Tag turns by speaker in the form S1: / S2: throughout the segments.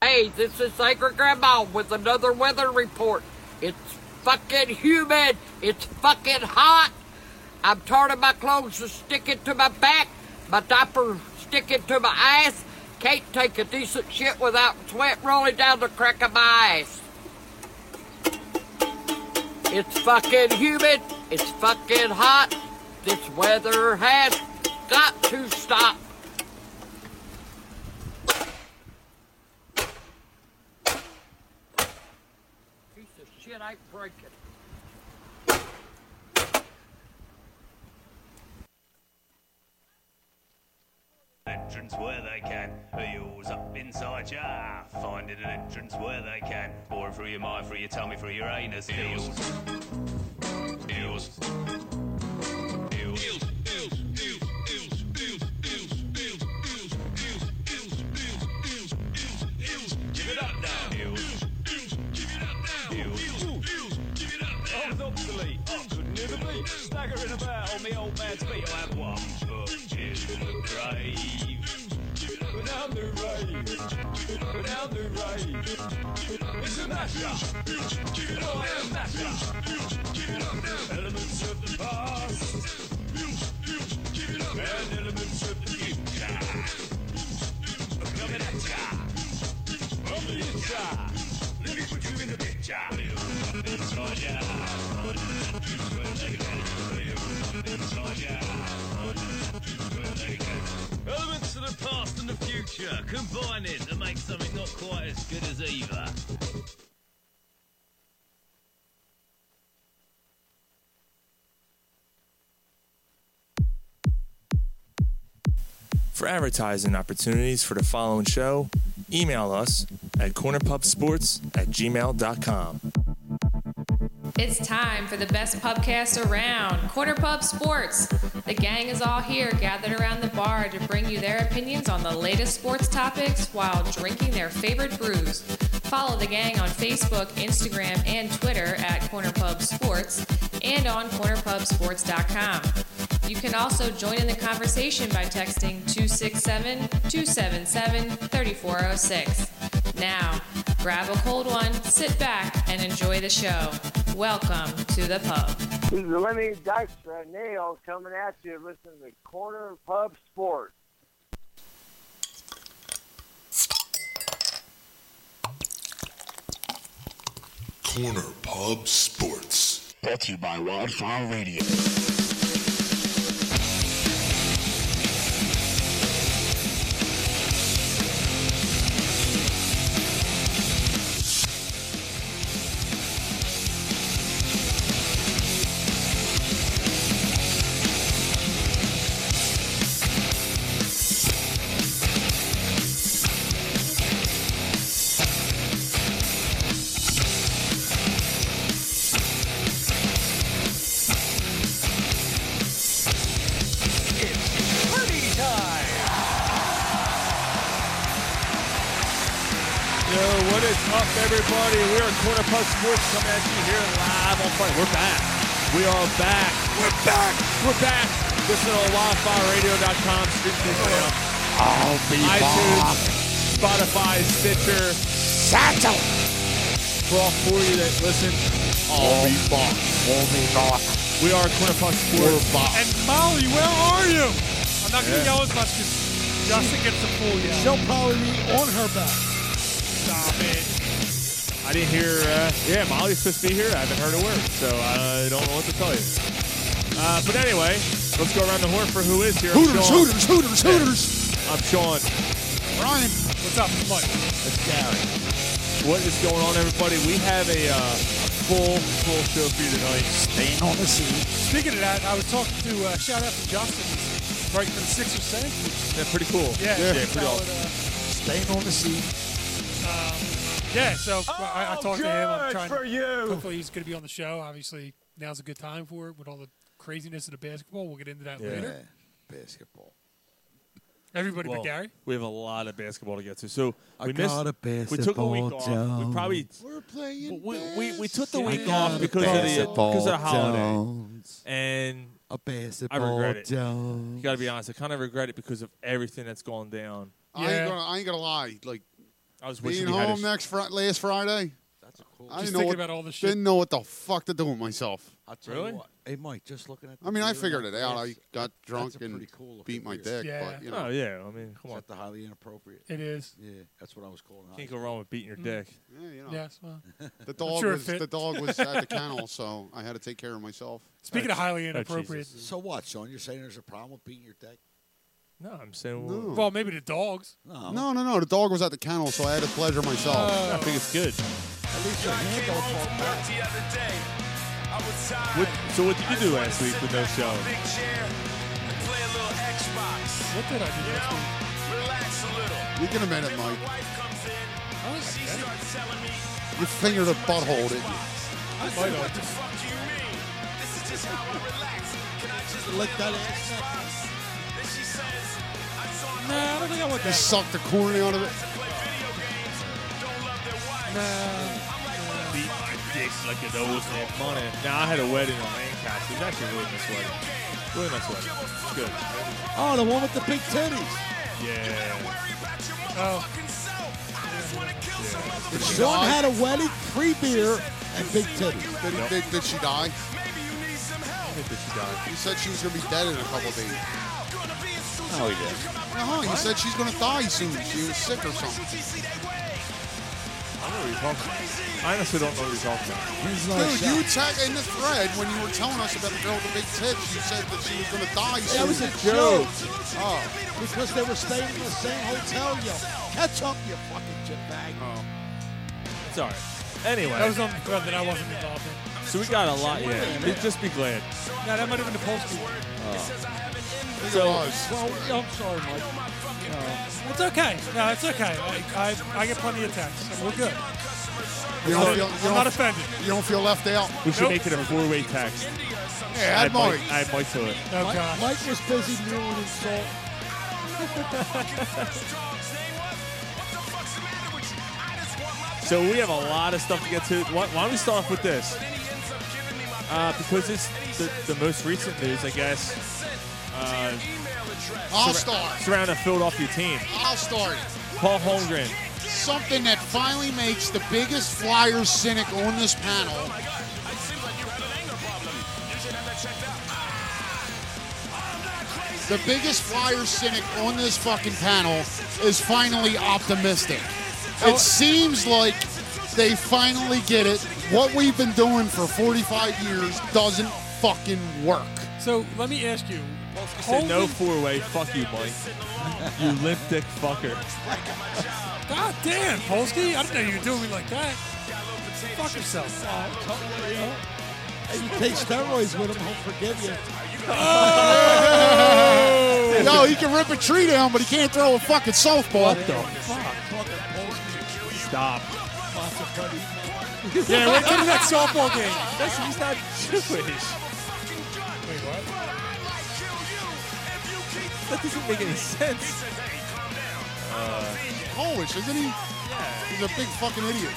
S1: days. This is Sacred Grandma with another weather report. It's fucking humid. It's fucking hot. I'm tired of my clothes sticking to my back, my diaper sticking to my ass. Can't take a decent shit without sweat rolling down the crack of my ass. It's fucking humid. It's fucking hot. This weather has got to stop. Piece of shit ain't breaking.
S2: entrance where they can. Yours up inside ya. Find it an entrance where they can. Or through your mind, through your tummy, through your anus. Eels. Eels. Eels. Give it up now. Eels. Eels. I was obsolete. I could never be staggering about on the old man's feet. I had one foot in the grave. But now I'm the rage. But now I'm the rage. It's a mashup. Give it up. It's a mashup. Give it up now. Elements of the past. Give it up. And elements of the future. Coming at ya. On the inside. Let me put you in the picture. Inside ya. Elements of the past and the future combining to make something not quite as good as either.
S3: For advertising opportunities for the following show, email us at cornerpubsports at gmail.com.
S4: It's time for the best pubcast around, Corner Pub Sports. The gang is all here, gathered around the bar to bring you their opinions on the latest sports topics while drinking their favorite brews. Follow the gang on Facebook, Instagram, and Twitter at Corner Pub Sports and on cornerpubsports.com. You can also join in the conversation by texting 267 277 3406. Now, grab a cold one, sit back, and enjoy the show. Welcome to the pub.
S5: This is Lenny Dykstra Nail coming at you. Listen to Corner Pub Sports.
S6: Corner Pub Sports. Brought to you by Wildfire Radio.
S2: Party time!
S3: Yo, what is up, everybody? We are Corner Pub Sports coming at you here live on Friday. We're back. We are back. We're back. We're back. Listen to wildfireradio.com, Street View Channel,
S6: I'll be
S3: iTunes, Spotify, Stitcher.
S6: Satchel.
S3: For all four of you that listen,
S6: I'll be back. I'll be back.
S3: we are Corner Pub Sports.
S6: We're back.
S7: And Molly, where are you? I'm not gonna yell as much because Justin gets the full yell. She'll probably be on her back. Stop it.
S3: I didn't hear. Uh, yeah, Molly's supposed to be here. I haven't heard a word, so I don't know what to tell you. Uh, but anyway, let's go around the horn for who is here. I'm
S7: Hooters,
S3: Sean.
S7: hooters, hooters, hooters.
S3: I'm Sean.
S7: Ryan, what's up, Mike?
S3: That's Gary. What is going on, everybody? We have a uh, full, full show for you tonight.
S6: Staying on the sea.
S7: Speaking of that, I was talking to uh, shout out to Justin. He's right for the Sixers Senate.
S3: Yeah, pretty cool.
S7: Yeah,
S3: yeah,
S7: solid,
S3: pretty awesome.
S7: uh,
S6: Staying on the sea.
S7: yeah. So I, I talked to him. I'm trying.
S2: for you!
S7: hopefully, he's going to be on the show. Obviously, now's a good time for it with all the craziness of the basketball. We'll get into that later.
S6: Basketball.
S7: Everybody
S3: Well,
S7: but Gary.
S3: We have a lot of basketball to get to. So
S8: I
S3: we missed.
S8: gotta pass
S3: we
S8: the
S3: took a week
S8: ball
S3: off. We
S8: down.
S3: probably
S6: We're playing
S3: we, we, we took the
S7: I
S3: week
S7: gotta
S3: off because of
S8: Pass
S3: the
S8: ball
S3: because of the holiday.
S8: downs.
S3: And
S8: I pass the
S3: I regret it.
S8: ball down.
S3: you got to be honest, I kind of regret it because of everything that's gone down.
S6: I,
S7: Yeah.
S6: ain't gonna, I ain't gonna lie. Like
S2: I was wishing
S6: Being
S2: we had
S6: home
S2: a-
S6: next fr- last Friday.
S8: That's a cool.
S6: I
S7: Just
S6: didn't know
S7: thinking
S6: what,
S7: about all the shit.
S6: Didn't know what the fuck to do with myself.
S8: I'll tell
S2: Really?
S8: you what. Hey, Mike, just looking at. The
S6: I mean, I
S8: beer
S6: figured
S8: in
S6: it
S8: that
S6: out. I
S8: glass,
S6: got
S8: that-
S6: drunk
S8: that's a
S6: and
S8: pretty cool looking
S6: beat my
S8: beer.
S6: dick,
S7: Yeah.
S6: but you know,
S2: Oh yeah, I mean, come on,
S8: Is that the highly inappropriate?
S7: It is.
S8: Yeah, that's what I was calling.
S2: can't
S8: Highly.
S2: go wrong with beating your dick.
S6: yeah, you know.
S7: Yes. Well,
S6: the dog
S7: sure it
S6: was
S7: fit.
S6: the dog was at the kennel, so I had to take care of myself.
S7: speaking of highly inappropriate,
S2: Oh, Jesus.
S8: So what, Sean? You're saying there's a problem with beating your dick?
S2: No, I'm saying
S6: No.
S7: well, maybe the dogs.
S8: No.
S6: No, no, no. The dog was at the kennel, so I had to pleasure myself.
S2: I think it's good.
S8: At least your hand don't fall back.
S2: What, so what did you do last week with no show?
S7: What did I do? last week?
S6: you can admit it, Mike.
S7: I was-
S6: You fingered a butthole, didn't you?
S7: I might have.
S8: Lick that ass.
S7: Nah, I don't think I want
S6: You
S7: that.
S6: sucked the corny out of it.
S2: Beat my dick like an old man. Money. Now I had a wedding in Lancaster. It was actually really nice wedding. Really nice wedding. It's good.
S8: Oh, the one with the big titties.
S2: Yeah.
S7: Oh,
S6: Did she die?
S8: Sean had a wedding, free beer, and big titties.
S6: did, did, did she die?
S2: I think that she died.
S6: You said she was gonna be dead in a couple of days.
S8: No, he didn't.
S6: No, you said she's gonna die soon. She was sick or something.
S2: I don't know what you're talking about. I honestly don't know what you're talking about.
S8: He's not
S6: Dude,
S8: a
S6: you
S8: shot.
S6: tagged in the thread when you were telling us about the girl with the big tits. You said that she was gonna die soon.
S8: That was a joke. Oh, Because they were staying in the same hotel, yo. Catch up, you fucking jetbag.
S2: Oh. It's all right. Anyway,
S7: that was on the thread that I wasn't involved in.
S2: so we got a lot. Yeah, Be- just be glad.
S7: No, that might have been the post.
S6: It was.
S7: Well, yeah, I'm sorry, Mike. No. It's okay. No, it's okay. I, I, I get plenty of texts. We're good.
S6: You don't feel, you
S7: I'm not
S6: don't,
S7: offended.
S6: you don't feel left out.
S2: We should
S7: Nope.
S2: make it a four-way text.
S6: Yeah,
S2: Add
S6: I'd Mike.
S2: Mike. Add Mike to it.
S7: Oh,
S8: Mike,
S7: God.
S8: Mike was busy mewing and salt.
S2: So we have a lot of stuff to get to. Why, why don't we start off with this? Uh, because it's the, the most recent news, I guess,
S6: I'll start.
S2: surrounding a Philadelphia team.
S6: I'll start.
S2: Paul Holmgren.
S6: Something that finally makes the biggest Flyers cynic on this panel. The biggest Flyers cynic on this fucking panel is finally optimistic. It seems like they finally get it. What we've been doing for 45 years doesn't fucking work.
S7: So let me ask you.
S2: Said no
S7: Holmgren-
S2: four-way. Fuck you, Mike. You limp dick fucker.
S7: God damn, Polsky. I didn't know you were doing me like that. Fuck yourself.
S8: Hey, you take steroids with him, he'll forgive you.
S6: Yo, he can rip a tree down, but he can't throw a fucking softball.
S2: What the fuck? Stop.
S7: yeah, right into that softball game.
S2: That's, he's not Jewish. That doesn't make any sense.
S6: Polish, isn't he? He's a big fucking idiot.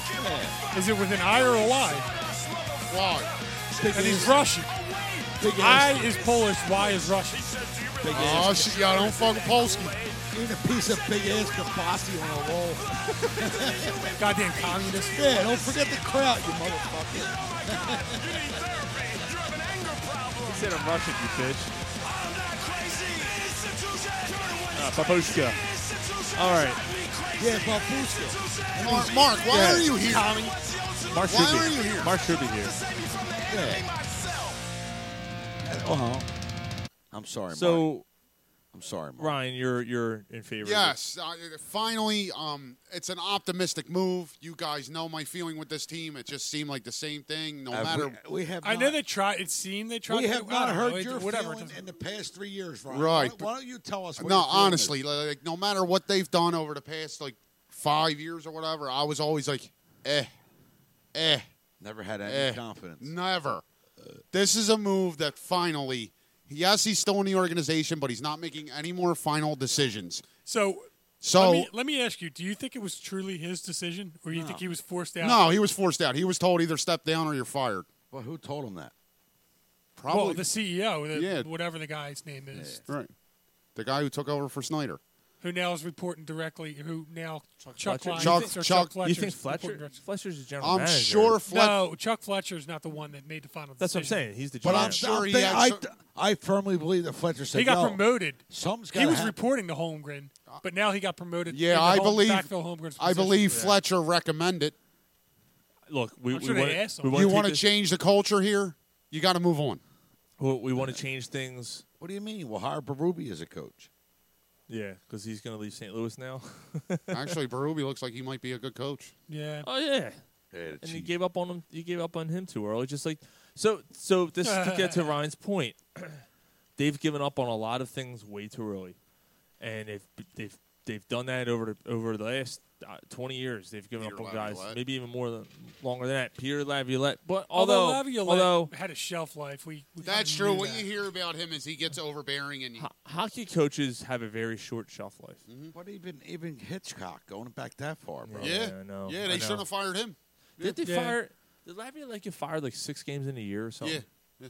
S7: Is it with an I or a Y?
S6: Why?
S7: And he's Russian.
S8: Big ass,
S7: I is Polish, Y is Russian.
S8: big
S6: Oh
S8: ass.
S6: shit, y'all don't fucking Polsky.
S8: Eat a piece of big ass kielbasa on a roll.
S7: Goddamn communist.
S8: Yeah, don't forget the crowd, you motherfucker.
S2: He said I'm Russian, you bitch. Uh, Babushka. All right.
S8: Yeah, babushka.
S6: Mark, Mark, why
S2: Yeah.
S6: are you here?
S2: Mark
S6: Why
S2: should be
S6: are you here?
S2: Mark should be here.
S8: Yeah. Uh-huh. I'm sorry, Mark.
S2: So,
S8: I'm sorry, Mark.
S2: Ryan, you're you're in favor.
S6: Yes, uh, finally, um, it's an optimistic move. You guys know my feeling with this team. It just seemed like the same thing, no
S8: Have
S6: matter.
S8: we, we have
S7: I
S8: not-
S7: know they tried. It seemed they tried.
S8: we
S7: to-
S8: have
S7: I
S8: not
S7: don't
S8: heard
S7: know, it-
S8: your
S7: whatever. it
S8: feeling
S7: doesn't-
S8: in the past three years, Ryan.
S6: Right,
S8: Why,
S6: but-
S8: why don't you tell us? what
S6: no,
S8: your feeling is?
S6: honestly, like no matter what they've done over the past like five years or whatever, I was always like, eh, eh,
S8: never had any
S6: eh,
S8: confidence.
S6: never. This is a move that finally. Yes, he's still in the organization, but he's not making any more final decisions.
S7: So,
S6: So
S7: let, me, let me ask you: Do you think it was truly his decision, or you think he was forced out?
S6: No, he was forced out. He was told either step down or you're fired.
S8: Well, who told him that?
S6: Probably
S7: well, the CEO, the,
S6: Yeah.
S7: whatever the guy's name is.
S6: right. The guy who took over for Snyder.
S7: who now is reporting directly, who now Chuck,
S3: Fletcher.
S7: Klein
S3: Chuck-
S7: or Chuck,
S3: Chuck-
S7: Fletcher
S3: you think
S7: is reporting
S3: Fletcher-
S7: directly.
S3: Fletcher's the general I'm manager. sure Flet-
S7: no, Chuck Fletcher is not the one that made the final
S3: That's what I'm
S7: decision.
S3: saying. He's the
S7: But
S3: GM.
S7: I'm sure
S9: I, think- I, I firmly believe that Fletcher said
S7: he got
S9: "No,
S7: promoted.
S9: Something's
S7: he
S9: got
S7: was
S9: happen.
S7: reporting to Holmgren, but now he got promoted.
S10: Yeah,
S7: into
S10: I
S7: Holm-
S10: believe.
S7: backfill Holmgren's
S10: I
S7: position.
S10: believe Fletcher recommended.
S3: Look, we,
S7: I'm
S3: we
S7: sure they
S3: want,
S7: asked him.
S3: we want
S10: You
S3: to
S10: want
S3: take
S10: to change the culture here? You got to move on.
S3: this- we- we want to change things.
S8: What do you mean? We'll hire Baruby as a coach.
S3: Yeah, because he's going to leave St. Louis now.
S10: Actually, Berube looks like he might be a good coach.
S7: Yeah.
S3: Oh yeah.
S8: And
S3: and you gave up on him. You gave up on him too early. Just like so. So this to get to Ryan's point, they've given up on a lot of things way too early, and they've they've they've done that over the, over the last uh, twenty years. They've given up on guys,
S8: Laviolette.
S3: maybe even more than longer than that. Pierre Laviolette, but
S7: Although,
S3: although
S7: Laviolette
S3: although
S7: had a shelf life, we, we
S10: That's
S7: kinda
S10: true.
S7: knew
S10: What
S7: that.
S10: you hear about him is he gets overbearing and
S3: ho- hockey coaches have a very short shelf life.
S8: What even even Hitchcock going back that far, bro?
S10: yeah,
S3: I know,
S10: yeah, they
S3: I know.
S10: shouldn't have fired him.
S3: Did they
S7: Yeah.
S3: fire? Did Laviolette get fired like six games in a year or something?
S10: Yeah.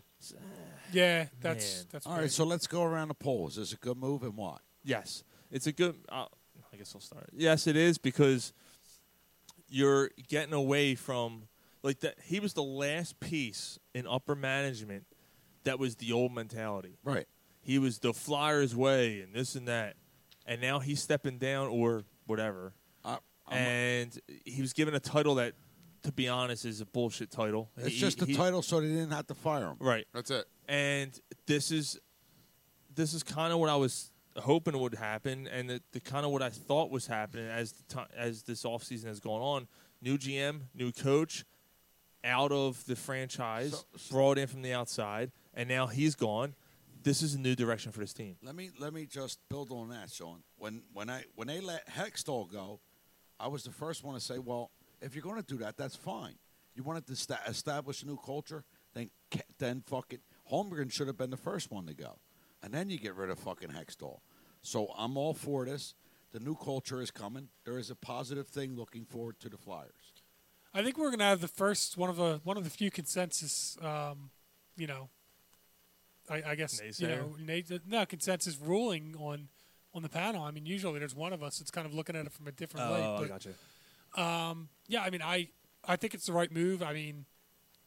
S7: Yeah, that's
S3: Man.
S7: that's
S8: All right,
S7: bad.
S8: so let's go around the polls. Is it a good move and why?
S3: Yes, it's a good. Uh, I guess I'll start. Yes, it is because you're getting away from like that. He was the last piece in upper management that was the old mentality.
S8: Right.
S3: He was the Flyers way and this and that, and now he's stepping down or whatever.
S8: I,
S3: and he was given a title that, to be honest, is a bullshit title.
S8: it's
S3: He-
S8: just the
S3: he-
S8: title, so they didn't have to fire him.
S3: right?
S10: That's it.
S3: and this is this is kind of what I was hoping would happen, and the, the kind of what I thought was happening as the time, as this offseason has gone on. New GM, new coach, out of the franchise, brought in from the outside, and now he's gone. This is a new direction for this team.
S8: Let me let me just build on that, Sean. When when I when they let Hextall go, I was the first one to say, well, if you're going to do that, that's fine. You wanted to sta establish a new culture, then ca- then fucking Holmgren should have been the first one to go, and then you get rid of fucking Hextall. So I'm all for this. The new culture is coming. There is a positive thing looking forward to the Flyers.
S7: I think we're gonna have the first one of the one of the few consensus, um, you know, I, I guess you know, na- no consensus ruling on on the panel. I mean, usually there's one of us that's kind of looking at it from a different
S8: Oh,
S7: way. But
S3: gotcha.
S7: yeah, I mean, I I think it's the right move. I mean,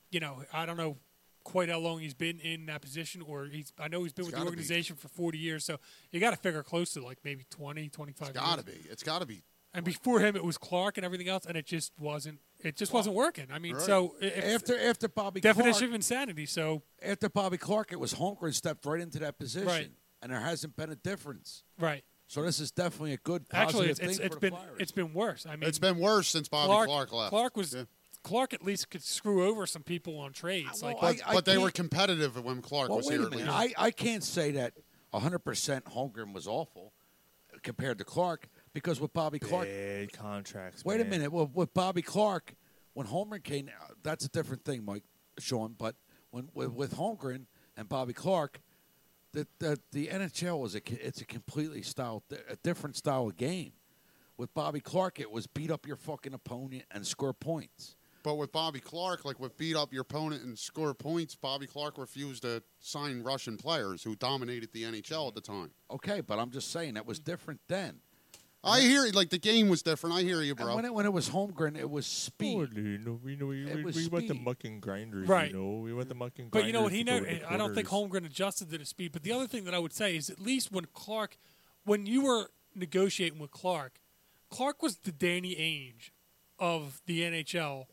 S7: you know, I don't know quite how long he's been in that position, or he's I know he's been with the
S10: gotta be.
S7: organization for 40 years, so you got to figure close to like maybe 20, 25.
S10: It's got to
S7: years.
S10: be. It's got to be.
S7: And before him, it was Clark and everything else, and it just wasn't. It just wasn't working. I mean, so i- if,
S8: After after Bobby
S7: definition
S8: Clark,
S7: of insanity. So
S8: after Bobby Clark, it was Holmgren stepped right into that position,
S7: Right.
S8: and there hasn't been a difference.
S7: right,
S8: So this is definitely a good positive
S7: actually, it's
S8: thing
S7: it's,
S8: for
S7: it's
S8: the
S7: been
S8: Flyers.
S7: it's been worse. I mean,
S10: It's been worse since Bobby
S7: Clark
S10: Clark, left.
S7: Clark was
S10: Yeah.
S7: Clark at least could screw over some people on trades.
S8: Uh, Well,
S7: like
S8: I-
S10: but,
S8: I
S10: but they
S8: can't-
S10: were competitive when Clark
S8: Well,
S10: was
S8: wait
S10: here.
S8: a
S10: at
S8: minute.
S10: least.
S8: I, I can't say that 100% Holmgren was awful compared to Clark because with Bobby Clark,
S3: Big contracts.
S8: wait a
S3: man.
S8: minute, well, with Bobby Clark, when Holmgren came, uh, that's a different thing, Mike, Sean. But when with, with Holmgren and Bobby Clark, the the, the NHL was a co- it's a completely style a different style of game. With Bobby Clark, it was beat up your fucking opponent and score points.
S10: But with Bobby Clark, like with beat up your opponent and score points, Bobby Clark refused to sign Russian players who dominated the NHL at the time.
S8: Okay, but I'm just saying that was different then.
S10: I hear you. Like the game was different. I hear you,
S8: And
S10: bro.
S8: when it when it was Holmgren, it was
S3: Oh,
S8: speed.
S3: you know, we, know, we,
S8: It
S3: we,
S8: was
S3: we went the
S8: speed.
S3: mucking grinders,
S7: Right.
S3: you know. We went the mucking grinders.
S7: But you know what?
S3: to
S7: He
S3: go
S7: never.
S3: with the
S7: I don't think
S3: quarters.
S7: Holmgren adjusted to the speed. But the other thing that I would say is, at least when Clark, when you were negotiating with Clark, Clark was the Danny Ainge of the NHL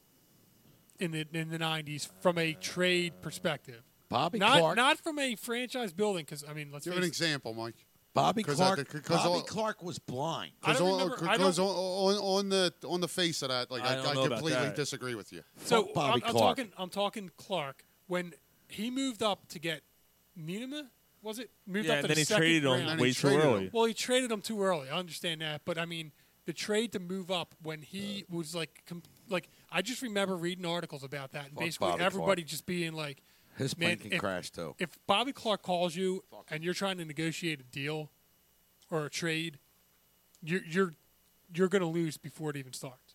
S7: in the in the '90s from a trade perspective.
S8: Bobby
S7: not
S8: Clark.
S7: not from a franchise building, because I mean, let's
S10: Give
S7: face
S10: an
S7: it,
S10: example, Mike.
S8: Bobby
S10: 'Cause
S8: Clark.
S10: I think- 'cause
S8: Bobby
S10: all-
S8: Clark was blind.
S7: I
S10: Because
S7: don't
S10: on, uh,
S7: remember- I don't-
S10: 'cause on, on, on the on the face of that, like
S3: I
S10: I,
S3: don't
S10: I,
S3: know about
S10: completely
S3: that.
S10: disagree with you.
S7: So
S8: Fuck Bobby
S7: I'm, I'm
S8: Clark.
S7: talking. I'm talking Clark when he moved up to get Nienema. Was it moved
S3: Yeah,
S7: up
S3: and
S7: to
S3: then
S7: the
S3: he
S7: second
S3: traded
S7: round?
S3: him
S10: And he
S3: way too
S10: traded him.
S3: early.
S7: Well, he traded him too early. I understand that, but I mean, the trade to move up when he was like, com- like I just remember reading articles about that, and
S8: Fuck
S7: basically
S8: Bobby
S7: everybody just being like,
S8: His
S7: "Man,
S8: plane can
S7: if,
S8: crash though.
S7: if Bobby Clark calls you and you're trying to negotiate a deal or a trade, you're you're you're gonna lose before it even starts."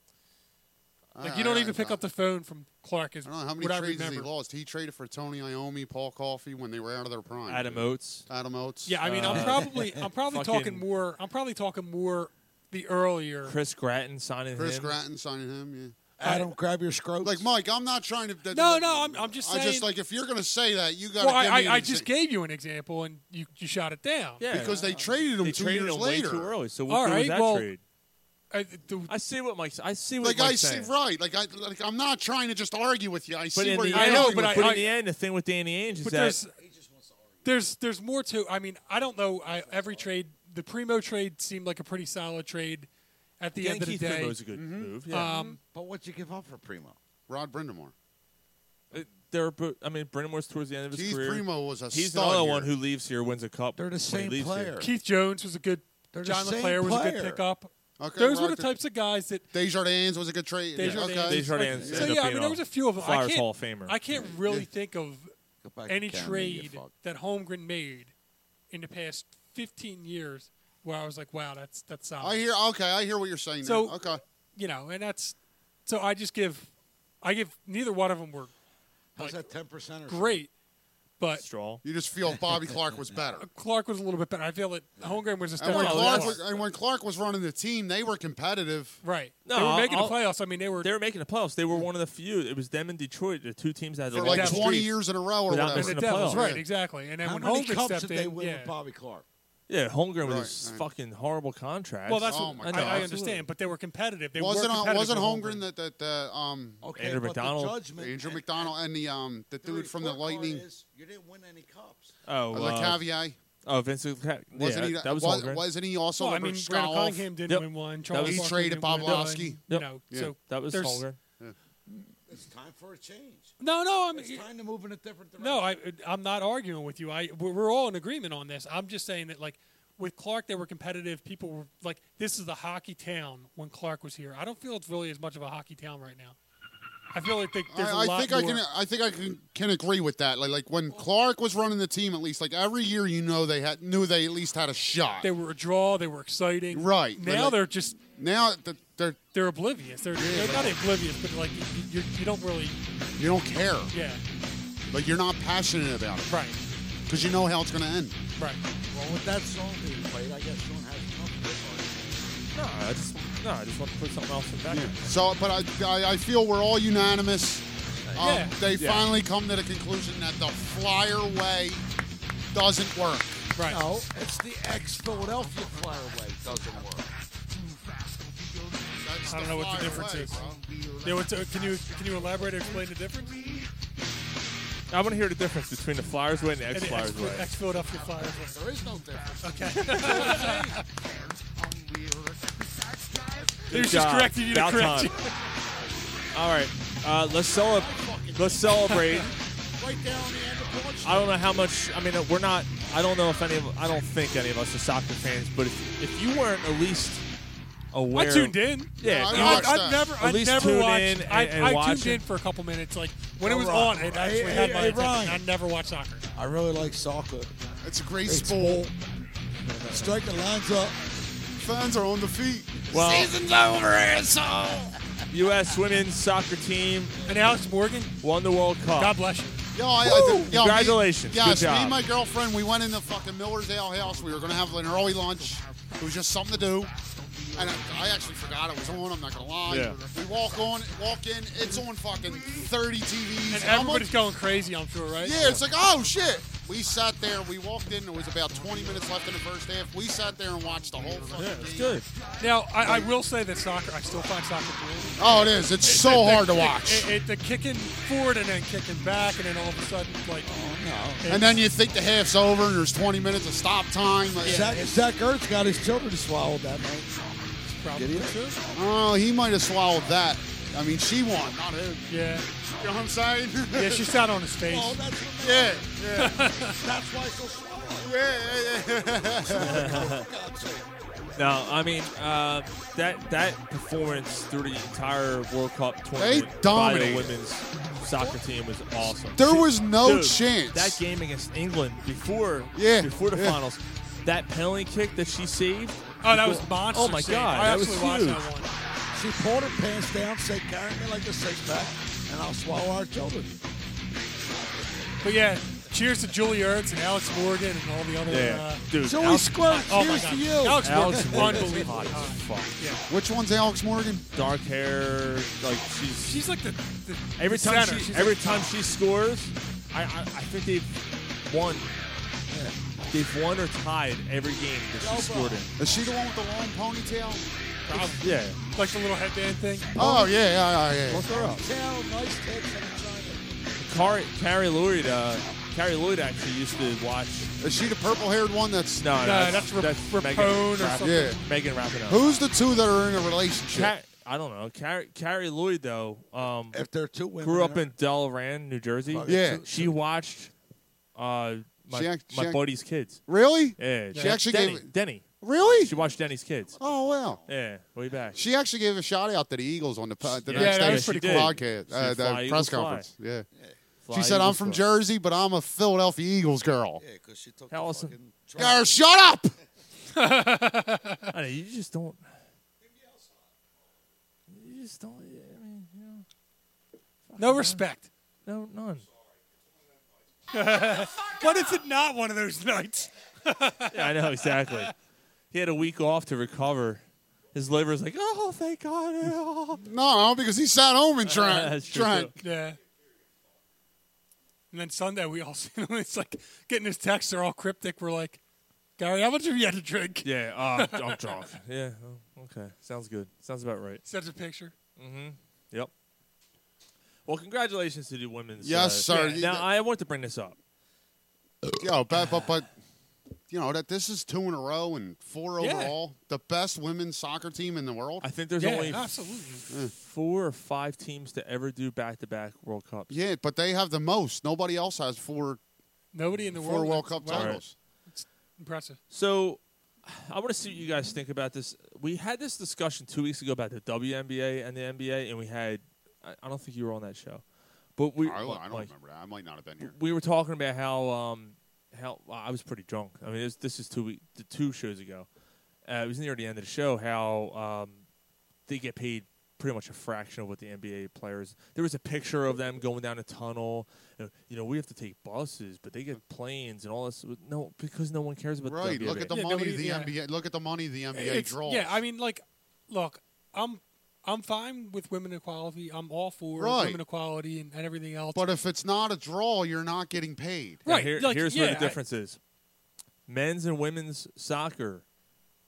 S7: Like you don't even pick up the phone from Clark. Is
S6: I don't know how many
S7: what I
S6: trades has he
S7: remember.
S6: lost. He traded for Tony Iommi, Paul Coffey when they were out of their prime.
S3: Adam Oates.
S6: Adam Oates.
S7: Yeah, I mean,
S6: Uh,
S7: I'm probably I'm probably talking more. I'm probably talking more the earlier.
S3: Chris Gratton signing
S6: Chris
S3: him.
S6: Gratton signing him. Yeah.
S8: Adam, grab your scrotes.
S6: Like Mike, I'm not trying to.
S7: No, no, I'm, I'm just
S6: I
S7: saying.
S6: just like if you're going to say that, you got
S7: well,
S6: to.
S7: I,
S6: me
S7: I, I
S6: an
S7: just gave you an example, and you you shot it down.
S3: Yeah.
S6: because they traded him
S3: They
S6: two
S3: traded
S6: years
S3: him way
S6: later.
S3: too early. So
S7: All
S3: what good
S7: right,
S3: was that
S7: well,
S3: trade?
S7: I,
S3: I see what Mike's. I see what
S6: Like I
S3: Mike's
S6: see,
S3: saying.
S6: right? Like I, like I'm not trying to just argue with you. I
S3: But
S6: see
S3: in
S6: where
S3: the
S6: you're
S3: end,
S6: going
S3: but,
S6: with
S3: in
S6: it.
S3: the end, the thing with Danny Ainge is
S7: But there's
S3: that
S7: there's there's more to. I mean, I don't know. I, every trade, the Primo trade seemed like a pretty solid trade. At the end of the
S3: Yankees
S7: day,
S3: Primo's a good move, yeah.
S7: Um,
S8: but what'd you give up for Primo?
S6: Rod Brindamore.
S3: it- Uh, they're. bo- I mean, Brennan Moore's towards the end of his
S6: Keith
S3: career.
S6: Primo was a
S3: He's
S6: stud
S3: another
S6: here.
S3: one who leaves here, wins a cup. They're
S8: the same player.
S7: Keith Jones was a good.
S8: They're the
S7: John
S8: same
S7: LeClaire was a good
S8: player.
S7: pickup.
S6: Okay,
S7: Those were the
S6: Roger.
S7: types of guys that
S6: Desjardins was a good trade. Yeah,
S7: Desjardins.
S6: okay.
S3: Desjardins
S7: So
S3: ended up
S7: yeah, I
S3: being
S7: mean, there
S3: a
S7: was a few of them. I
S3: Flyers
S7: can't,
S3: Hall of Famer.
S7: I can't really
S8: Yeah.
S7: think of
S8: Go back to
S7: any
S8: Canada, you
S7: trade
S8: fuck.
S7: that Holmgren made in the past 15 years where I was like, wow, that's that's solid.
S6: I hear. Okay, I hear what you're saying.
S7: So-
S6: now. okay,
S7: you know, and that's so I just give, I give neither one of them were
S8: How's that ten percent or
S7: great, but
S3: Straw.
S6: you just feel Bobby Clark was better.
S7: Clark was a little bit better. I feel that Holmgren was a step
S6: And when,
S7: above
S6: Clark
S7: Clark.
S6: was, and when Clark was running the team, they were competitive.
S7: right?
S3: No,
S7: they were making
S3: I'll-
S7: the playoffs. I mean, they were
S3: They were making the playoffs. They were one of the few. It was them and Detroit, the two teams that had the
S6: For like
S3: longest
S6: 20
S3: streaks.
S6: years in a row or
S3: without
S6: whatever.
S3: missing
S7: the
S3: the
S7: Devils,
S3: playoffs.
S7: right? Exactly. And then
S8: How
S7: when
S8: many
S7: Holmgren
S8: cups
S7: stepped
S8: did they
S7: in,
S8: win
S7: yeah.
S8: with Bobby Clark?
S3: Yeah, Holmgren was
S6: Right,
S3: his
S6: right.
S3: fucking horrible contract.
S7: well, that's
S6: Oh
S7: what
S6: my
S7: I,
S3: God.
S7: I understand. But they were competitive. They were
S6: wasn't uh,
S7: competitive
S6: wasn't
S7: with
S6: Holmgren that that uh, um
S8: Okay,
S3: Andrew
S8: but
S3: McDonald.
S8: The judgment
S6: Andrew
S8: and-
S6: McDonald and the um the dude from the
S8: report card
S6: Lightning,
S8: is you didn't win any cups.
S3: oh,
S6: uh,
S3: uh,
S6: Lecavier.
S3: oh, Vince Leca-
S6: Wasn't
S3: yeah,
S6: he?
S3: that was
S6: wa-
S3: Holmgren.
S6: Wasn't he also?
S7: Well, I
S6: remember
S7: mean, Grant
S6: Scoff?
S7: Cunningham didn't
S3: Yep.
S7: win one.
S3: was-
S7: Charles
S3: He
S7: Barkley
S6: traded
S7: didn't win one.
S6: Bobrovsky.
S7: You
S3: Yep.
S7: know,
S6: Yeah.
S7: so
S3: that was
S7: there's-
S3: Holmgren.
S8: It's time for a change.
S7: No, no, I'm
S8: It's time to move in a different direction.
S7: no, I, I'm not arguing with you. I we're we're all in agreement on this. I'm just saying that like with Clark, they were competitive. People were like, this is a hockey town when Clark was here. I don't feel it's really as much of a hockey town right now. I feel like they, there's a
S6: I, I
S7: lot
S6: think
S7: more.
S6: I can. uh, I think I can, can agree with that. Like, like when Clark was running the team, at least like every year, you know they had knew they at least had a shot.
S7: they were a draw. They were exciting.
S6: Right, but,
S7: now
S6: like-
S7: they're just
S6: now that they're
S7: they're oblivious. They're, they're not oblivious, but like you, you, you don't really.
S6: you don't care,
S7: Yeah.
S6: like you're not passionate about it
S7: Right.
S6: because you know how it's going to end.
S7: Right.
S8: Well, with that song being played, I guess Sean has enough of this
S3: No, I just no, I just want to put something else in back.
S6: So, but I, I, I feel we're all unanimous. Um,
S7: Yeah.
S6: They
S3: Yeah.
S6: finally come to the conclusion that the flyer way doesn't work.
S7: Right.
S8: argument. No, it's the ex-Philadelphia flyaway. Doesn't work.
S6: That's
S7: I don't know what the
S6: Flyer
S7: difference
S6: way,
S7: is.
S6: bro.
S7: Yeah, what's, uh, can you can you elaborate or explain the difference?
S3: I want to hear the difference between the Flyers way and the
S7: And the
S3: ex-Flyers way.
S7: Ex Philadelphia Flyers. way.
S6: There is no difference.
S7: He was
S3: job.
S7: just correcting you to
S3: About
S7: correct you.
S3: time. All right, uh, let's celebrate. Let's celebrate.
S6: Right there on the end of Broad Street.
S3: I don't know how much. I mean, we're not. I don't know if any of. I don't think any of us are soccer fans. But if, if you weren't at least aware,
S7: I tuned in.
S3: Yeah,
S6: No,
S3: if
S6: I
S3: you
S7: I,
S6: watched
S7: I've
S6: that.
S7: never,
S3: At
S7: I
S3: least
S7: never
S3: tune
S7: watched.
S3: in and-
S7: I,
S3: and
S7: I
S3: watch
S7: tuned
S3: it.
S7: in for a couple minutes, like when it was
S8: Hey,
S7: on. It actually had
S8: hey,
S7: my
S8: hey,
S7: attention.
S8: Ryan.
S7: I never watched soccer.
S8: I really like soccer.
S6: It's a great
S8: It's
S6: sport.
S8: Strike the lines up.
S6: Fans are on the feet.
S3: well, season's over, asshole. U.S. women's soccer team
S7: And Alex Morgan,
S3: won the World Cup.
S7: God bless you.
S6: Yo, I, I
S3: Woo!
S6: did- yo,
S3: Congratulations.
S6: Me, yes,
S3: Good job.
S6: me and my girlfriend, we went in the fucking Miller's Ale House. We were going to have an early lunch. It was just something to do. And I, I actually forgot it was on. I'm not going to lie.
S3: Yeah.
S6: We walk on, walk in. It's on fucking 30 TVs.
S7: And
S6: I'm like,
S7: everybody's going crazy, I'm sure, right?
S6: Yeah, it's like, oh shit. We sat there, we walked in, there was about 20 minutes left in the first half. We sat there and watched the whole fucking
S3: Yeah, it's
S6: game.
S3: good.
S7: Now, I, I will say that soccer, I still find soccer boring.
S6: Oh, it is. It's so
S7: The-
S6: hard to
S7: it-
S6: watch.
S7: It, it- the kicking forward and then kicking back, and then all of a sudden, like,
S6: And then you think the half's over and there's 20 minutes of stop time. Like,
S8: Zach, Zach Ertz got his children swallowed that night.
S7: probably
S8: Did he?
S7: true.
S6: Oh, he might have swallowed that. I mean, she won, not him.
S7: Yeah.
S6: You know what I'm saying?
S7: Yeah, she sat on his face.
S8: Oh, that's what
S6: yeah, yeah,
S8: that's why it's so Oh, swallowed.
S6: yeah, yeah, yeah.
S3: No, I mean uh, that that performance through the entire World Cup tournament
S6: dominated.
S3: by the women's soccer team was awesome.
S6: There was no
S3: Dude,
S6: chance.
S3: That game against England before
S6: Yeah,
S3: before the
S6: yeah.
S3: finals, that penalty kick that she saved.
S7: Oh, that was monster.
S3: Oh my
S7: save.
S3: god,
S7: I
S3: that was
S7: actually watched
S3: huge.
S7: that one.
S11: She pulled her pants down, said, carry me like a six pack, and I'll swallow our children.
S7: But yeah, cheers to Julie Ertz and Alex Morgan and all the other.
S2: Yeah,
S7: uh,
S2: dude.
S6: Joey Squirt,
S7: oh my
S6: cheers
S7: God.
S6: to you.
S7: Alex,
S6: Alex
S7: Morgan,
S6: Morgan's
S7: unbelievable. Uh,
S6: hot as
S7: Yeah.
S6: Which one's Alex Morgan?
S3: Oh, Dark hair, like she's
S7: She's like the, the
S3: every
S7: the
S3: time
S7: center.
S3: she
S7: She's
S3: every
S7: like-
S3: time she scores, I I, I think they've won. They've won or tied every game that she scored in.
S6: Is she the one with the long ponytail?
S3: Yeah.
S7: like the little headband thing.
S6: Oh, yeah, yeah, yeah, yeah.
S3: Look her up.
S11: Tell nice tits and
S3: Carrie, Carrie Lloyd. Uh, Carrie Lloyd actually used to watch.
S6: Is she the purple-haired one? That's
S3: No, no,
S6: No,
S3: that's,
S6: that's Rap-
S3: Megan
S6: Rapone or
S3: Rapinoe.
S6: something. Yeah.
S3: Megan Rapinoe.
S6: Who's the two that are in a relationship?
S3: Ca- I don't know. Carrie, Carrie Lloyd though. Um,
S8: if there are two women,
S3: grew up
S8: there-
S3: in Delran, New Jersey.
S6: Fuck, Yeah. it's-
S3: she watched. Uh, my
S6: She act-
S3: my
S6: she act-
S3: buddy's kids.
S6: Really?
S3: Yeah,
S6: She
S3: she
S6: actually
S3: Denny,
S6: gave-
S3: Denny.
S6: Really?
S3: She watched Denny's kids.
S6: Oh wow.
S3: Yeah, way back.
S6: She actually gave a shout out to the Eagles on the, po- the
S3: Yeah,
S6: next
S3: that
S6: day
S3: was
S6: she
S3: pretty cool.
S6: podcast,
S3: She
S6: uh,
S3: said, "Fly,
S6: the press
S3: Eagles, fly."
S6: conference. Yeah.
S3: Fly,
S6: she said, "I'm
S3: Eagles,
S6: from
S3: fly."
S6: Jersey, but I'm a Philadelphia Eagles girl."
S8: Yeah, because she took
S3: How
S8: the
S3: awesome.
S8: fucking
S6: Girl, shut up.
S3: I know, you just don't. You just don't. I mean, you know,
S7: No respect.
S3: no, none.
S7: what is it not one of those nights?
S3: Yeah, I know exactly. He had a week off to recover. His liver's like, oh, thank God. oh."
S6: No, because he sat home and drank.
S3: That's true,
S6: drank.
S7: Yeah. And then Sunday we all seen him. It's like getting his texts are all cryptic. We're like, Gary, how much have you had to drink?
S3: Yeah, uh, I'm drunk. Yeah, oh, okay. Sounds good. Sounds about right.
S7: Sends a picture.
S3: Yep. Well, congratulations to the women's. uh,
S6: Yes, sir.
S3: yeah. Now, I want to bring this up.
S6: Yo, but, but but you know that this is two in a row and four
S3: Yeah.
S6: overall. The best women's soccer team in the world.
S3: I think there's
S7: yeah,
S3: only
S7: absolutely.
S3: four or five teams to ever do back-to-back World Cups.
S6: Yeah, but they have the most. Nobody else has four
S7: Nobody in the
S6: four
S7: world.
S6: World
S7: that's-
S6: Cup
S7: wow,
S6: titles.
S7: Impressive.
S3: So I want to see what you guys think about this. We had this discussion two weeks ago about the WNBA and the NBA, and we had I, I don't think you were on that show, but we
S6: I, I don't
S3: like,
S6: remember that. I might not have been here.
S3: we were talking about how um how well, I was pretty drunk. I mean, this, this is two week the two shows ago. Uh, it was near the end of the show how um they get paid pretty much a fraction of what the NBA players. There was a picture of them going down a tunnel. Uh, You know, we have to take buses, but they get planes and all this. No, because no one cares about
S6: Right.
S3: The
S6: Look
S3: WNBA.
S6: at the
S7: Yeah,
S6: money
S7: nobody-
S6: the
S7: yeah.
S6: NBA. Look at the money the NBA
S7: It's-
S6: draws.
S7: Yeah, I mean, like, look, I'm I'm fine with women equality. I'm all for
S6: Right.
S7: women equality and, and everything else.
S6: But if it's not a draw, you're not getting paid.
S3: Now,
S7: Right,
S3: here-
S7: like,
S3: here's where
S7: yeah,
S3: the
S7: I-
S3: difference is: men's and women's soccer,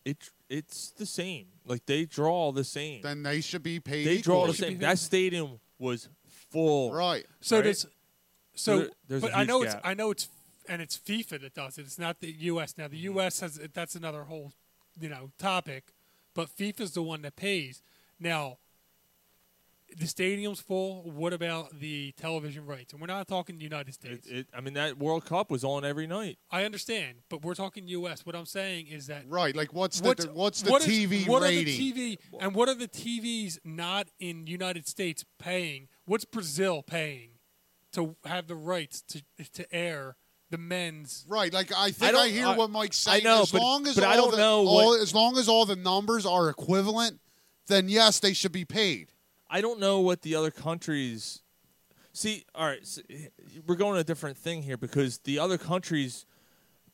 S3: it it's the same. Like they draw the same.
S6: Then they should be paid.
S3: they draw
S6: equally.
S3: the same. That stadium was full.
S6: Right.
S7: so
S3: right?
S7: does so.
S3: There- there's a
S7: but I
S3: huge
S7: know
S3: gap.
S7: it's I know it's and it's FIFA that does it. It's not the U.S. Now the
S3: Mm-hmm.
S7: U.S. has that's another whole you know topic, but FIFA's the one that pays. Now the stadium's full. What about the television rights? And we're not talking the United
S3: It,
S7: States.
S3: it, I mean, that World Cup was on every night.
S7: I understand, but we're talking U.S. What I'm saying is that
S6: Right. Like what's the
S7: What's-
S6: the- what's the
S7: what is-
S6: TV
S7: what
S6: rating?
S7: Are the TV, and what are the TVs not in United States paying? What's Brazil paying to have the rights to to air the men's?
S6: Right, like I think I,
S3: don't-
S6: hear
S3: I-
S6: what Mike's
S3: I
S6: saying.
S3: know,
S6: as
S3: but-
S6: long as
S3: but
S6: all
S3: I don't
S6: the,
S3: know
S6: all,
S3: what-
S6: as long as all the numbers are equivalent, then yes, they should be paid.
S3: I don't know what the other countries. See, all right, s we're going a different thing here because the other countries,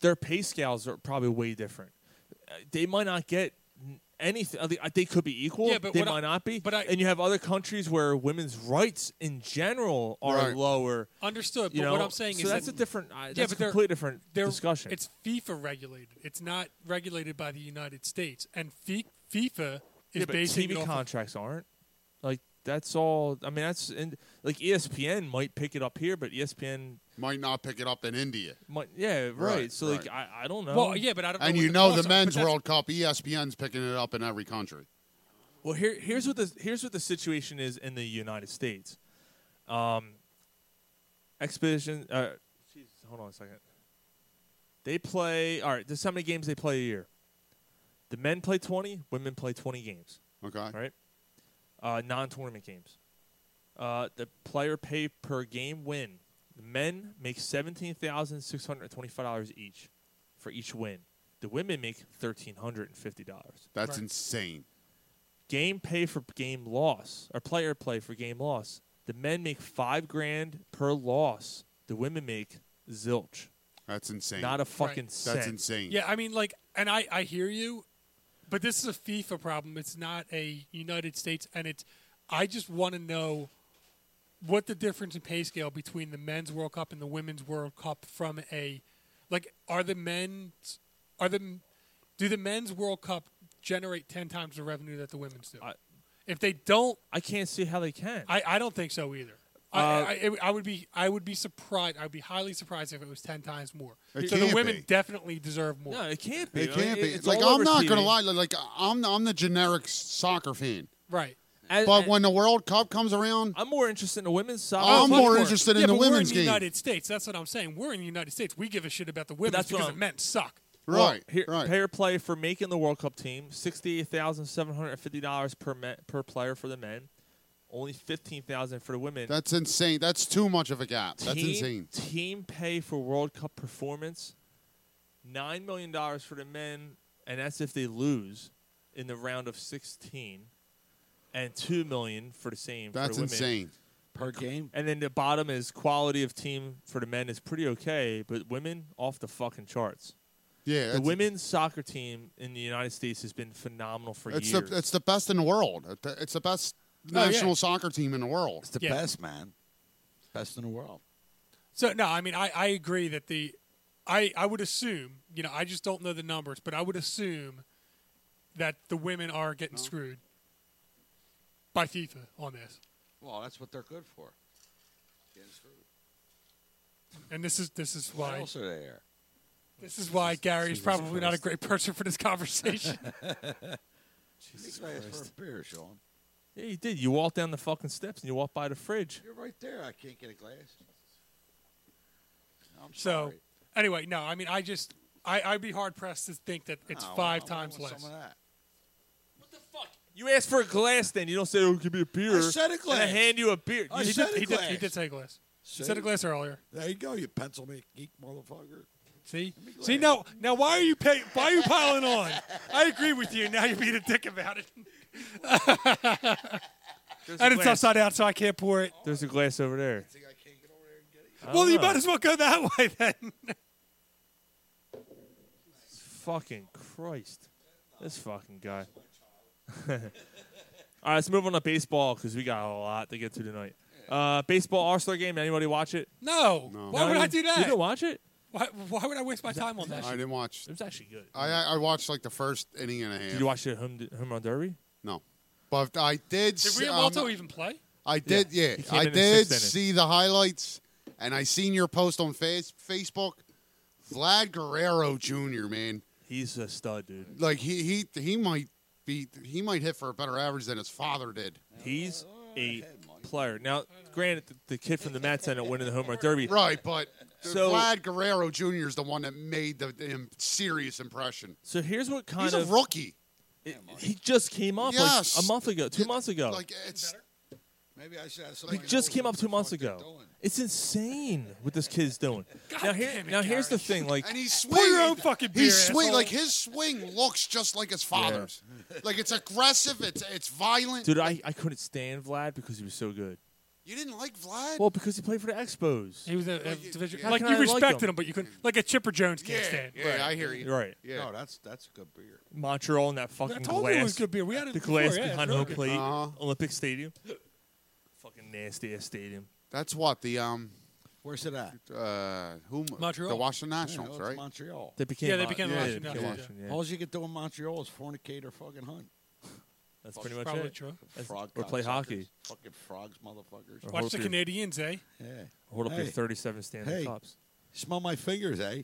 S3: their pay scales are probably way different. Uh, They might not get n- anything. uh, They uh, they could be equal.
S7: Yeah, but
S3: they
S7: what I-
S3: might not be.
S7: but I-
S3: and you have other countries where women's rights in general are
S6: Right.
S3: lower.
S7: Understood, but
S3: You know,
S7: what I'm saying
S3: so
S7: is
S3: that's
S7: that
S3: a different. Uh, that's
S7: Yeah,
S3: a
S7: but they're-
S3: completely different
S7: they're-
S3: discussion.
S7: It's FIFA regulated. It's not regulated by the United States, and Fi- FIFA is
S3: yeah, but
S7: basing it
S3: TV
S7: off of-
S3: contracts aren't like that's all. I mean, that's and like E ESPN might pick it up here, but E ESPN
S6: Might not pick it up in India,
S3: might yeah right.
S6: Right,
S3: so like I, I don't know.
S7: Well, yeah, but I don't.
S6: and
S7: know what
S6: you know
S7: costs
S6: the
S7: are, but
S6: men's
S7: that's-
S6: World Cup. E ESPN's picking it up in every country.
S3: Well, here here's what the here's what the situation is in the United States. Um, expedition. Uh, jeez, hold on a second. They play. All right, this is how many games they play a year. The men play twenty. Women play twenty games.
S6: Okay,
S3: right? Uh, non-tournament games. Uh, the player pay per game win. The men make seventeen thousand six hundred twenty-five dollars each for each win. The women make thirteen hundred and fifty dollars.
S6: that's insane.
S3: Game pay for game loss, or player play for game loss. The men make five grand per loss. The women make zilch.
S6: That's insane.
S3: Not a fucking
S6: That's
S3: cent.
S6: insane.
S7: Yeah, I mean, like, and I, I hear you, but this is a FIFA problem. It's not a United States, and it's. I just want to know what the difference in pay scale between the men's World Cup and the women's World Cup from a, like, are the men's, are the, do the men's World Cup generate ten times the revenue that the women's do? if they don't,
S3: I can't see how they can.
S7: I, I don't think so either.
S3: Uh,
S7: I, I, I would be I would be surprised. I would be highly surprised if it was ten times more.
S6: It
S7: so the
S6: can't
S7: women
S6: be.
S7: definitely deserve more.
S3: No, it can't
S6: It can't be. like I'm not gonna lie. Like I'm I'm the generic soccer fan.
S7: Right.
S6: but when the World Cup comes around,
S3: I'm more interested in the women's soccer.
S6: I'm more interested in
S7: Oh, yeah,
S6: the
S7: but we're in
S6: women's
S7: the
S6: game.
S7: United States. That's what I'm saying. We're in the United States. We give a shit about the women
S3: that's what
S7: because
S3: I'm-
S7: the men suck.
S6: Right,
S3: Well, Oh, here,
S6: Oh, right.
S3: Payer play for making the World Cup team sixty-eight thousand seven hundred fifty dollars per me, per player for the men, only fifteen thousand for the women.
S6: That's insane. That's too much of a gap. That's
S3: team,
S6: insane.
S3: Team pay for World Cup performance, nine million dollars for the men, and that's if they lose in the round of sixteen, and two million for the same.
S6: That's
S3: for the women.
S6: insane.
S8: Per game.
S3: And then the bottom is quality of team for the men is pretty okay, but women off the fucking charts.
S6: Yeah,
S3: the
S6: that's-
S3: women's soccer team in the United States has been phenomenal for
S6: It's
S3: years.
S6: the it's the best in the world. It- It's the best
S3: Oh, yeah.
S6: national soccer team in the world. It's
S8: the
S7: Yeah.
S8: best, man. Best in the world.
S7: So no, I mean I, I agree that the I I would assume, you know, I just don't know the numbers, but I would assume that the women are getting screwed by FIFA on this.
S8: Well, that's what they're good for. Getting screwed.
S7: And this is this is
S8: What
S7: why
S8: else are there?
S7: this is why Gary is
S8: Jesus
S7: probably not a
S8: Christ.
S7: great person for this conversation.
S8: Jesus Christ. for a beer, Sean.
S3: yeah, you did. You walked down the fucking steps and you walked by the fridge.
S8: You're right there. I can't get a glass. I'm
S7: so
S8: sorry.
S7: anyway, no, I mean I just I, I'd be hard pressed to think that it's
S8: No, I
S7: five
S8: want- I
S7: times
S8: want
S7: less.
S8: Some of that.
S3: You asked for a glass, then you don't say, "Oh, give me a beer."
S8: I said
S3: And
S8: a
S3: I
S8: glass.
S3: hand you a beer. You
S8: I
S7: he,
S3: did-
S8: said
S7: did,
S8: a
S7: he, did, he
S8: glass.
S7: did say glass. He
S8: See?
S7: said a glass earlier.
S8: There you go, you pencil me geek motherfucker.
S7: See, see now, now why are you pay, why are you piling on? I agree with you. Now you're being a dick about it.
S3: There's a
S7: and it's
S3: glass.
S7: upside down, so I can't pour it.
S3: There's a glass over there. I
S7: well,
S3: don't
S7: you
S3: know.
S7: might as well go that way then.
S3: Fucking Christ. This fucking guy. All right, let's move on to baseball because we got a lot to get to tonight. Uh, baseball All Star game. Anybody watch it?
S7: No. Why would I do that?
S3: You didn't watch it?
S7: Why, why would I waste my time on that?
S6: I
S7: shit?
S6: didn't watch.
S3: It was actually good.
S6: I I I watched like the first inning and a half.
S3: Did you watch the home, home run derby?
S6: No, but I did.
S7: Did
S6: see- um,
S7: Rialto even play?
S6: I did.
S3: Yeah,
S6: Yeah,
S3: he came
S6: I
S3: in in
S6: did
S3: sixth inning.
S6: see the highlights, and I seen your post on face, Facebook. Vlad Guerrero Jr. Man,
S3: He's a stud, dude.
S6: like he he he might be he might hit for a better average than his father did.
S3: He's a player. Now, granted, the, the kid from the Mets ended up winning the home run derby.
S6: Right, but
S3: So-
S6: Vlad Guerrero Jr. is the one that made the, the im- serious impression.
S3: So here's what kind
S6: He's
S3: of
S6: a rookie.
S3: he just came up
S6: Yes.
S3: like a month ago, two months ago.
S6: Like it's
S8: Maybe I should have
S3: He
S8: something.
S3: just came up two months ago. It's insane what this kid's doing. now here, now here's the thing. Like
S6: and he's swinging.
S7: Pour your own fucking beer.
S6: He's swing
S7: asshole.
S6: like his swing looks just like his father's. Like it's aggressive. It's it's violent.
S3: Dude, I, I couldn't stand Vlad because he was so good.
S6: you didn't like Vlad?
S3: Well, because he played for the Expos.
S7: He was a, a division.
S3: How
S7: like
S3: can
S7: you
S3: I like
S7: respected
S3: him?
S7: him, but you couldn't. Like a Chipper Jones can't
S6: Hmm. yeah,
S7: stand.
S6: yeah, I hear you.
S3: Right.
S6: Yeah.
S8: No, that's that's a good beer.
S3: Montreal and that fucking
S7: I told
S3: glass.
S7: you it was good beer. We had it
S3: the
S7: before,
S3: glass
S7: yeah, it's
S3: behind
S7: really
S3: home
S7: good.
S3: plate.
S6: Uh-huh.
S3: Olympic Stadium. Fucking nasty ass stadium.
S6: That's what the um
S8: Where's it at?
S6: uh who
S7: Montreal.
S6: the Washington
S8: You know,
S6: Nationals,
S8: it's
S6: right?
S8: Montreal.
S3: They became
S7: Yeah, they
S3: Mon-
S7: became Washington, yeah.
S3: yeah.
S8: All you could do in Montreal is fornicate or fucking hunt.
S3: That's pretty much
S7: Probably
S3: it.
S7: true.
S3: That's-
S8: Frog
S3: or play
S8: cocksuckers.
S3: hockey.
S8: Fucking frogs, motherfuckers.
S3: Or-
S7: Watch
S3: hope
S7: the
S3: you-
S7: Canadians, eh?
S8: Yeah.
S3: Hold up your
S8: Hey.
S3: 37 Stanley
S8: Hey.
S3: Cups.
S8: Smell my fingers, eh?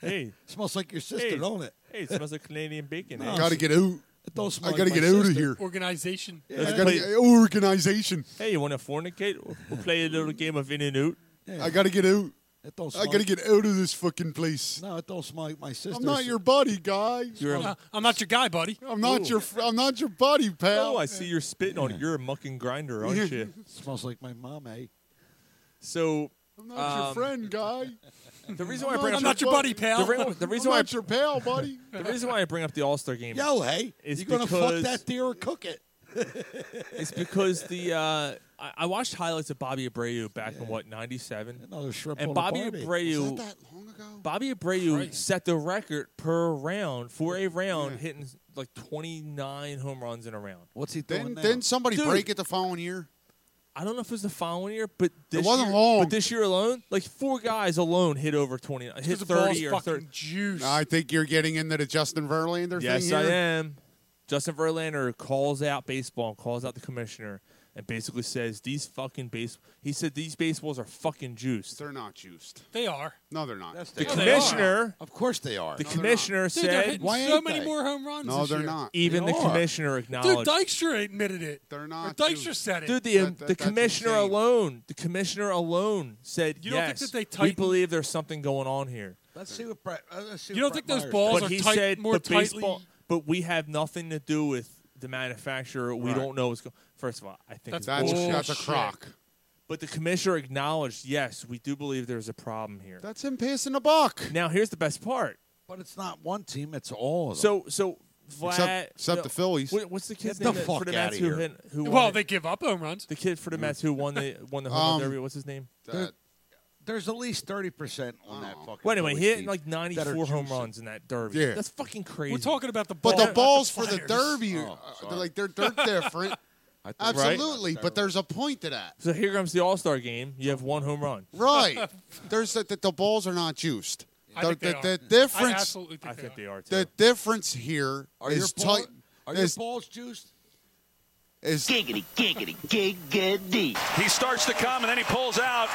S3: Hey,
S8: Smells like your sister,
S3: hey,
S8: don't it?
S3: Hey, it smells like Canadian bacon.
S8: No.
S3: eh?
S8: I gotta
S6: get out.
S8: It don't smell
S6: I gotta
S8: like my
S6: get out of
S8: sister.
S6: here.
S7: Organization.
S8: Yeah.
S6: I
S3: Let's
S6: gotta
S3: play-
S6: get organization.
S3: Hey, you want to fornicate? We'll play a little game of in and out.
S8: Yeah.
S6: I gotta get out.
S8: It don't
S6: I
S8: smell
S6: gotta
S8: like-
S6: get out of this fucking place.
S8: No, it don't smell like my sister.
S6: I'm not your buddy, guy.
S3: You're
S7: Uh,
S3: a,
S7: I'm not your guy, buddy.
S6: I'm not your fr- I'm not your buddy, pal.
S3: oh, I see you're spitting on it. You're a mucking grinder, aren't you?
S8: Smells like my mom, eh?
S3: So
S6: I'm not
S3: Um,
S6: your friend, guy.
S3: The reason why I
S6: I'm
S3: bring
S6: not
S3: up
S6: your buddy, pal.
S3: The, re- the
S6: I'm
S3: reason why
S6: not
S3: I,
S6: your pal, buddy.
S3: The reason why I bring up the All Star game.
S8: Yo, hey,
S3: is
S8: you gonna fuck
S3: because-
S8: that deer or cook it?
S3: It's because the uh, I, I watched highlights of Bobby Abreu back in what '97.
S8: Another shrimp
S3: and
S8: on a
S3: Bobby
S8: Barbie.
S3: Abreu.
S8: Was that
S6: long ago?
S3: Bobby Abreu set the record per round for a round, hitting like 29 home runs in a round.
S8: What's he
S6: Didn't, didn't somebody break it the following year?
S3: I don't know if it was the following year, but this
S6: wasn't
S3: year,
S6: long.
S3: But this year alone, like four guys alone hit over 20, hit 30 or 30.
S7: juice.
S6: I think you're getting into the Justin Verlander
S3: Yes,
S6: thing here.
S3: I am. Justin Verlander calls out baseball and calls out the commissioner and basically says these fucking base. He said these baseballs are fucking juiced.
S6: They're not juiced.
S7: They are.
S6: No, they're not.
S3: The commissioner,
S8: Of course they are.
S3: the commissioner
S7: Dude, they're
S3: said,
S7: hitting so many more home runs.
S6: No,
S7: this
S6: they're
S7: year.
S6: not.
S3: Even
S6: They
S3: the
S6: are.
S3: commissioner
S7: Dude,
S3: acknowledged.
S7: Dykstra admitted it.
S6: They're not.
S7: Or Dykstra said it.
S3: Dude, the, the commissioner alone, the commissioner alone said
S7: You don't
S3: yes.
S7: think that they
S3: we
S7: tighten-
S3: believe there's something going on here.
S8: Let's see what. Brett, uh, let's see
S7: You
S8: what
S7: don't think
S8: Brett
S7: those
S8: Myers
S7: balls
S8: does.
S3: but
S7: are
S3: he
S7: tight-
S3: said
S7: more
S3: the
S7: tightly-
S3: baseball. But we have nothing to do with the manufacturer. We
S6: Right.
S3: don't know what's going. First of all, I think it's
S6: That's,
S3: bullshit.
S6: that's a crock.
S3: But the commissioner acknowledged, yes, we do believe there's a problem here.
S6: That's him pissing the buck.
S3: Now, here's the best part.
S8: But it's not one team; it's all of them.
S3: So, so Vlad,
S6: Except- except the Phillies.
S3: What- what's the kid's
S8: Get
S3: name
S8: the
S3: that-
S8: fuck
S3: for the
S8: outta
S3: Mets who,
S8: here.
S3: hit, who won
S7: Well,
S3: it?
S7: they give up home runs.
S3: the kid for the Mets who won the won the home run
S6: Um,
S3: derby? What's his name?
S6: That-
S8: There's at least thirty percent on that fucking.
S3: Well, anyway,
S8: Phillies
S3: he hit
S8: team
S3: like
S8: that are
S3: 94 home
S8: juicing.
S3: runs in that derby.
S6: Yeah.
S3: That's fucking crazy.
S7: We're talking about the ball.
S6: but the
S7: not
S6: balls for the
S7: Flyers.
S6: derby, are
S8: sorry.
S6: they're like they're, they're different.
S8: I thought-
S6: Absolutely, but there's a point to that.
S3: So here comes the All Star game. You have one home run.
S6: Right. There's that the, the balls are not juiced.
S7: I
S6: The,
S7: think they
S6: the-
S7: are.
S6: the
S7: I
S6: difference
S7: absolutely think,
S3: I think
S7: they
S3: they
S7: are.
S3: are too.
S6: the difference here
S8: Are your,
S6: is
S8: ball,
S6: tight
S8: are your
S6: is,
S8: balls juiced?
S6: is
S12: Giggity, giggity, giggity. He starts to come and then he pulls out.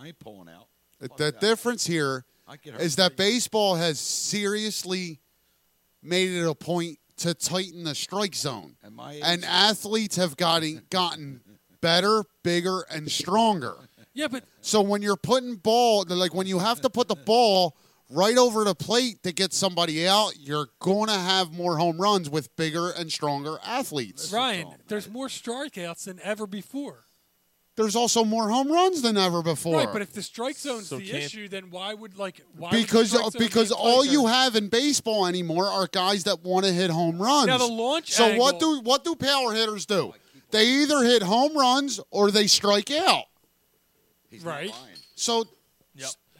S8: I ain't pulling out.
S6: the,
S8: Fuck
S6: the
S8: that.
S6: difference here
S8: I get hurt.
S6: is that baseball has seriously made it a point to tighten the strike zone.
S8: At my age,
S6: And athletes have gotten gotten better, bigger, and stronger.
S7: Yeah, but
S6: So when you're putting ball, like when you have to put the ball right over the plate to get somebody out, you're going to have more home runs with bigger and stronger athletes.
S7: Ryan, there's more strikeouts than ever before.
S6: There's also more home runs than ever before.
S7: Right, but if the strike zone's
S3: So
S7: the
S3: can't-
S7: issue, then why would like why would the
S6: because
S7: strike zone
S6: because
S7: be tighter?
S6: all you have in baseball anymore are guys that want to hit home runs.
S7: Now, the launch
S6: So what
S7: angle-
S6: do what do power hitters do? They either hit home runs or they strike out.
S8: he's not
S7: right.
S8: lying.
S6: So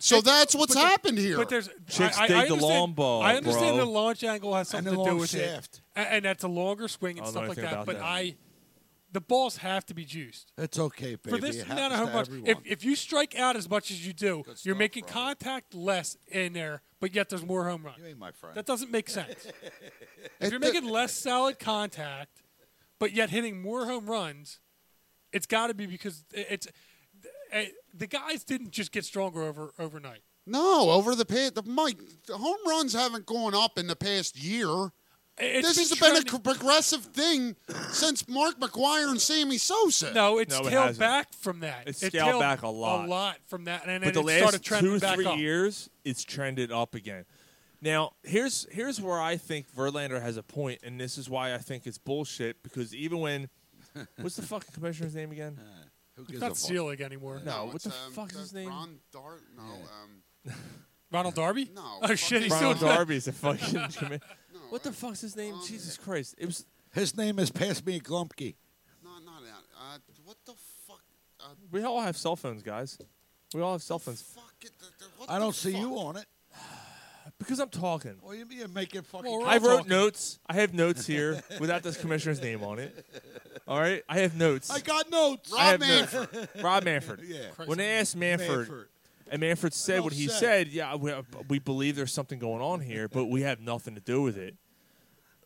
S6: so that's what's
S7: but the-
S6: happened here.
S7: But there's
S3: Chicks
S7: I, I,
S3: dig
S7: I
S3: the
S7: understand-
S3: long ball,
S7: I understand
S3: bro.
S7: the launch angle has something
S8: the
S7: to do
S8: long
S7: with
S8: shaft.
S7: it, A- and, that's a longer swing
S3: I
S7: and
S3: don't know
S7: stuff like
S3: anything
S7: that.
S3: about
S7: But
S3: that.
S7: I, the balls have to be juiced
S8: It's okay, baby.
S7: for this
S8: it
S7: amount of home
S8: happens
S7: runs.
S8: to
S7: If
S8: everyone.
S7: if you strike out as much as you do,
S8: Good
S7: you're
S8: stuff,
S7: making
S8: bro.
S7: contact less in there, but yet there's more home runs.
S8: you ain't my friend.
S7: That doesn't make sense. if
S6: It
S7: you're
S6: do-
S7: making less solid contact, but yet hitting more home runs, it's got to be because i- it's eh, the guys didn't just get stronger over overnight.
S6: no, over the past the Mike, the home runs haven't gone up in the past year.
S7: It's
S6: this has
S7: been
S6: been a
S7: trending-
S6: co- progressive thing since Mark McGuire and Sammy Sosa.
S7: no, it's
S3: No, it
S7: tailed
S3: hasn't.
S7: back from that.
S3: It's
S7: it
S3: scaled
S7: tailed
S3: back a lot.
S7: a lot from that, and then
S3: but the
S7: it started
S3: last
S7: trending
S3: two
S7: back
S3: three
S7: up.
S3: years, it's trended up again. Now here's here's where I think Verlander has a point, and this is why I think it's bullshit. Because even when what's the fucking commissioner's name again?
S8: Who
S7: It's
S8: gives a
S7: not
S8: fuck?
S7: Seelig anymore.
S3: No, what
S6: it's,
S3: the
S6: um,
S3: fuck's his
S6: the
S3: name?
S6: Ron Dar- no, um,
S7: Ronald Darby.
S6: No,
S7: Oh shit, he's still
S3: Ronald
S7: doing
S3: Darby's a fucking. commi- what the fuck's his name? Jesus Christ! It was
S8: His name is Pass Me Glumpke.
S6: no, not that. Uh, what the fuck? Uh,
S3: we all have cell phones, guys. We all have cell phones
S6: fuck it, the- the- what
S8: I
S6: the
S8: don't see
S6: fuck?
S8: you on it.
S3: because I'm talking.
S8: Well, you be making fucking.
S7: Well, we're
S3: I
S7: all
S3: wrote
S7: talking.
S3: notes. I have notes here without this commissioner's name on it. All right, I have notes.
S8: I got notes.
S3: I have
S6: Rob
S3: notes. Rob Manford.
S8: Yeah.
S3: When they asked Manford,
S8: Manford.
S3: and Manford said
S8: Well
S3: what he
S8: said.
S3: said, yeah, we, uh, we believe there's something going on here, but we have nothing to do with it.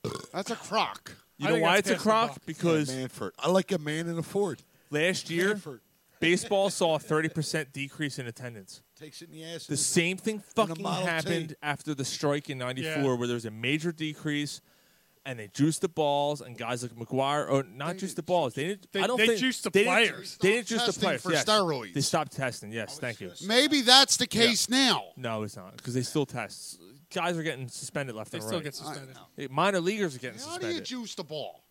S6: That's a crock.
S3: You
S7: I
S3: know
S7: think
S3: why
S7: that's
S3: it's a
S7: passing the
S3: crock?
S7: buck.
S3: Because
S8: Manford. I like a man in a Ford.
S3: last year,
S8: Manford
S3: baseball saw a 30% decrease in attendance.
S8: takes it in the ass.
S3: The same thing fucking
S8: Model T.
S3: happened after the strike in '94,
S7: Yeah.
S3: where there was a major decrease, and they juiced the balls, and guys like McGuire, or not just the balls, they didn't.
S7: They-
S3: I don't
S7: they
S3: think-
S7: juiced the
S3: they didn't-
S7: players.
S3: they didn't juice the
S6: Testing
S3: players
S6: for
S3: yes.
S6: steroids.
S3: They stopped testing. Yes, thank you.
S6: Maybe that's the case now.
S3: No, it's not because they still test. Guys are getting suspended left
S7: They
S3: and
S7: still
S3: right.
S7: get suspended.
S3: Minor leaguers are getting
S6: How do you
S3: suspended.
S6: juice the ball?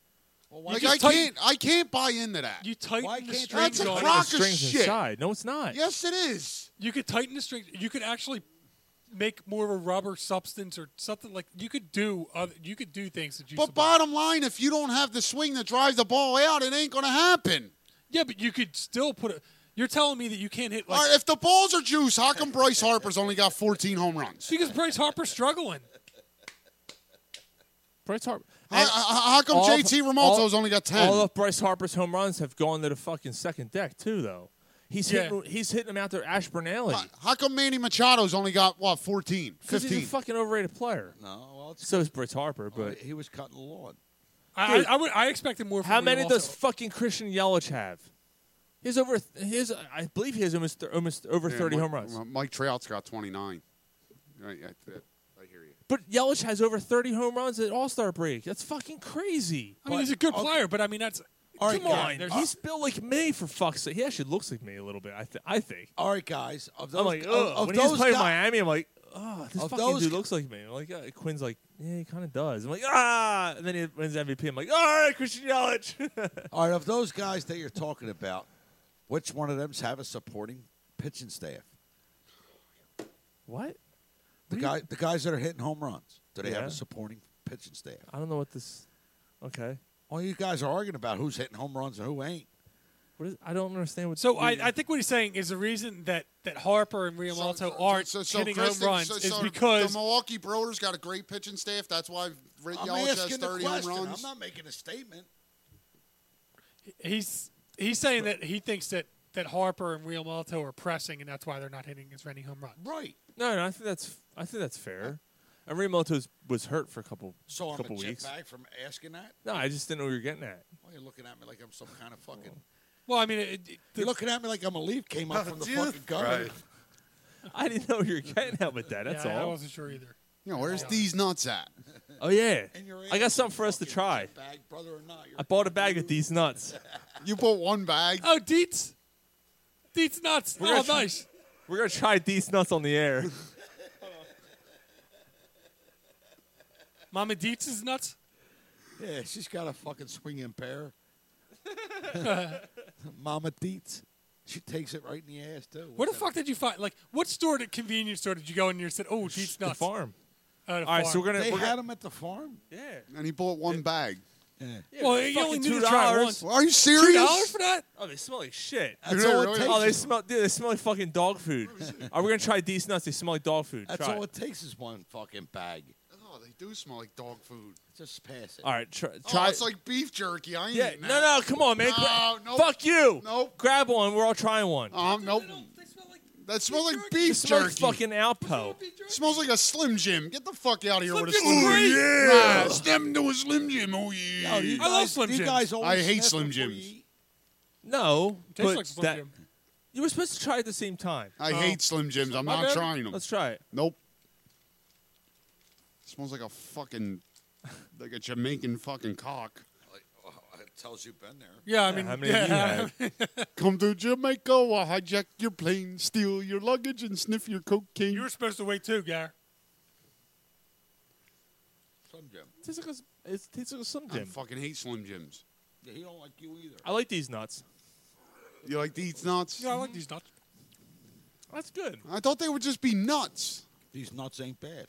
S8: Well,
S6: Like I can't, I can't buy into that.
S7: You tighten
S8: Why
S7: the
S8: can't you
S7: strings.
S6: That's a
S7: on it.
S6: crock of shit.
S3: No, it's not.
S6: Yes, it is.
S7: You could tighten the string. You could actually make more of a rubber substance or something like you could do. Other, you could do things that you.
S6: But bottom line, if you don't have the swing to drive the ball out, it ain't going to happen.
S7: Yeah, but you could still put it. You're telling me that you can't hit like
S6: All right, if the balls are juice, how come Bryce Harper's only got 14 home runs?
S7: because Bryce Harper's struggling.
S3: Bryce Harper.
S6: How, how- how come
S3: All of-
S6: JT Remalto's
S3: all-
S6: only got 10?
S3: All of Bryce Harper's home runs have gone to the fucking second deck too, though. He's
S6: Yeah.
S3: hitting, he's hitting them out there, Ashburn Alley.
S6: how come Manny Machado's only got, what, 14,
S3: 'Cause
S6: 15?
S3: He's a fucking overrated player.
S8: No, "Oh, well, it's
S3: So is Bryce Harper, but
S8: he was cutting the lawn.
S7: I,
S3: Dude,
S7: I, I would. I expected more. From
S3: how
S7: Remalto.
S3: many does fucking Christian Yelich have? He has over. th- He has, I believe he has almost th- almost over
S6: Yeah,
S3: thirty
S6: Mike-
S3: home runs.
S6: Mike Trout's got 29. Right, I, I hear you.
S3: But Yelich has over thirty home runs at All Star break. That's fucking crazy.
S7: I mean, he's a good player, but I mean that's.
S8: All right,
S3: Come on,
S8: guys, there's-
S3: he's built like me for fuck's sake. He actually looks like me a little bit. I, th- I think.
S8: All right, guys. Of those,
S3: I'm like,
S8: of,
S3: ugh.
S8: of
S3: when
S8: those
S3: he's playing
S8: guy-
S3: Miami, I'm like, oh, this
S8: Of
S3: fucking
S8: those
S3: dude
S8: gu-
S3: looks like me. I'm like, uh, Quinn's like, yeah, he kind of does. I'm like, ah, and then he wins MVP. I'm like, all right, Christian Yelich.
S8: All right, of those guys that you're talking about, which one of them's have a supporting pitching staff?
S3: what? What
S8: The
S3: do you-
S8: guy, the guys that are hitting home runs, do they have
S3: Yeah.
S8: a supporting pitching staff?
S3: I don't know what this. Okay.
S8: Well, you guys are arguing about who's hitting home runs and who ain't.
S3: What is? I don't understand what.
S7: So I, I think what he's saying is the reason that, that Harper and Riamalto aren't hitting
S6: Kristen-
S7: home runs
S6: so-
S7: is
S6: so
S7: because
S6: the Milwaukee Brewers got a great pitching staff. That's why Rick
S8: I'm
S6: Yelich has
S8: asking the
S6: 30 home
S8: question.
S6: runs.
S8: I'm not making a statement.
S7: he's he's saying that he thinks that, that Harper and Riamalto are pressing, and that's why they're not hitting as many home runs.
S8: Right.
S3: No, no, I think that's I think that's fair. And Riamoto's was hurt for a couple
S8: So I'm
S3: couple
S8: a
S3: weeks.
S8: back from asking that.
S3: No, I just didn't know what you were getting at.
S8: Why are you looking at me like I'm some kind of fucking?
S7: Well, I mean, it, it-
S8: You're looking at me like I'm a leaf came up from the fucking gutter.
S3: I didn't know what you were getting at with that. That's
S7: yeah, I
S3: all.
S7: wasn't sure either.
S6: Yeah, where's these nuts at?
S3: Oh yeah,
S8: And you're
S3: I got something for us to try.
S8: Bag, brother or not, you're
S3: I bought a bag of these nuts.
S6: You bought one bag.
S7: Oh, Deets, Deets nuts.
S3: We're
S7: oh,
S3: gonna try-
S7: nice.
S3: We're gonna try these nuts on the air.
S7: Mama Deets is nuts.
S8: Yeah, she's got a fucking swinging pair. Mama Deets. She takes it right in the ass, too.
S7: Where the fuck did you find? Like, what store, did convenience store, did you go in and you said, "Oh, Deets
S3: the
S7: nuts"?
S3: farm.
S7: Uh, the
S3: All right, so
S7: farm.
S3: we're gonna
S8: They
S3: we're
S8: had
S3: gonna,
S8: them at the farm?
S3: yeah.
S6: And he bought one bag.
S3: yeah.
S7: Well,
S3: they're
S7: you only
S3: fucking
S7: need to try it
S3: $2.
S7: once.
S6: Are you
S7: Two
S6: serious?
S7: dollars for that?
S3: Oh, they smell like shit.
S8: That's
S6: Did it
S8: all
S6: really?
S8: it takes.
S3: Oh, they smell, dude. They smell like fucking dog food. Are we gonna try these nuts? They smell like dog food.
S8: That's
S3: try
S8: all
S3: it.
S8: it takes is one fucking bag.
S6: Oh, they do smell like dog food.
S8: Just pass it.
S3: All right, try.
S6: oh,
S3: try
S6: it's like beef jerky. I ain't
S3: yeah,
S6: eating
S3: no, no,
S6: that.
S3: come on, man.
S6: No,
S3: Gra-
S6: nope.
S3: Fuck you.
S6: Nope.
S3: Grab one. We're all trying one.
S6: Um, nope. That smells like
S3: It
S6: beef
S3: smells
S6: jerky.
S3: fucking Alpo.
S6: Smells like a Slim Jim. Get the fuck out of here with a
S7: Jim
S6: Slim
S7: was
S6: Jim.
S7: great.
S6: Nah, stem to a Slim Jim. Oh, yeah.
S8: you
S7: I love
S8: guys-
S7: Slim
S8: you
S7: Jims.
S8: guys always
S6: I hate
S8: sniff
S6: Slim
S8: before you
S6: Jims.
S8: eat.
S3: No,
S7: Tastes
S3: but
S7: like Slim
S3: that-
S7: Jim.
S3: you were supposed to try it at the same time.
S6: I hate Slim Jims. I'm not
S3: bad.
S6: trying them.
S3: Let's try it.
S6: Nope. Smells like a fucking, like a Jamaican fucking cock.
S8: Like, oh, it tells you've been there.
S7: Yeah, I mean,
S3: How many
S7: yeah,
S3: have you had?
S6: Come to Jamaica, I'll hijack your plane, steal your luggage, and sniff your cocaine.
S7: You were supposed to wait too, Gar.
S8: Slim Jim.
S3: Tastes like a s- It tastes like a Slim
S6: I
S3: Jim.
S6: fucking hate Slim Jims.
S8: Yeah, he don't like you either.
S3: I like these nuts.
S6: You like to eat nuts?
S7: Yeah, I like these nuts.
S3: That's good.
S6: I thought they would just be nuts.
S8: These nuts ain't bad.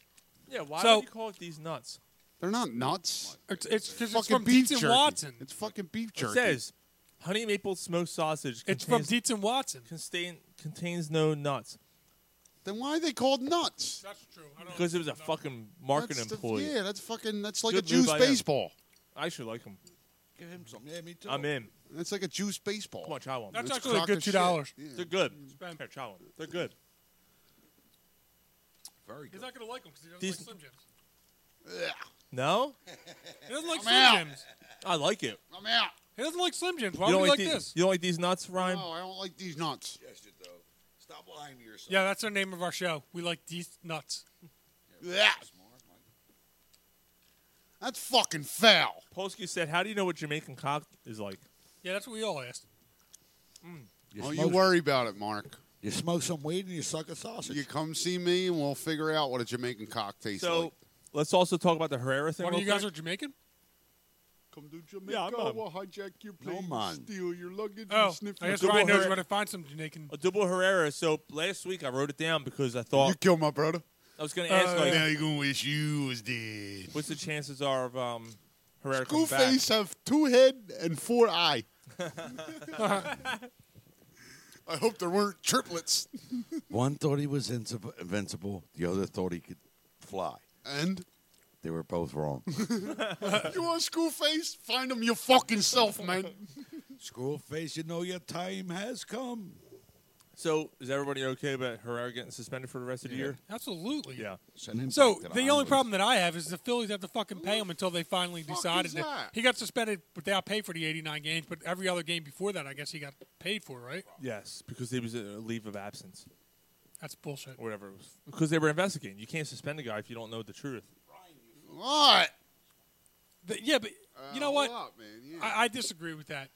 S3: Yeah. Why
S7: So-
S3: would you call it these nuts?
S6: They're not nuts.
S7: It's it's, 'cause it's
S6: fucking
S7: from
S6: beef
S7: Dietz and
S6: jerky.
S7: Watson.
S6: It's fucking beef jerky.
S3: It says, honey maple smoked sausage.
S7: It's from
S3: contains,
S7: Dietz and Watson.
S3: Contain, contains no nuts
S6: Then why are they called nuts?
S7: That's true. I don't
S3: because it was a fucking marketing
S6: That's the-
S3: employee.
S6: yeah, that's fucking. That's like
S3: Good
S6: a
S3: move
S6: juice
S3: by them.
S6: baseball.
S3: I actually like them.
S8: Give him some. Yeah, me too.
S3: I'm in.
S6: That's like a juice baseball.
S3: Come on, try one.
S7: That's
S6: It's
S7: actually a
S6: crock
S7: good
S6: of
S7: two
S6: shit.
S7: dollars.
S3: They're good. Here, try one. They're good.
S8: Very good.
S7: He's not gonna like them because he doesn't
S3: These-
S7: like Slim Jims.
S3: No,
S7: He doesn't like
S6: I'm
S7: Slim
S6: out.
S7: Jims.
S3: I like it.
S6: I'm out.
S7: He doesn't like Slim Jims. Why
S3: you
S7: would
S3: don't
S7: he like
S3: the-
S7: this?
S3: You don't like these nuts, Ryan?
S6: No, Oh, I don't like these nuts.
S8: Yes, you do. Stop lying to yourself.
S7: Yeah, that's our name of our show. We like these nuts.
S6: Blech. That's fucking foul.
S3: Polsky said, "How do you know what Jamaican cock is like?"
S7: Yeah, that's what we all asked.
S8: You,
S6: Oh,
S8: smoke,
S6: you worry about it, Mark.
S8: you smoke some weed and you suck a sausage.
S6: You come see me, and we'll figure out what a Jamaican cock tastes
S3: So
S6: like.
S3: let's also talk about the Herrera thing.
S7: One of
S3: real
S7: you guys are
S3: quick.
S7: Jamaican?
S13: come to Jamaica.
S3: Yeah, I'm, um,
S13: we'll hijack your plane,
S3: man.
S13: steal your luggage,
S7: Oh,
S13: and sniff
S7: I
S13: your
S7: guess Ryan knows
S3: Herrera-
S7: where to find some Jamaican.
S3: Adubo Herrera. So last week I wrote it down because I thought
S6: You kill my brother.
S3: I was going to ask.
S6: Uh,
S3: like,
S6: Now you
S3: gonna wish you was dead. What's the chances are of um, Herrera coming back?
S6: Screwface have two head and four eye. I hope there weren't triplets.
S8: One thought he was inv- invincible. The other thought he could fly.
S6: And
S8: They were both wrong.
S6: you want Screwface? Find him your fucking self, man.
S8: Screwface, you know your time has come.
S3: So is everybody okay about Herrera getting suspended for the rest of the year?
S7: Absolutely.
S3: Yeah.
S7: So the only problem that I have is the Phillies have to fucking pay him until they finally decided
S3: is
S7: that
S3: that?
S7: he got suspended without pay for the 89 games, but every other game before that, I guess he got paid for, right?
S3: Yes, because he was a leave of absence
S7: That's bullshit.
S3: or whatever it was. Because they were investigating. You can't suspend a guy if you don't know the truth.
S6: What?
S7: But- yeah, but
S3: Uh,
S7: you know what?
S6: Oh,
S13: hold up, man, yeah.
S7: I, I disagree with that.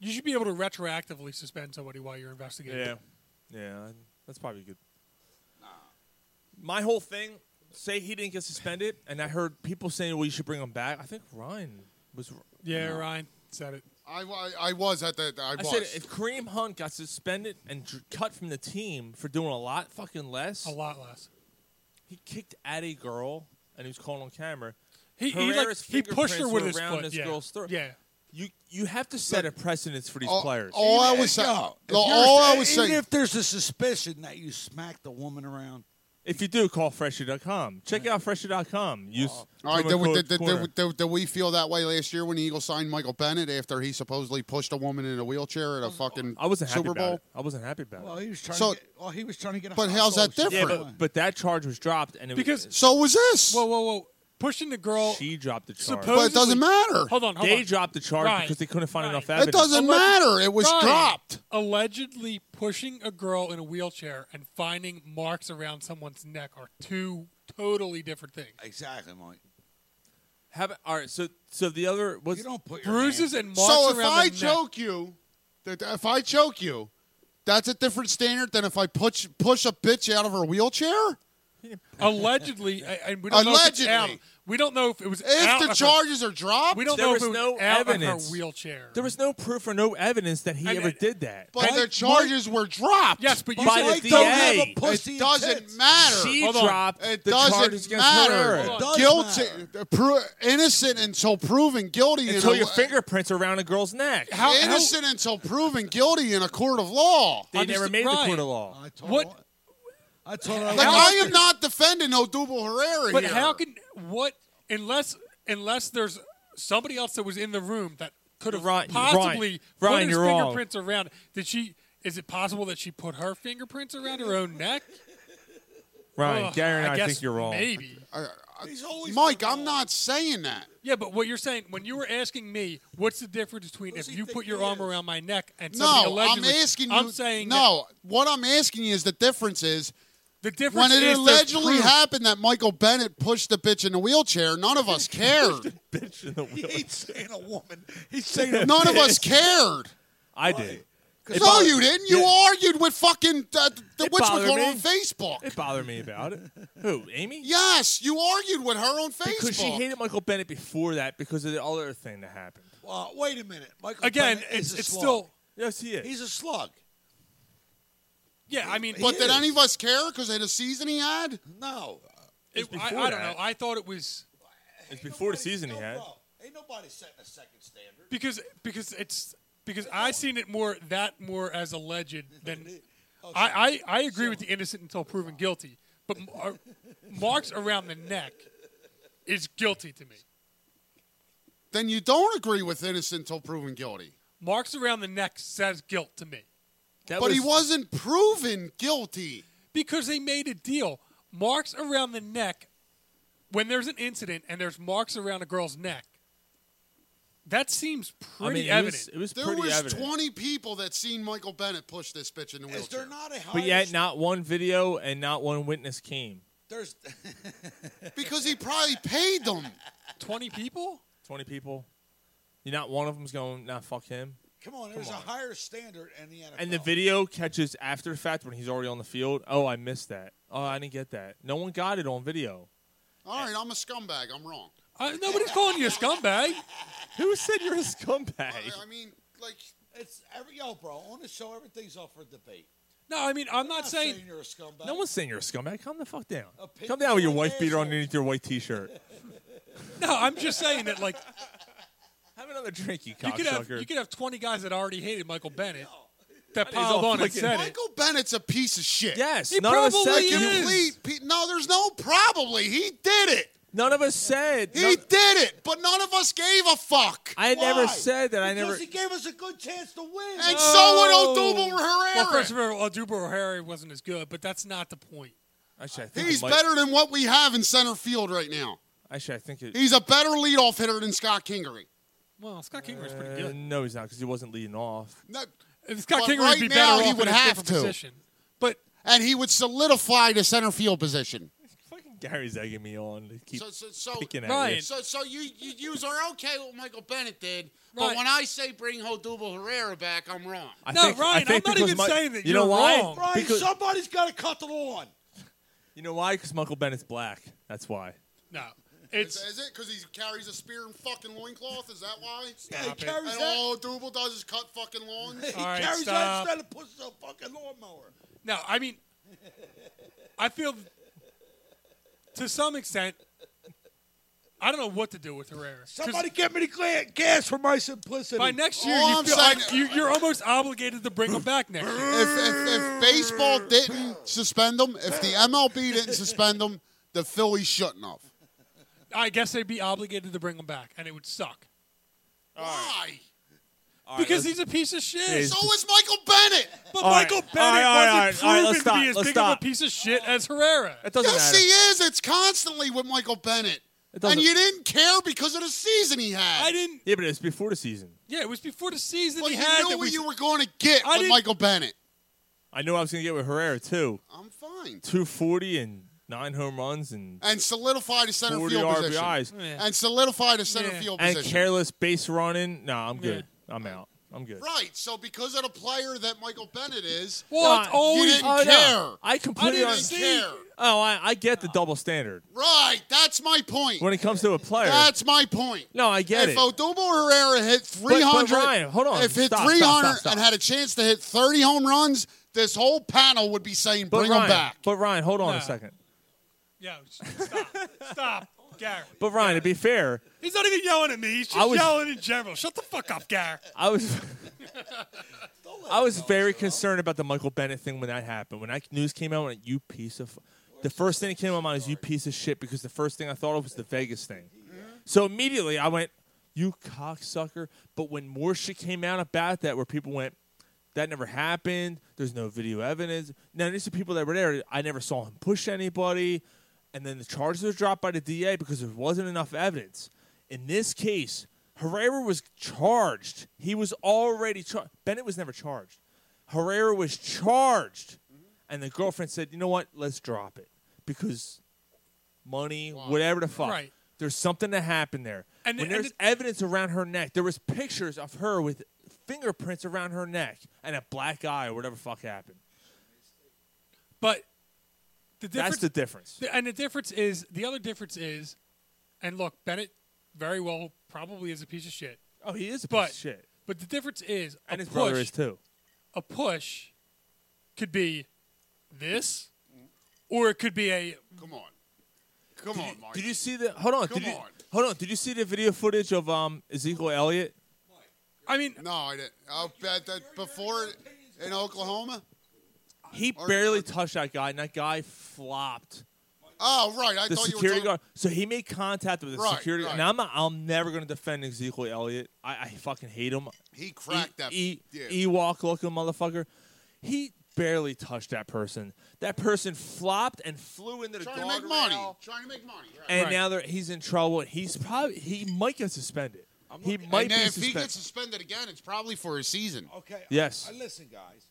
S7: You should be able to retroactively suspend somebody while you're investigating.
S3: Yeah, yeah, that's probably good. My whole thing, say he didn't get suspended, and I heard people saying, "Well, you should bring him back." I think Ryan was.
S7: Yeah, Ryan said it.
S6: I, I, I was at the. I,
S3: I
S6: was.
S3: said if Kareem Hunt got suspended and dr- cut from the team for doing a lot fucking less, a
S7: lot less.
S3: He kicked at a girl, and he was caught on camera.
S7: He- he, like,
S3: Herrera's
S7: he pushed her
S3: fingerprints
S7: with
S3: were
S7: his
S3: around
S7: foot,
S3: This
S7: yeah,
S3: girl's throat.
S7: yeah.
S3: You you have to set a precedence for these
S8: All-
S3: players.
S6: all I was saying- no, all I was saying-
S8: Even if there's a suspicion that you smacked a woman around,
S3: If you do, call Fresher.com. Check out Fresher.com. Use
S6: Oh. All right,
S3: promo
S6: did we,
S3: code
S6: did, did,
S3: corner.
S6: did, did, did we feel that way last year when the Eagles signed Michael Bennett after he supposedly pushed a woman in a wheelchair at a fucking
S3: I wasn't happy
S6: Super
S3: about
S6: Bowl?
S3: it. I wasn't happy about
S8: well,
S3: it.
S8: he was trying.
S6: So-
S8: to get, well, he was trying to get. A
S6: but
S8: hot
S6: how's that
S8: dog.
S6: different?
S3: Yeah, but, but that charge was dropped, and it
S7: Because
S6: so was this.
S7: Whoa, whoa, whoa! Pushing the girl.
S3: she dropped the charge.
S7: supposedly- But it doesn't matter. Hold on, hold
S3: they
S7: on.
S3: dropped the charge
S7: Ryan,
S3: because they couldn't find enough
S6: That
S3: evidence.
S6: doesn't matter. It was
S7: Ryan,
S6: dropped.
S7: Allegedly pushing a girl in a wheelchair and finding marks around someone's neck are two totally different things.
S8: Exactly, Mike.
S3: Have, all right, so so the other was
S7: bruises and marks
S6: So if
S7: around
S6: I
S7: the neck.
S6: choke you, that- if I choke you, that's a different standard than if I push push a bitch out of her wheelchair.
S7: allegedly, I- and we don't know if it's
S6: Allegedly.
S7: out- we don't know if it was
S6: If
S7: out
S6: the
S7: of her-
S6: charges are dropped,
S7: We don't
S3: There
S7: know
S3: was
S7: if it was
S3: no
S7: out
S3: evidence.
S7: of her wheelchair.
S3: There was no proof or no evidence that he
S7: And-
S3: ever
S7: and-
S3: did that.
S6: but the charges were dropped.
S7: Yes, but you
S3: By
S7: said-
S3: the Don't have a DA.
S6: It doesn't matter.
S3: She Hold on. dropped
S6: It
S3: the charges
S6: doesn't
S3: against
S6: matter.
S3: Herrera. It does
S6: Guilty, pro- innocent until proven guilty. in
S3: until
S6: a-
S3: your fingerprints are around a girl's neck.
S6: innocent until proven guilty in a court of law.
S3: They never made the court of law.
S7: What?
S8: I told
S6: Like I am not defending Odubel Herrera
S7: But
S6: here.
S7: how can what unless unless there's somebody else that was in the room that could have
S3: Ryan,
S7: possibly
S3: Ryan, Ryan,
S7: put his
S3: you're wrong.
S7: fingerprints around? Did she? Is it possible that she put her fingerprints around her own neck?
S3: Ryan,
S7: Ugh,
S3: Gary, and I,
S7: guess
S3: think you're wrong.
S7: Maybe.
S6: Mike, I'm not saying that.
S7: Yeah, but what you're saying when you were asking me, what's the difference between if you put your arm around my neck and somebody
S6: No, I'm
S7: allegedly?
S6: asking you.
S7: I'm saying that-
S6: no. What I'm asking you is the difference is
S7: The difference
S6: when it
S7: is there's
S6: allegedly
S7: proof.
S6: happened that Michael Bennett pushed the bitch in the wheelchair. None of us cared.
S3: Bitch in the wheel.
S8: He's saying a woman. He's saying a
S6: None of
S8: bitch.
S6: us cared.
S3: I did. It
S6: No,
S3: bothered-
S6: you didn't. You
S3: Yeah.
S6: argued with fucking uh, the
S3: It
S6: which was
S3: bothered
S6: going
S3: me.
S6: on Facebook.
S3: It bothered me about it. Who, Amy?
S6: Yes, you argued with her on Facebook.
S3: Because she hated Michael Bennett before that because of the other thing that happened.
S8: Well, Uh, wait a minute, Michael.
S7: Again,
S8: Bennett
S7: it's-
S8: is a
S7: it's
S8: slug.
S7: still-
S3: Yes, he is.
S8: He's a slug.
S7: Yeah, I mean,
S6: But did any of us care because of the season he had?
S8: No,
S7: It, I, I
S3: before
S7: don't know.
S3: that.
S7: I thought it was
S3: It's before the season he had.
S8: ain't nobody setting a second standard.
S7: because because it's because I seen it more that more as alleged than I I, I agree with the innocent until proven guilty, but mar- marks around the neck is guilty to me.
S6: Then you don't agree with innocent until proven guilty.
S7: Marks around the neck says guilt to me
S3: That
S6: but he wasn't proven guilty.
S7: because they made a deal. Marks around the neck when there's an incident and there's marks around a girl's neck. That seems
S3: I mean,
S7: pretty
S3: it
S7: evident.
S3: was- it was
S6: There
S3: pretty
S6: was
S3: evident.
S6: 20 people that seen Michael Bennett push this bitch in the wheelchair.
S8: Is there not a higher?
S3: But yet, not one video and not one witness came.
S8: There's
S6: Because he probably paid them.
S7: Twenty people.
S3: 20 people. You're not one of them's going, nah, fuck him.
S8: come on. There's a higher standard in the NFL.
S3: And the video catches after the fact when he's already on the field. Oh, I missed that. Oh, I didn't get that. No one got it on video.
S6: All right, I'm a scumbag. I'm wrong.
S7: Uh, I, nobody's calling you a scumbag.
S3: Who said you're a scumbag?
S8: I mean, like it's every yo, bro. On the show, everything's up for debate.
S7: No, I mean, I'm not
S8: saying, you're a scumbag.
S3: No one's saying you're a scumbag. Calm the fuck down.
S8: A pig
S3: Come down with your
S8: is an
S3: wife beater
S8: asshole.
S3: underneath your white t-shirt.
S7: No, I'm just saying that like
S3: have another drink, you
S7: You could have
S3: cocksucker.
S7: you could have 20 guys that already hated Michael Bennett that
S3: And he's all
S7: piled on and
S3: fucking-
S7: said it.
S6: Michael Bennett's a piece of shit.
S3: Yes, He none of us said probably
S6: Like,
S3: is.
S6: complete pe- no, there's no probably. He did it.
S3: None of us said.
S6: He
S3: none-
S6: did it, but none of us gave a fuck.
S3: I never
S6: Why?
S3: said that. I
S8: Because
S3: never.
S8: he gave us a good chance to win.
S6: And
S7: No.
S6: so would Odubel Herrera.
S7: Well, first of all, Odubel Herrera wasn't as good, but that's not the point.
S3: Actually, I think
S6: He's
S3: it might-
S6: better than what we have in center field right now.
S3: Actually, I think it,
S6: He's a better leadoff hitter than Scott Kingery.
S7: Well, Scott Kingery's
S3: Uh,
S7: pretty good.
S3: no, he's not because he wasn't leading off.
S6: No,
S7: If Scott
S6: but
S7: Kingery
S6: right
S7: would be
S6: now,
S7: better
S6: he
S7: off
S6: would
S7: in a
S6: have
S7: different
S6: to.
S7: position. But
S6: and he would solidify the center field position.
S3: Gary's egging me on. To keep
S6: So, so, so,
S3: picking at you.
S6: so, so you, you use are okay what Michael Bennett did,
S7: Right.
S6: but when I say bring Odubel Herrera back, I'm wrong.
S3: I
S7: No,
S3: think,
S7: Ryan,
S3: I
S7: I'm
S3: think
S7: not
S3: because
S7: even
S3: Mi-
S7: saying that
S3: you
S7: you're
S3: know why?
S7: wrong.
S8: Brian,
S3: Because,
S8: somebody's got to cut the lawn.
S3: you know why? Because Michael Bennett's black. That's why.
S7: no,
S6: Is,
S7: it's
S6: is it because he carries a spear and fucking loincloth? Is that why?
S8: Yeah, he
S7: Stop it.
S8: carries
S6: And
S8: that.
S6: all Odubel does is cut fucking lawns?
S8: he
S7: All right,
S8: carries that
S7: stop.
S8: instead of pushing a fucking lawnmower.
S7: no. I mean, I feel to some extent. I don't know what to do with Herrera. 'Cause
S8: Somebody get me the gla- gas for my simplicity.
S7: by next year,
S6: All
S7: you
S6: Oh, I'm
S7: feel
S6: saying-
S7: like you, you're almost obligated to bring him back next year.
S6: if, if, if baseball didn't suspend him, if the MLB didn't suspend him, the Phillies shouldn't have.
S7: I guess they'd be obligated to bring him back, and it would suck
S6: Why?
S3: All right,
S7: because
S3: let's-
S7: he's a piece of shit.
S3: He's-
S6: So is Michael Bennett.
S7: But
S3: All right.
S7: Michael Bennett
S3: All right, all right,
S7: wasn't
S3: all right, all right,
S7: proven
S3: let's
S7: to
S3: stop,
S7: be as
S3: let's
S7: big
S3: stop.
S7: of a piece of shit as Herrera.
S3: It doesn't
S6: Yes,
S3: matter.
S6: he is. It's constantly with Michael Bennett.
S3: It doesn't-
S6: And you didn't care because of the season he had.
S7: I didn't.
S3: Yeah, but it's before the season.
S7: Yeah, it was before the season
S6: Well,
S7: he
S6: you
S7: had
S6: knew
S7: that
S6: what
S7: we.
S6: you were going to get
S7: I
S6: with
S7: didn't-
S6: Michael Bennett.
S3: I knew I was going to get with Herrera too.
S6: I'm fine.
S3: Two forty and nine home runs and
S6: And solidify the center
S3: forty
S6: field position.
S3: RBIs
S7: Yeah.
S6: And solidify the center
S7: Yeah.
S6: field
S3: and
S6: position.
S3: careless base running. Nah, I'm good. I'm out. I'm good.
S6: Right. So because of the player that Michael Bennett is,
S7: Well, it's
S3: You
S7: always
S6: didn't
S3: Oh, no.
S6: care.
S3: I completely
S7: didn't
S3: understand.
S7: see-
S6: care.
S3: Oh, I, I get the double standard
S6: Right. That's my point.
S3: when it comes to a player.
S6: That's my point.
S3: no, I get
S6: if
S3: it.
S6: Odubel Herrera hit
S3: but
S6: 300,
S3: Ryan, hold on.
S6: if hit
S3: Stop, stop,
S6: 300
S3: stop, stop.
S6: and had a chance to hit 30 home runs, this whole panel would be saying,
S3: But
S6: "Bring
S3: Ryan,
S6: him back."
S3: But Ryan, hold on
S7: No.
S3: a second.
S7: Yeah, stop, stop, Gary.
S3: But Ryan, to be fair,
S7: He's not even yelling at me. He's
S3: I
S7: just
S3: was-
S7: yelling in general. Shut the fuck up, Gary.
S3: I was I was very concerned about the Michael Bennett thing when that happened. When that news came out, I went, you piece of. The first thing that came to my mind is you piece of shit because the first thing I thought of was the Vegas thing. So immediately I went, you cocksucker. But when more shit came out about that, where people went, that never happened. There's no video evidence. Now these are people that were there. I never saw him push anybody, and then the charges were dropped by the DA because there wasn't enough evidence. In this case, Herrera was charged. He was already charged. Bennett was never charged. Herrera was charged, and the girlfriend said, "You know what? Let's drop it because money, whatever the fuck.
S7: Right.
S3: There's something that happened there.
S7: And-
S3: when
S7: and
S3: there's
S7: it-
S3: evidence around her neck, there was pictures of her with fingerprints around her neck and a black eye or whatever fuck happened.
S7: But the
S3: That's
S7: difference,
S3: the difference.
S7: the- and the difference is the other difference is, and look, Bennett, very well, probably is a piece of shit.
S3: Oh, he is a
S7: But
S3: piece of shit,
S7: But the difference is a
S3: and his
S7: push,
S3: brother is too.
S7: a push could be this, or it could be a
S6: Come on, come on, Mark.
S3: Did you see the? Hold on.
S6: Come
S3: did you,
S6: on.
S3: Hold on. Did you see the video footage of um Ezekiel Elliott?
S7: I mean,
S6: no, I didn't. I bet that before in Oklahoma.
S3: He
S6: Or-
S3: barely
S6: or-
S3: touched that guy, and that guy flopped.
S6: Oh, right. I
S3: the
S6: thought
S3: security
S6: you were
S3: guard. So he made contact with the
S6: Right,
S3: security.
S6: right.
S3: Now I'm not, I'm never gonna defend Ezekiel Elliott. I, I fucking hate him.
S6: He cracked that.
S3: E-
S6: yeah.
S3: E- Ewok looking motherfucker. He barely touched that person. That person flopped and flew into the
S6: trying to make
S3: guardrail,
S6: money. Trying to make money. Right.
S3: And
S7: Right.
S3: now they're, he's in trouble. He's probably he might get suspended. He
S8: looking-
S3: might
S6: And
S3: be
S6: if he
S3: suspended.
S6: gets suspended again, it's probably for a season.
S8: Okay. I-
S3: Yes.
S8: I, listen, guys.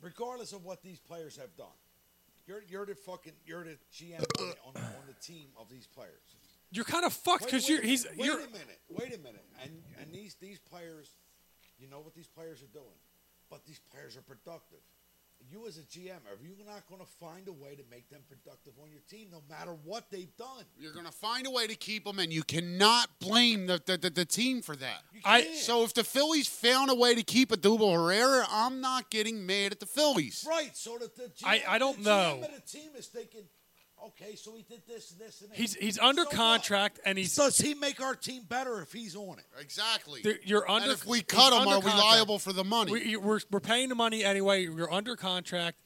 S8: Regardless of what these players have done, you're you're the fucking you're the GM on, the- on, the- on the team of these players.
S7: you're kind of fucked
S8: Wait-
S7: because
S8: wait
S7: you're
S8: a minute,
S7: he's
S8: wait
S7: you're
S8: a minute, wait a minute, and and these these players, you know what these players are doing, but these players are productive. you as a GM, are you not going to find a way to make them productive on your team, no matter what they've done?
S6: You're going to find a way to keep them, and you cannot blame the the, the, the team for that.
S8: I-
S6: so if the Phillies found a way to keep a Double Herrera, I'm not getting mad at the Phillies.
S8: Right. So that the GM,
S6: I- I don't
S8: the
S6: know.
S8: GM of the team is thinking, okay, so he did this and this and that.
S7: He's he's under
S8: So what?
S7: contract and he's
S8: does he make our team better if he's on it?
S6: Exactly.
S7: you're under.
S6: And if we
S7: he's
S6: cut him,
S7: under
S6: are we
S7: contract.
S6: liable for the money?
S7: We, you- we're we're paying the money anyway. You're under contract.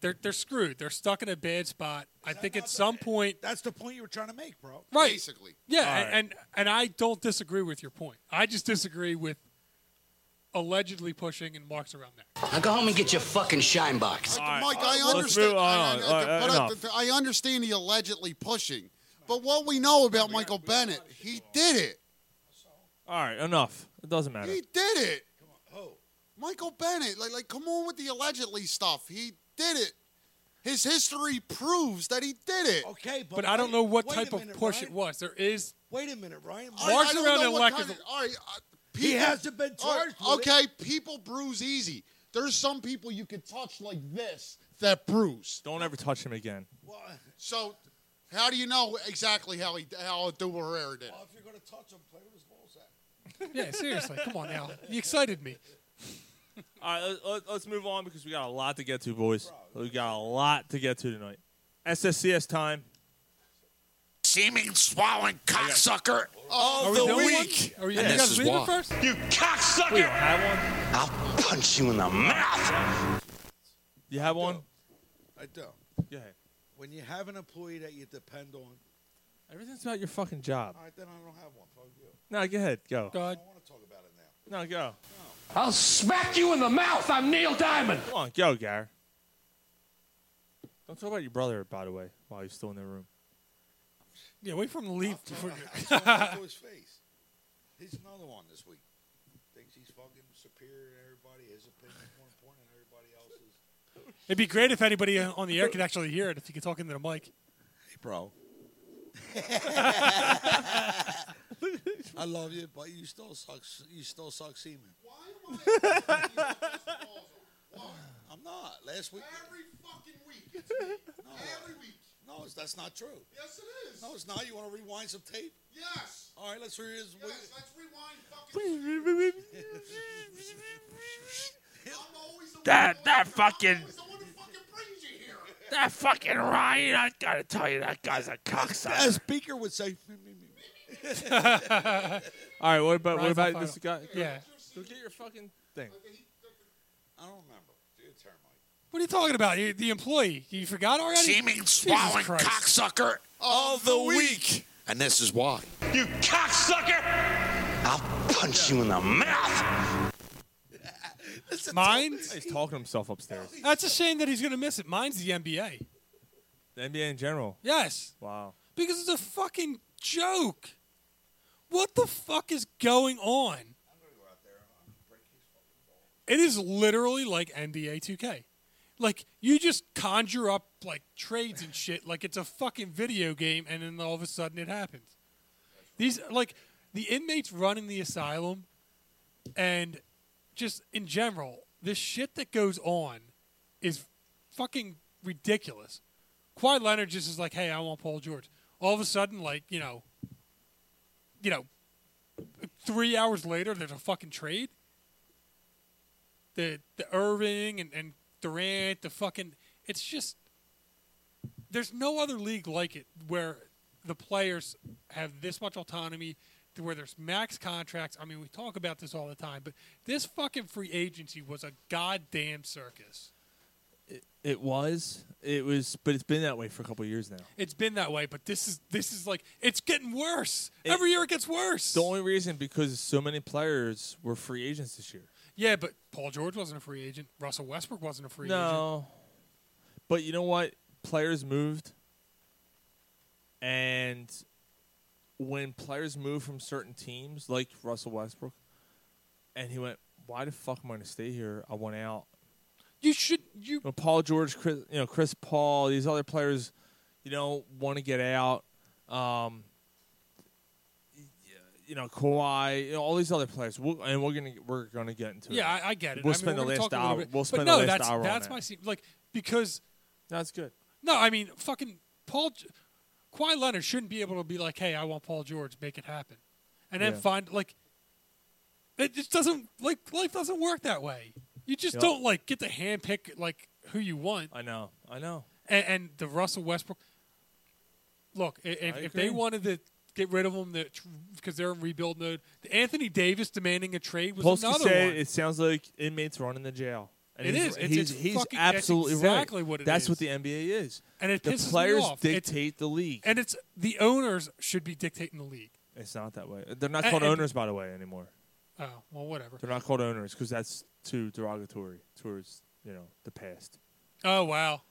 S7: They're they're screwed. They're stuck in a bad spot. I think at some point.
S8: That's the point you were trying to make, bro.
S7: Right.
S6: Basically.
S7: Yeah,
S8: All
S7: and,
S8: right.
S7: and and I don't disagree with your point. I just disagree with allegedly pushing and marks around that.
S1: Now go home and get your fucking shine box.
S6: Mike, I
S7: let's
S6: understand.
S7: move
S6: I- I-
S7: on. All right,
S6: but I-
S7: enough.
S6: I, understand he allegedly pushing, but what we know about Michael Bennett, he did it.
S3: All right, enough. It doesn't matter.
S6: He did it. Michael Bennett, like, like, come on with the allegedly stuff. He did it. His history proves that he did it.
S8: Okay,
S7: But I don't know what type of push it was. There is
S8: Wait a minute, Ryan.
S7: marks around and lack
S6: kind
S7: of.
S6: of- all right, uh,
S8: He hasn't been
S6: all right,
S8: charged with
S6: okay, people bruise easy. There's some people you could touch like this. That bruise.
S3: Don't ever touch him again.
S6: So, how do you know exactly how he how Double Herrera did? Well,
S8: if you're gonna touch him, play with his balls
S7: Yeah, seriously. Come on now. You excited me.
S3: All right, let, us move on because we got a lot to get to, boys. We got a lot to get to tonight. SSCS time.
S14: Seeming swallowing cocksucker
S3: Are
S14: of
S3: we
S14: the
S3: doing one?
S14: week.
S7: Oh,
S3: Are we-
S14: And
S3: you
S14: this
S3: guys
S14: is
S3: leaving
S14: why.
S3: first?
S14: You cocksucker!
S3: We don't have
S14: one. I'll punch you in the mouth.
S3: You have one?
S8: I do.
S3: Yeah.
S8: When you have an employee that you depend on,
S3: Everything's about your fucking job.
S8: all right, then I don't have one. Fuck you.
S3: No, go ahead. Go.
S7: God.
S3: No, go.
S2: I'll smack you in the mouth. I'm Neil Diamond.
S3: Come on, go, Gar. Don't talk about your brother, by the way, while he's still in the room.
S7: Yeah, wait for him to leave. Before
S8: It's all to his face. He's another one this week. Thinks he's fucking superior to everybody. His opinion's more important than everybody else's.
S7: It'd be great if anybody uh, on the air could actually hear it if you could talk into the mic.
S8: Hey, bro. I love you, but you still suck. You still suck semen. Why? I'm not. Last week. Every
S6: fucking week.
S8: No. Every week. No, it's- that's not true.
S6: Yes, it
S8: No, it's not. You want to rewind some tape?
S6: Yes.
S8: All right, let's hear his.
S6: let's rewind.
S2: That that fucking
S8: Ah,
S2: that fucking Ryan. I gotta tell you, that guy's a
S8: As
S2: cocksucker.
S8: Beaker would say.
S3: All right, what about what
S8: Rise up,
S3: about this guy?
S8: Final.
S7: Yeah.
S3: So get your fucking thing.
S8: I don't remember. Do your turn, Mike.
S7: What are you talking about? You, the employee. You forgot already?
S14: Seeming
S7: Jesus
S14: swallowing
S7: Christ.
S14: cocksucker of the week. And this is why. You cocksucker! I'll punch you in the mouth.
S7: Mine?
S3: He's talking to himself upstairs.
S7: That's a shame that he's going to miss it. Mine's the NBA.
S3: The NBA in general.
S7: Yes.
S3: Wow.
S7: Because it's a fucking joke. What the fuck is going on? It is literally like NBA 2K. Like you just conjure up like trades and shit like it's a fucking video game and then all of a sudden it happens. These like the inmates running the asylum and just in general, the shit that goes on is fucking ridiculous. Kawhi Leonard just is like, hey, I want Paul George. All of a sudden, like you know, you know, three hours later, there's a fucking trade. The the Irving and, and Durant, the fucking it's just there's no other league like it where the players have this much autonomy to where there's max contracts. I mean, we talk about this all the time, but this fucking free agency was a goddamn circus.
S3: It was. It was, but it's been that way for a couple of years now.
S7: It's been that way, but this is this is like it's getting worse. Every year it gets worse.
S3: The only reason because so many players were free agents this year.
S7: Yeah, but Paul George wasn't a free agent. Russell Westbrook wasn't a free agent.
S3: no, but you know what? Players moved, and when players move from certain teams, like Russell Westbrook, and he went, "Why the fuck am I going to stay here? I want out."
S7: You should you.
S3: When Paul George, Chris, you know Chris Paul, these other players, you know, want to get out. Um, you know Kawhi, you know, all these other players, we'll, and we're gonna we're gonna get into
S7: Yeah,
S3: it.
S7: I, I get it.
S3: We'll
S7: I mean,
S3: spend
S7: we're
S3: the
S7: gonna
S3: last
S7: talk a little
S3: hour.
S7: bit.
S3: We'll spend
S7: but no,
S3: the last
S7: that's,
S3: hour
S7: That's
S3: on
S7: my
S3: that.
S7: se- like because
S3: that's good.
S7: No, I mean fucking Paul G- Kawhi Leonard shouldn't be able to be like, hey, I want Paul George, make it happen, and then
S3: Yeah.
S7: find like it just doesn't like life doesn't work that way. You just
S3: Yep.
S7: don't like get to handpick like who you want.
S3: I know, I know.
S7: And, and the Russell Westbrook. Look, i- if,
S3: I
S7: if they
S3: agree.
S7: wanted to get rid of him because they're in rebuild mode, the Anthony Davis demanding a trade was
S3: Polsky
S7: another
S3: said
S7: one.
S3: it sounds like inmates running the jail. And
S7: It
S3: he's,
S7: is. It's-
S3: he's,
S7: it's
S3: he's
S7: fucking- that's
S3: absolutely
S7: exactly
S3: right.
S7: what it
S3: that's
S7: is.
S3: what the NBA is.
S7: And it
S3: the
S7: pisses me
S3: players
S7: off. It's-
S3: dictate the league.
S7: and it's the owners should be dictating the league.
S3: It's not that way. They're not
S7: And-
S3: called
S7: and-
S3: owners, by the way, anymore.
S7: Oh well, whatever.
S3: They're not called owners because that's too derogatory towards you know the past.
S7: Oh wow,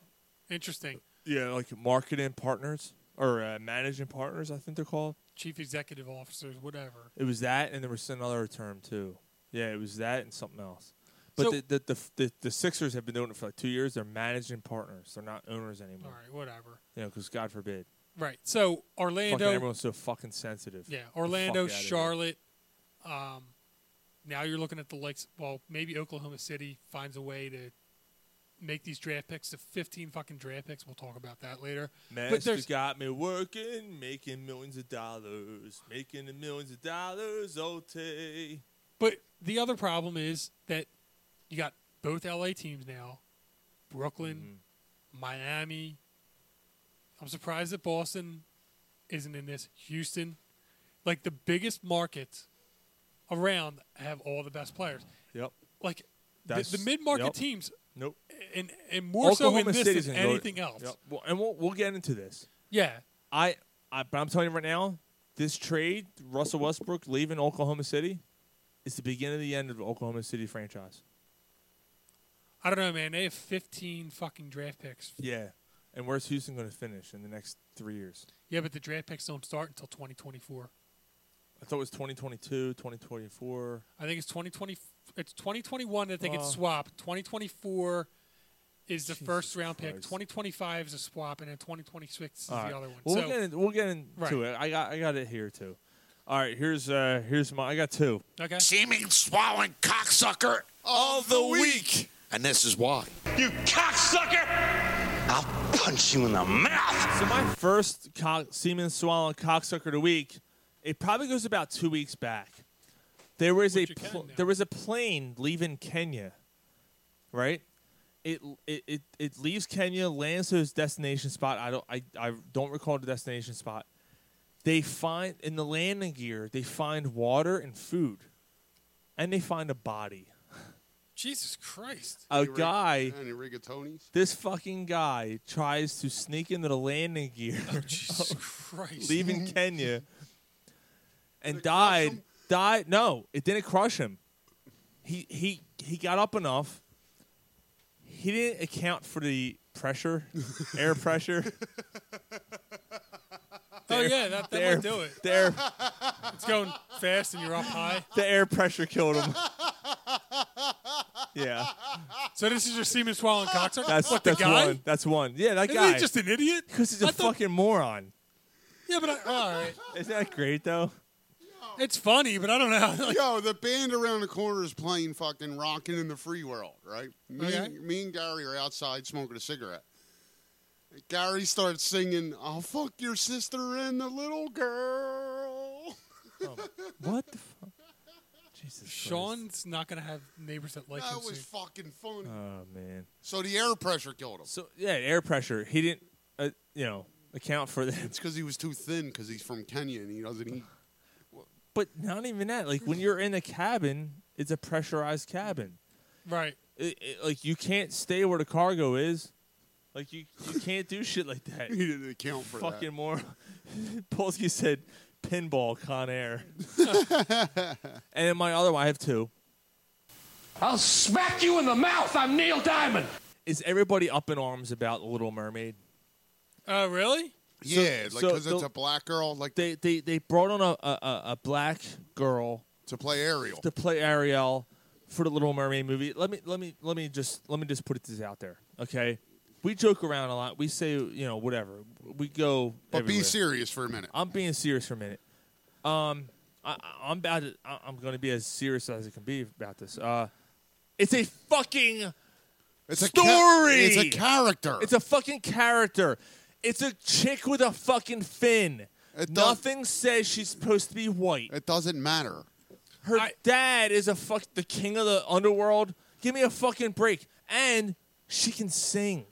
S7: interesting.
S3: Yeah, like marketing partners or uh, managing partners. I think they're called.
S7: Chief executive officers, whatever.
S3: It was that, and there was another term too. Yeah, it was that and something else. But
S7: So-
S3: the, the, the the the Sixers have been doing it for like two years. They're managing partners. They're not owners anymore.
S7: All right, whatever.
S3: You know, because God forbid.
S7: Right. So
S3: Fucking
S7: Orlando,
S3: everyone's so fucking sensitive.
S7: yeah,
S3: The fuck
S7: Orlando,
S3: outta here.
S7: Charlotte. Um, now you're looking at the likes. Well, maybe Oklahoma City finds a way to make these draft picks to 15 fucking draft picks. We'll talk about that later. but
S3: Master
S7: there's
S3: got me working, making millions of dollars, making the millions of dollars. OT.
S7: But the other problem is that you got both LA teams now, Brooklyn,
S3: Mm-hmm.
S7: Miami. I'm surprised that Boston isn't in this. Houston, like the biggest markets around, have all the best players.
S3: Yep.
S7: Like the,
S3: That's-
S7: the mid-market
S3: yep.
S7: teams,
S3: Nope.
S7: and and more so in
S3: Oklahoma
S7: this
S3: City's
S7: than
S3: gonna go-
S7: anything else.
S3: Yep. Well, and we'll we'll get into this.
S7: Yeah,
S3: I, I but I'm telling you right now, this trade, Russell Westbrook leaving Oklahoma City, is the beginning of the end of the Oklahoma City franchise.
S7: I don't know, man. They have 15 fucking draft picks.
S3: Yeah. And where's Houston going to finish in the next three years?
S7: Yeah, but the draft picks don't start until 2024.
S3: I thought it was 2022, 2024.
S7: I think it's 2020. It's 2021 that they get
S3: Wow.
S7: swapped. 2024 is the first round pick.
S3: Christ.
S7: 2025 is a swap, and then 2026 is
S3: All right.
S7: the other one.
S3: Well,
S7: so,
S3: we'll get in, we'll get into
S7: Right.
S3: it. I got I got it here too. All right, here's uh here's my I got two.
S7: Okay.
S15: Seeming swallowing cocksucker of the week. And this is why. You cocksucker! I'll punch you in the mouth.
S3: So my first cock, Siemens Swallow cocksucker of the week, it probably goes about two weeks back. There was a pl- there was a plane leaving Kenya, right? It, it it it leaves Kenya, lands to its destination spot. I don't I, I don't recall the destination spot. They find in the landing gear they find water and food, and they find a body.
S7: Jesus Christ.
S3: A guy.
S6: Any rigatoni's?
S3: This fucking guy tries to sneak into the landing gear,
S7: Christ.
S3: leaving Kenya, and died. Died. No, it didn't crush him. He he he got up enough. He didn't account for the pressure, air pressure.
S7: oh yeah, that, that
S3: there-
S7: might do it.
S3: there.
S7: it's going fast, and you're up high.
S3: The air pressure killed him. yeah,
S7: So this is your semen swallowing cocksucker.
S3: that's
S7: what
S3: that's
S7: the guy.
S3: one. That's one. Yeah, that
S7: Isn't he
S3: guy.
S7: just an idiot?
S3: Because he's a fucking moron.
S7: Yeah, but I, all right,
S3: Isn't that great though?
S7: it's funny, but I don't know.
S6: Yo, the band around the corner is playing fucking rocking in the free world, right? Me,
S7: Okay.
S6: me and Gary are outside smoking a cigarette. Gary starts singing, I'll fuck your sister and the little girl.
S3: What the fuck? Jesus
S7: Sean's not gonna have neighbors that like
S6: that
S7: him.
S6: was
S7: soon.
S6: fucking funny.
S3: Oh man.
S6: so the air pressure killed him.
S3: So yeah, air pressure. He didn't, uh, you know, account for that.
S6: it's because he was too thin because he's from Kenya and he doesn't eat.
S3: But not even that. Like when you're in a cabin, it's a pressurized cabin.
S7: Right.
S3: It, it- like you can't stay where the cargo is. Like you, you can't do shit like that.
S6: He didn't account for that.
S3: Fucking more. Polsky said, "Pinball Con Air." and then my other one, I have two.
S16: I'll smack you in the mouth. I'm Neil Diamond.
S3: Is everybody up in arms about Little Mermaid?
S7: Oh really?
S6: Yeah, like 'cause
S3: so
S6: because it's
S3: the-
S6: a black girl. Like
S3: They they they brought on a a, a, a black girl
S6: to play Ariel.
S3: to play Ariel for the Little Mermaid movie. Let me let me let me just let me just put this out there, okay? We joke around a lot. We say you know whatever. We go.
S6: But be
S3: everywhere.
S6: serious for a minute.
S3: I'm being serious for a minute. Um, I, I- I'm about to, I- I'm going to be as serious as it can be about this. Uh, it's a fucking
S10: It's
S3: story.
S10: A ca- it's a character.
S3: It's a fucking character. It's a chick with a fucking fin. Nothing says she's supposed to be white.
S6: It doesn't matter.
S3: Her dad is a fuck the king of the underworld. Give me a fucking break. And she can sing.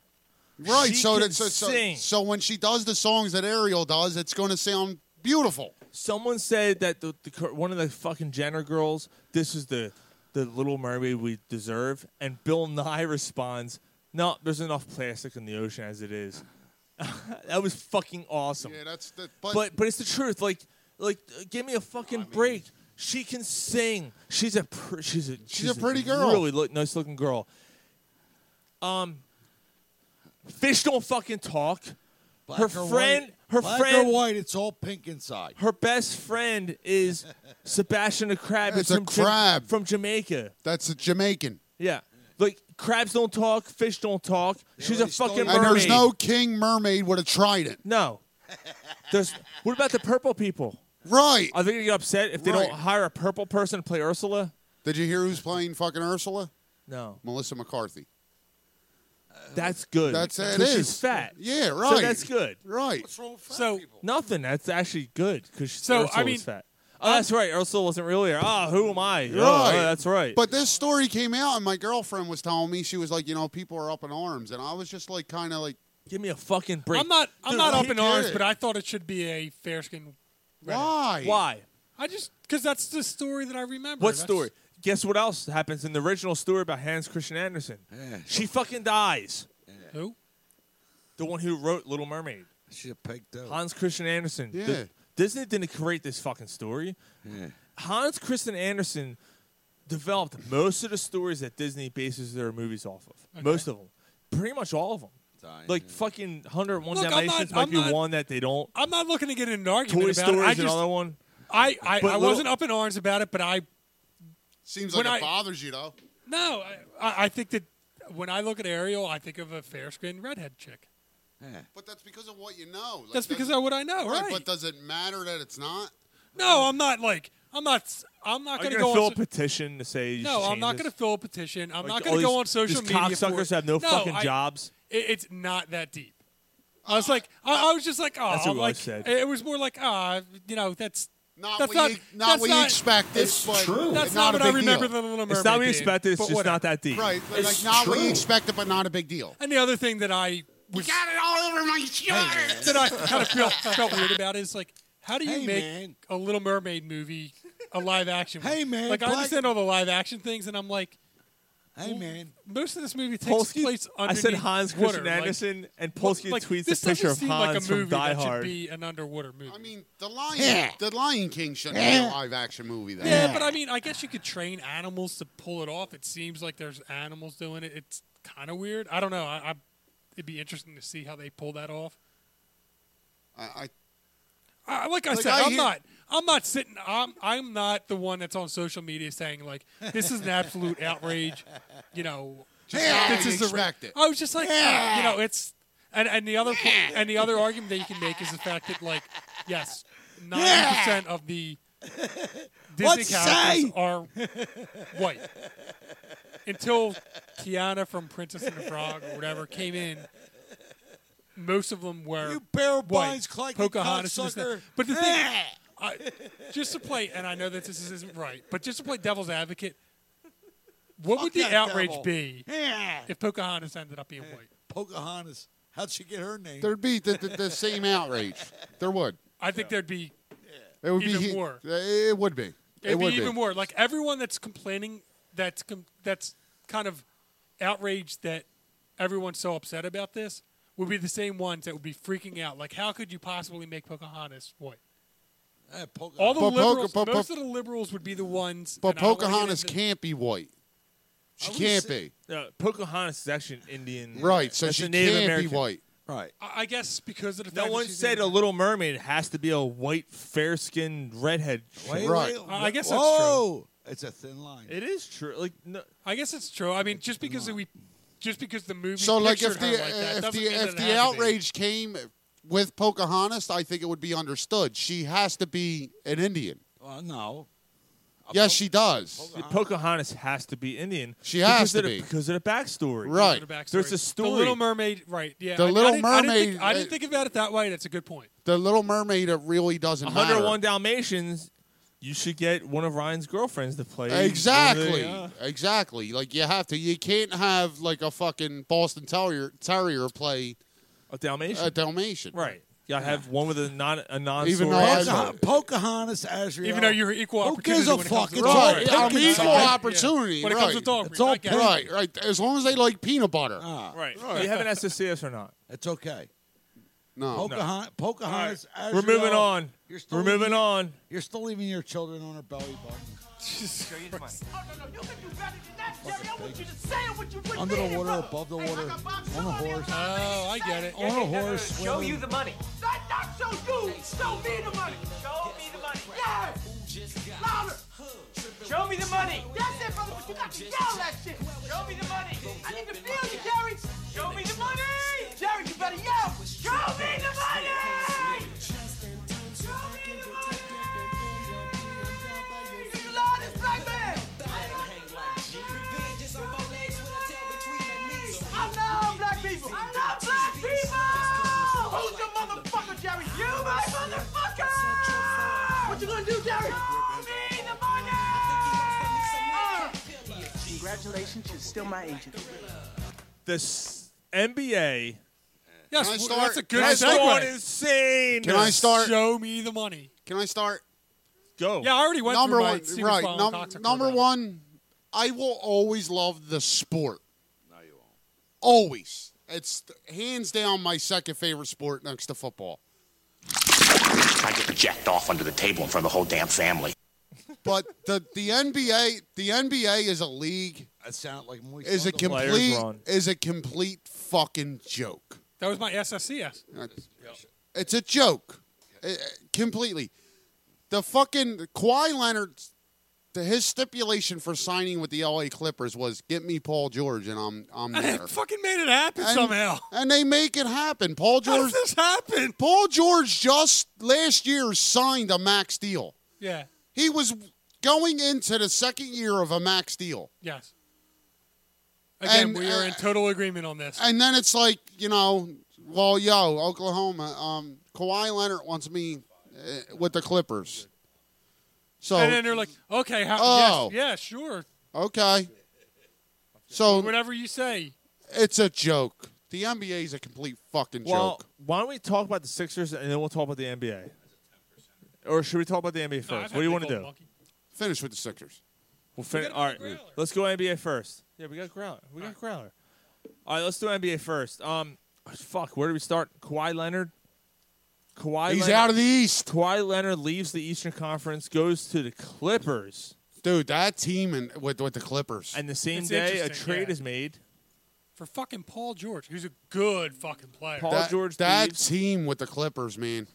S6: Right.
S3: She
S6: so,
S3: can
S6: that, so, so,
S3: sing.
S6: so when she does the songs that Ariel does, it's going to sound beautiful.
S3: Someone said that the, the cur- one of the fucking Jenner girls. This is the the Little Mermaid we deserve. And Bill Nye responds, "No, there's enough plastic in the ocean as it is." that was fucking awesome.
S6: Yeah, that's the.
S3: but, but it's the truth. Like like uh, give me a fucking break. She can sing. She's a pr- she's a she's,
S6: a pretty girl.
S3: Really look, nice looking girl. Um, fish don't fucking talk.
S8: Black
S3: her
S8: or white-
S3: friend, her
S8: black
S3: friend,
S8: or white, it's all pink inside.
S3: her best friend is Sebastian the crab.
S6: It's
S3: It's
S6: a
S3: from Ja-
S6: crab.
S3: from Jamaica.
S6: That's a Jamaican.
S3: Yeah, like crabs don't talk, fish don't talk. She's a fucking
S6: And
S3: mermaid.
S6: there's no king mermaid with a trident.
S3: No. There's. What about the purple people?
S6: Right.
S3: Are they gonna get upset if they
S6: Right.
S3: don't hire a purple person to play Ursula?
S6: Did you hear who's playing fucking Ursula?
S3: No.
S6: Melissa McCarthy.
S3: That's good.
S6: That's it
S3: Because
S6: is.
S3: She's fat.
S6: Yeah,
S3: So
S6: right.
S3: that's good.
S6: Right.
S7: So
S3: Nothing. That's actually good because
S7: So,
S3: Ursula
S7: I mean,
S3: was fat. Oh, that's right. Ursula wasn't really here. Ah, who am I? Oh,
S6: Right.
S3: oh, that's right.
S6: But this story came out, and my girlfriend was telling me she was like, you know, people are up in arms, and I was just like, kind of like,
S3: give me a fucking break.
S7: I'm not. I'm
S6: Dude,
S7: not
S6: I
S7: up in
S6: get
S7: arms,
S6: it.
S7: but I thought it should be a fair skinned
S6: Why?
S3: Why?
S7: I just because that's the story that I remember.
S3: What
S7: That's-
S3: story? Guess what else happens in the original story about Hans Christian Andersen? She fucking dies.
S7: Who?
S3: The one who wrote Little Mermaid.
S8: She's a pig, though.
S3: Hans Christian Andersen. Th-
S8: Yeah.
S3: Disney didn't create this fucking story. Hans Christian Andersen developed most of the stories that Disney bases their movies off of. Most of them. Pretty much all of them. Like fucking 101
S7: Look, I'm not-
S3: Dalmatians might
S7: I'm
S3: be
S7: not-
S3: one that they don't.
S7: I'm not looking to get in an argument
S3: Toy
S7: about
S3: Story's
S7: it. I just,
S3: another one.
S7: I I, I
S3: But little-
S7: wasn't up in arms about it, but I
S6: seems
S7: When
S6: like
S7: I-
S6: it bothers you though.
S7: no. I, I- I think that when I look at Ariel, I think of a fair skinned redhead chick.
S6: But that's because of what you know. Like, does-
S7: That's because of what I know, right?
S6: But does it matter that it's not?
S7: No, I'm not like I'm not. s- I'm not
S3: Are you
S7: going to
S3: gonna
S7: go
S3: fill
S7: on.
S3: a petition to say you
S7: no,
S3: should
S7: I'm
S3: change
S7: not
S3: this?
S7: going to fill a petition. I'm
S3: Like,
S7: not
S3: all
S7: going to go
S3: these-
S7: on social
S3: these
S7: media. for
S3: cocksuckers
S7: it.
S3: have no fucking
S7: I-
S3: jobs?
S7: it- it's not that deep. I was like, I, I was just like, oh,
S3: That's what
S7: I'm
S3: I
S7: like,
S3: said.
S7: It was more like, ah, you know, that's
S6: Not
S7: that's
S6: what
S7: not
S6: you- not
S7: that's
S6: what you expected, It's but true.
S7: That's
S6: it's
S7: not,
S6: not a
S7: what I
S6: big
S7: remember
S6: deal.
S7: the Little Mermaid.
S3: It's not what you
S7: being,
S3: expected. It's
S7: but
S3: just
S7: whatever.
S3: not that deep.
S6: Right. like not what you expected, but not a big deal.
S7: And the other thing that I was,
S6: Got it all over my shirt.
S7: that I kind of feel, felt weird about is like, how do you
S8: Hey,
S7: make
S8: man.
S7: a Little Mermaid movie a live action?
S8: Hey,
S7: one?
S8: man,
S7: like I
S8: Black-
S7: understand all the live action things, and I'm like,
S8: Hey,
S7: well,
S8: man.
S7: most of this movie takes
S3: Polsky,
S7: place
S3: I
S7: underneath
S3: said Hans
S7: water.
S3: Christian
S7: like-
S3: Andersen, and
S7: well,
S3: Polsky
S7: like,
S3: tweets
S7: this
S3: a picture of
S7: doesn't seem
S3: Hans
S7: like a movie
S3: from Die
S7: that
S3: Hard.
S7: should be an underwater movie. I
S6: mean, the Lion,
S7: Yeah.
S6: The Lion King shouldn't be a
S7: Yeah.
S6: live action movie. Though.
S7: Yeah, but I mean, I guess you could train animals to pull it off. It seems like there's animals doing it. It's kind of weird. I don't know. I, I it'd be interesting to see how they pull that off.
S6: I,
S7: I, like I
S6: Like,
S7: said,
S6: I
S7: I'm
S6: hear-
S7: not. I'm not sitting. I'm. I'm not the one that's on social media saying like this is an absolute outrage. You know, just,
S6: Yeah,
S7: this
S6: you
S7: is the ra-
S6: expect it.
S7: I was just like,
S6: Yeah.
S7: you know, it's and and the other po- and the other argument that you can make is the fact that like yes, ninety percent of the Disney characters
S8: What say?
S7: are white until Tiana from Princess and the Frog or whatever came in. Most of them were you
S8: bear
S7: white.
S8: binds, Clyde, you
S7: Pocahontas, and this and
S8: cocksucker. Ah,
S7: that. but the thing, I, just to play, and I know that this isn't right, but just to play devil's advocate, what would the
S8: that
S7: outrage
S8: devil.
S7: be
S8: Yeah.
S7: if Pocahontas ended up being white?
S8: ah. Pocahontas. How'd she get her name?
S6: There'd be the, the, the same outrage. There would.
S7: I think there'd be
S6: It would
S7: even
S6: be he-
S7: more.
S6: It would be.
S7: It'd
S6: it
S7: be
S6: would
S7: even more. Like everyone that's complaining, that's com- that's kind of outraged that everyone's so upset about this would be the same ones that would be freaking out. Like, how could you possibly make Pocahontas white? All the
S6: But Poca-
S7: liberals,
S6: but- but-
S7: most of the liberals would be the ones.
S6: But
S7: and I don't wanna get
S6: Pocahontas
S7: into-
S6: can't be white. She
S3: I would
S6: can't
S3: say-
S6: be.
S7: uh,
S3: No, Pocahontas is actually an Indian.
S6: Right, so
S3: that's
S6: she
S3: a Native
S6: can't be
S3: American.
S6: white.
S8: Right.
S7: I I guess because of the
S3: No
S7: fact
S3: one
S7: that she's
S3: said a Little Mermaid has to be a white, fair-skinned redhead.
S8: Wait,
S3: chick.
S8: wait,
S7: I guess that's
S8: whoa. It's a thin line.
S3: It is true. Like no,
S7: I guess it's true. I mean, just because we, just because the movie
S6: So like if
S7: pictured
S6: the uh,
S7: her like that,
S6: if
S7: doesn't
S6: the
S7: mean that
S6: if
S7: it
S6: the
S7: had to be.
S6: outrage came with Pocahontas, I think it would be understood. She has to be an Indian.
S8: Well, no.
S10: Yes, she does.
S7: uh,
S3: Pocahontas has to be Indian.
S10: She
S3: because
S10: has
S3: of
S10: to
S3: the-
S10: be.
S3: because of the backstory.
S10: Right.
S7: The backstory.
S3: There's a story.
S7: The Little Mermaid, right? Yeah.
S10: The
S7: I- I
S10: Little
S7: didn't- I didn't, think, I
S10: Mermaid,
S7: didn't
S10: uh,
S7: think about it that way. That's a good point.
S10: The Little Mermaid, it really doesn't matter.
S3: 101 Dalmatians. You should get one of Ryan's girlfriends to play. one of the-
S10: Exactly.
S3: yeah.
S10: Exactly. Like you have to. You can't have like a fucking Boston Terrier terrier play
S3: a Dalmatian.
S10: A Dalmatian.
S3: uh, Right. Yeah, I have one with a non a non.
S10: Uh, Even though I-
S8: Pocahontas, Azrael.
S7: Even though you're equal
S8: Who
S7: opportunity
S8: gives a
S7: when it comes
S8: fuck?
S7: to
S8: It's
S7: dog
S8: all
S7: breed.
S10: Right, I'm
S8: picking
S10: equal
S8: side.
S10: opportunity.
S7: Yeah. When it
S10: right.
S7: comes to dog breed,
S10: it's all
S7: I get it.
S10: right, right. As long as they like peanut butter.
S7: Ah.
S3: Right.
S8: Right.
S3: You haven't asked to see us or not.
S8: It's okay.
S10: No.
S8: Pocahon- Pocahontas.
S3: All right. We're moving on.
S8: You're still
S3: We're moving
S8: leaving-
S3: on.
S8: You're still leaving your children on her belly button.
S17: Oh, no, no, you can do better than that, Jerry. I want you to say it what you really
S8: Under
S17: mean
S8: the
S17: it,
S8: water,
S17: brother.
S8: above the
S17: Hey,
S8: water,
S17: I got Bob
S8: on a
S17: Dylan here.
S8: horse.
S7: Oh, I get it.
S8: On a horse. swimming.
S17: money. That not show you. Show me the money. Show me the money. Yes. Louder. Show me the money. That's it, brother. But you got to yell that shit. Show me the money. I need to feel you, Jerry. Show me the money. Jerry, you better yell. Show me the money. Show me the money. Do you love this black man? I love black people. I love black people. Who's your motherfucker, Jerry? You my motherfucker. What you gonna do, Jerry? Me the money. Congratulations, you're still my agent.
S3: This NBA.
S6: Can
S7: Yes,
S6: I
S7: well,
S6: start?
S7: that's a good
S6: Can I
S7: segue.
S6: start?
S3: insane.
S6: Can I start?
S7: Show me the money.
S6: Can I start?
S3: Go.
S7: Yeah, I already went
S6: number
S7: through my
S6: one,
S7: Stephen
S6: right?
S7: Fallon
S6: num-
S7: cocksucker
S6: number
S7: round.
S6: one, I will always love the sport. No, you won't. Always, it's th- hands down my second favorite sport next to football.
S18: I get jacked off under the table in front of the whole damn family.
S6: But the the NBA, the NBA is a league.
S8: That sound like Moist
S6: Is a
S8: Bundle.
S6: complete is a complete fucking joke.
S7: That was my SSCS.
S6: It's a joke, Uh, completely. The fucking Kawhi Leonard, the, his stipulation for signing with the LA Clippers was get me Paul George, and I'm I'm
S7: And
S6: there.
S7: it fucking made it happen
S6: and,
S7: somehow.
S6: And they make it happen. Paul George.
S7: does this happen?
S6: Paul George just last year signed a max deal.
S7: Yeah.
S6: He was going into the second year of a max deal,
S7: Yes. Again,
S6: And, uh,
S7: we are in total agreement on this.
S6: and then it's like you know, well, yo, Oklahoma, um, Kawhi Leonard wants me uh, with the Clippers. So
S7: and then they're like, okay, how,
S6: Oh.
S7: yes, yeah, sure.
S6: okay, so
S7: Whatever you say.
S6: it's a joke. The NBA is a complete fucking
S3: Well,
S6: joke.
S3: why don't we talk about the Sixers and then we'll talk about the NBA? Or should we talk about the NBA first? what do you want to do?
S6: Finish with the Sixers.
S3: We'll finish. All right, let's go NBA first. Yeah, we got Growler. We got Growler. All right, let's do NBA first. Um, fuck, where do we start? Kawhi Leonard. Kawhi.
S6: He's
S3: Leonard-
S6: out of the East.
S3: Kawhi Leonard leaves the Eastern Conference, goes to the Clippers,
S6: Dude, that team and with with the Clippers.
S3: and the same
S7: It's
S3: day a
S7: interesting,
S3: trade
S7: yeah.
S3: is made.
S7: For fucking Paul George, who's a good fucking player.
S3: Paul
S6: that,
S3: George
S6: That
S3: leaves.
S6: team with the Clippers, man.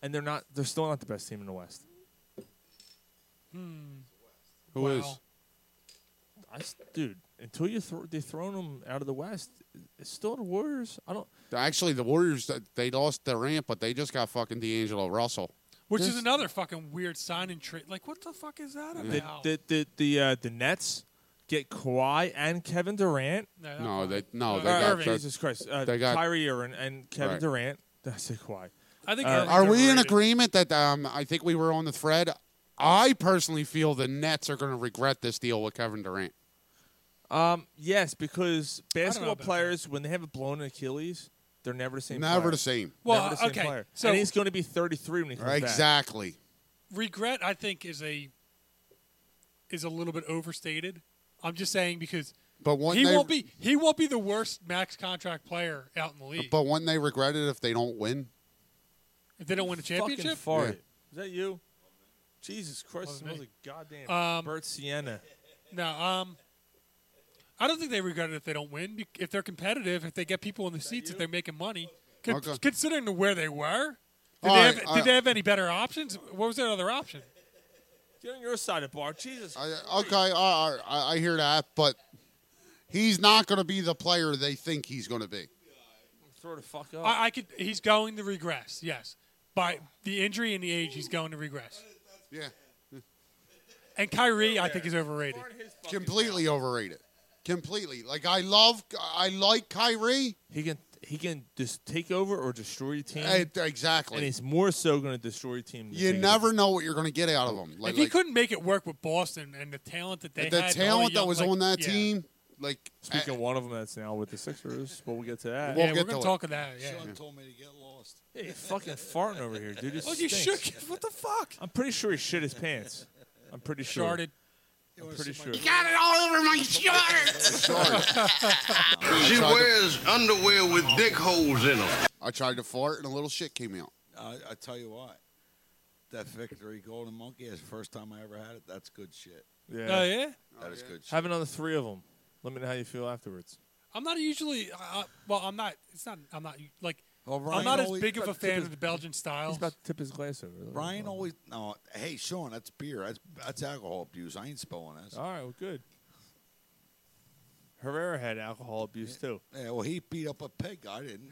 S3: and they're not. They're still not the best team in the West.
S6: Who is?
S7: Wow.
S3: I s dude, until you throw they're throwing them out of the West, it's still the Warriors. I don't.
S6: Actually, the Warriors th- they lost Durant, but they just got fucking D'Angelo Russell.
S7: Which is another fucking weird sign and trade. Like, what the fuck is that
S3: The
S7: about?
S3: the the the, uh, the Nets get Kawhi and Kevin Durant.
S7: No,
S6: No, they no,
S7: No,
S6: they got
S3: Oh, Uh, Irving.
S6: the-
S3: Jesus Christ, uh,
S6: they got.
S3: Kyrie Irving and Kevin
S6: Right.
S3: Durant. I said Kawhi.
S7: I think
S3: Uh,
S7: Irving's
S6: Are we in
S7: overrated.
S6: agreement that um? I think we were on the thread. I personally feel the Nets are going to regret this deal with Kevin Durant.
S3: Um, yes, because basketball
S7: about
S3: players when they have a blown Achilles, they're never the same.
S6: Never
S3: player.
S6: the same.
S7: Well,
S3: never the same
S7: okay,
S3: player.
S7: so-
S3: and he's going to be 33 when he comes back.
S6: Exactly.
S7: regret I think is a is a little bit overstated. I'm just saying because
S6: But one
S7: he
S6: they,
S7: won't be he won't be the worst max contract player out in the league
S6: But one they regret it if they don't win.
S7: if they don't win a
S3: Fucking
S7: championship.
S3: fart.
S6: Yeah.
S3: Is that you? Jesus Christ!
S7: Wasn't
S3: smells like goddamn
S7: Um,
S3: Bert Sienna.
S7: No, um, I don't think they regret it if they don't win. Be- If they're competitive, if they get people in the seats, if they're making money, Con-
S6: Okay.
S7: considering to where they were, did,
S6: All
S7: they,
S6: right,
S7: have,
S6: all
S7: did
S6: right.
S7: they have any better options? What was their other option?
S3: Get on your side of the bar, Jesus.
S6: I, okay, all right, I, I hear that, but he's not going to be the player they think he's going to be.
S3: Throw the fuck up.
S7: I, I could. He's going to regress. Yes, by the injury and the age, he's going to regress.
S6: Yeah.
S7: And Kyrie, I think, is overrated.
S6: Completely overrated. Completely. Like I love, I like Kyrie.
S3: He can he can just take over or destroy your team.
S6: Eh, exactly.
S3: And he's more so going to destroy your team. than
S6: You
S3: take it
S6: never know what you're going to get out of him. Like,
S7: if he
S6: like,
S7: couldn't make it work with Boston and the talent that they
S6: the
S7: had, and all
S6: talent
S7: young-
S6: that was
S7: like,
S6: on that
S7: yeah.
S6: team, like eh,
S3: Speaking of one of them that's now with the Sixers, but we'll get to that.
S6: We'll Yeah, get we're gonna to it.
S7: talk of that, yeah.
S9: Sean told me to get lost.
S3: Hey, you're fucking farting over here, dude. This
S9: Oh, you
S3: stinks.
S9: shook- what the fuck?
S3: I'm pretty sure he shit his pants. I'm pretty sure.
S7: Sharted.
S3: I'm pretty sure.
S17: got it all over my shirt.
S6: She
S19: wears underwear with dick holes in them.
S6: I tried to fart and a little shit came out.
S8: I, I tell you what, that victory golden monkey is the first time I ever had it. That's good shit.
S3: Yeah.
S7: Oh, yeah?
S8: That is good shit.
S3: Have another three of them. Let me know how you feel afterwards.
S7: I'm not usually. Uh, well, I'm not. It's not. I'm not like.
S6: Oh,
S7: I'm
S8: Well, Ryan
S7: not as
S8: only-
S7: big of a
S8: but-
S7: fan of the Belgian style.
S3: about to tip his glass over.
S8: Brian always no. Hey, Sean, that's beer. That's that's alcohol abuse. I ain't spilling this.
S3: All right, well, good. Herrera had alcohol abuse too.
S8: Yeah, well, he beat up a pig. I didn't.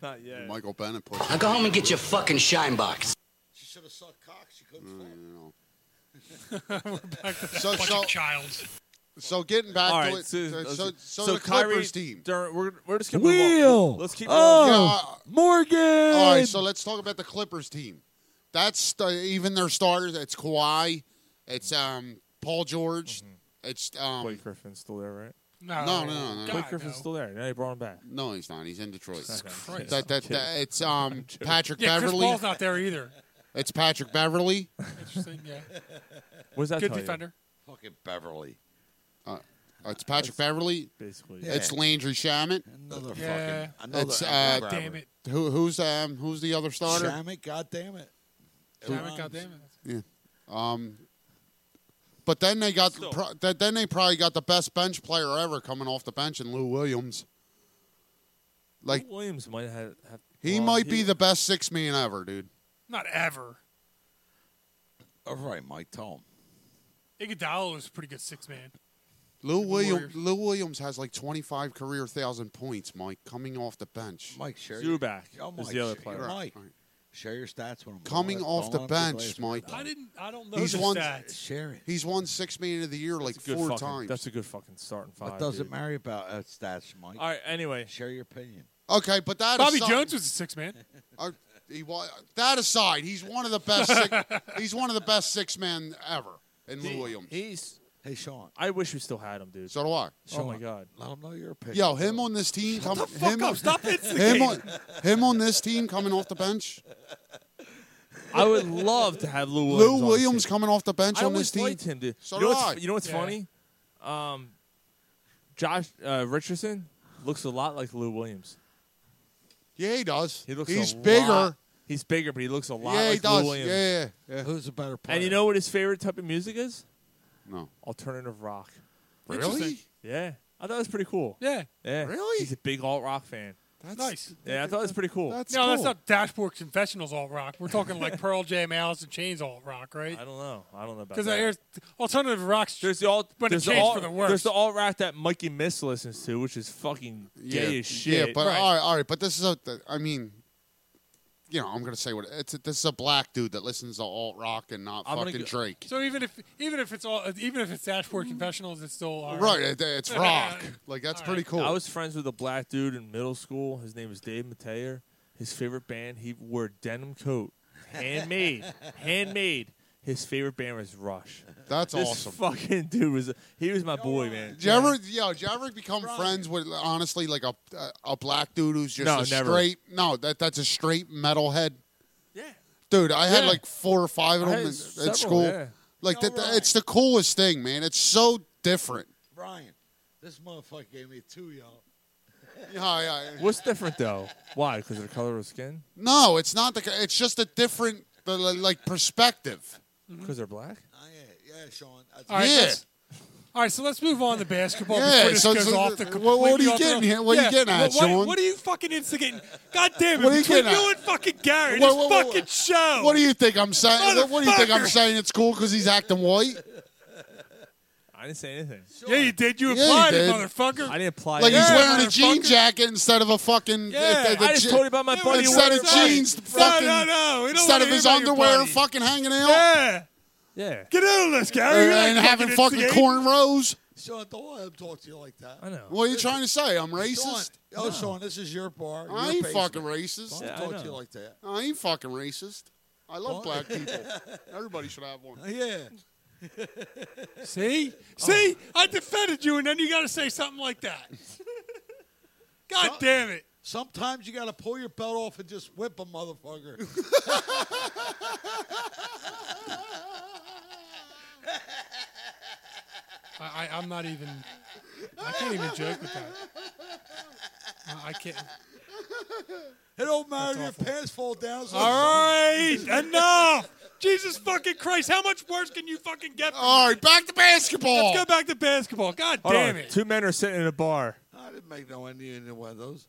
S3: Not yet.
S6: Michael Bennett pushed.
S20: Now go home and get your fucking shine box.
S8: She should have sucked cock. She
S6: Mm.
S8: couldn't.
S6: so, so, So getting back
S3: All
S6: to
S3: right,
S6: it,
S3: so,
S6: so, so, so, the
S3: Kyrie
S6: Clippers team.
S3: Durant- we're, we're just gonna move on.
S6: Wheel.
S3: Let's keep
S6: Oh,
S3: Morgan.
S6: All
S7: Oh,
S6: right, so let's talk about the Clippers team. That's the, even their starters. It's Kawhi, it's um, Paul George,
S3: Mm-hmm.
S6: it's um,
S3: Blake Griffin's still there, right?
S6: No, no, no, no.
S3: Blake Griffin's still there. Now they brought him back.
S6: No, he's not. He's in Detroit.
S3: Jesus Christ.
S6: That, that, that, it's um, Patrick
S7: yeah, Chris
S6: Beverly.
S7: Paul's not there either.
S6: It's Patrick Beverly.
S7: Interesting. Yeah.
S3: What does that
S7: Good
S3: tell you?
S7: defender.
S8: Fucking Beverly.
S6: Uh, it's Patrick Beverly.
S3: Basically,
S6: It's
S8: Yeah.
S6: Landry Shamet.
S8: Another Yeah. fucking- another
S6: It's, uh,
S8: ankle Damn grabber. it.
S6: Who, who's um who's the other starter?
S8: Shamit, God damn it.
S6: Who-
S7: damn it.
S6: Yeah. Um. But then they got
S8: Still.
S6: pro- th- then they probably got the best bench player ever coming off the bench in Lou Williams. Like
S3: Lou Williams might have. have
S6: he
S3: well,
S6: might
S3: he-
S6: be the best six man ever, dude.
S7: Not ever.
S8: All right, Mike, tell him.
S7: Iguodala was a pretty good six man.
S6: Lou
S7: The
S6: Williams
S7: Warriors.
S6: Lou Williams has like twenty five career thousand points, Mike, coming off the bench.
S8: Mike share
S3: Zubac
S8: your,
S3: is the other
S8: share-
S3: player.
S8: Mike, share your stats with him.
S6: Coming
S8: Don't let-
S6: off
S8: don't
S6: the
S8: let him
S6: bench,
S8: be
S6: Mike.
S8: glazed.
S7: I didn't. I don't know
S6: He's
S7: the
S6: won
S7: stats.
S8: Share it.
S6: He's won six man of the year like
S3: That's a good
S6: four
S3: fucking,
S6: times.
S3: That's a good fucking starting five.
S8: What does
S3: dude.
S8: it matter about uh, stats, Mike?
S3: All right. Anyway,
S8: share your opinion.
S6: Okay, but that
S7: Bobby
S6: aside-
S7: Jones was a six man.
S6: Uh, he wa- that aside, he's one of the best. Six, he's one of the best six men ever in Lou
S3: He-
S6: Williams.
S3: He's
S8: Hey, Sean.
S3: I wish we still had him, dude.
S6: So do I.
S3: Oh my god.
S8: Let him know your opinion.
S6: Yo, him on this team. Come,
S8: the fuck
S6: him,
S8: up. Stop
S6: him
S8: instigating.
S6: on, him on this team coming off the bench.
S3: I would love to have Lou Williams.
S6: Lou
S3: on
S6: Williams coming off the
S3: this team.
S6: bench
S3: I
S6: on this
S3: always
S6: team.
S3: liked him, dude.
S6: So
S3: you know
S6: do
S3: what's,
S6: I.
S3: you know what's
S6: Yeah.
S3: funny? Um, Josh uh, Richardson looks a lot like Lou Williams.
S6: Yeah, he does.
S3: He looks.
S6: He's
S3: a
S6: bigger.
S3: lot- He's bigger, but he looks a lot
S6: Yeah,
S3: like
S6: he does.
S3: Lou Williams.
S6: Yeah, yeah, yeah.
S8: Who's a better player?
S3: And you know what his favorite type of music is?
S6: No.
S3: Alternative rock.
S6: Really? Interesting.
S3: Yeah. I thought it was pretty cool.
S7: Yeah.
S3: Yeah.
S6: Really?
S3: He's a big alt rock fan.
S6: That's
S7: nice.
S3: Yeah, I thought it was pretty cool.
S6: That's
S7: no, that's not Dashboard Confessionals alt rock. We're talking like Pearl Jam, Alice in Chains alt rock, right?
S3: I don't know. I don't know about
S7: Because
S3: that.
S7: there's alternative rocks.
S3: There's the alt.
S7: when it
S3: there's the
S7: changed
S3: alt-
S7: for the worst.
S3: There's the alt rap that Mikey Miss listens to, which is fucking
S6: Yeah,
S3: gay as shit.
S6: Yeah, but uh, all right, all right. But this is a. th- I mean, you know, I'm gonna say what it's. A, this is a black dude that listens to alt rock and not
S3: I'm gonna
S6: fucking
S3: go-
S6: Drake.
S7: So even if even if it's all even if it's Dashboard
S3: Mm-hmm.
S7: Confessionals, it's still all
S6: Right, it- it's rock. Like that's pretty cool.
S3: I was friends with a black dude in middle school. His name was Dave Mateer. His favorite band, he wore a denim coat, handmade, handmade. His favorite band was Rush.
S6: That's
S3: this
S6: awesome.
S3: Fucking dude was he was my boy, man.
S6: Did you ever, yo, did you ever become friends with honestly like a a black dude who's just
S3: No,
S6: a
S3: never.
S6: straight? No, that that's a straight metalhead.
S3: Yeah,
S6: dude, I had
S3: Yeah.
S6: like four or five of
S3: I
S6: them
S3: had
S6: in,
S3: several,
S6: at school.
S3: yeah.
S6: Like that,
S8: Alright.
S6: it's the coolest thing, man. It's so different.
S8: Brian, this motherfucker gave me two, y'all.
S6: Yeah, yeah, yeah.
S3: What's different though? Why? Because of the color of skin?
S6: No, it's not the. It's just a different the, like perspective.
S3: Because they're black?
S8: Oh, yeah, yeah, Sean. That's
S7: All right,
S6: Yeah.
S7: let's- all right, so let's move on to basketball
S6: Yeah,
S7: before this
S6: so-
S7: goes
S6: so
S7: off the
S6: what- what are you
S7: completely off the-
S6: getting here? What are you getting at,
S7: what, what-
S6: Sean?
S7: What are you fucking instigating? God damn it!
S6: What are you
S7: between
S6: getting
S7: you
S6: at?
S7: and fucking Gary,
S6: Whoa,
S7: this
S6: whoa, whoa,
S7: fucking show.
S6: What do you think I'm saying? What, what do you think I'm
S7: Motherfucker.
S6: saying? It's cool because he's acting white.
S3: I didn't say anything.
S7: Yeah, you did. You
S6: Yeah, you
S7: applied
S6: did.
S7: it, motherfucker.
S3: I didn't apply.
S6: Like he's
S3: anything.
S6: wearing a jean jacket instead of a fucking.
S7: Yeah,
S6: the- the
S3: I just
S6: je-
S3: told you about my buddy who
S6: Instead of
S3: works out.
S6: jeans,
S3: Right,
S6: fucking.
S3: I know. We don't
S6: Instead
S3: wanna
S6: of
S3: hear
S6: his
S3: about your
S6: underwear,
S3: buddy.
S6: fucking hanging out.
S7: Yeah.
S3: Yeah.
S10: Get out of this, Gary. You're not
S6: Uh, and having
S10: fucking
S6: fucking
S10: instigating.
S6: cornrows.
S9: Sean, don't let him talk to you like that.
S3: I know.
S6: What are you trying to say? I'm racist.
S9: oh, Sean, this is your bar.
S6: I
S9: your
S6: ain't
S9: basement.
S6: fucking racist.
S9: Don't talk to you like that.
S6: I ain't fucking racist. I love
S9: What?
S6: black people. Everybody should have one.
S9: Yeah.
S7: See? See? I defended you, and then you got to say something like that. God damn it.
S9: Sometimes you got to pull your belt off and just whip a motherfucker.
S7: I, I, I'm not even. I can't even joke with that. I- I can't.
S9: It don't matter if your pants fall down. so-
S3: Uh,
S7: All right, enough. Jesus fucking Christ, how much worse can you fucking get? From
S6: All right, back to basketball.
S7: Let's go back to basketball. God
S3: Hold
S7: damn
S3: on.
S7: it.
S3: Two men are sitting in a bar.
S9: I didn't make no Indian in one of those.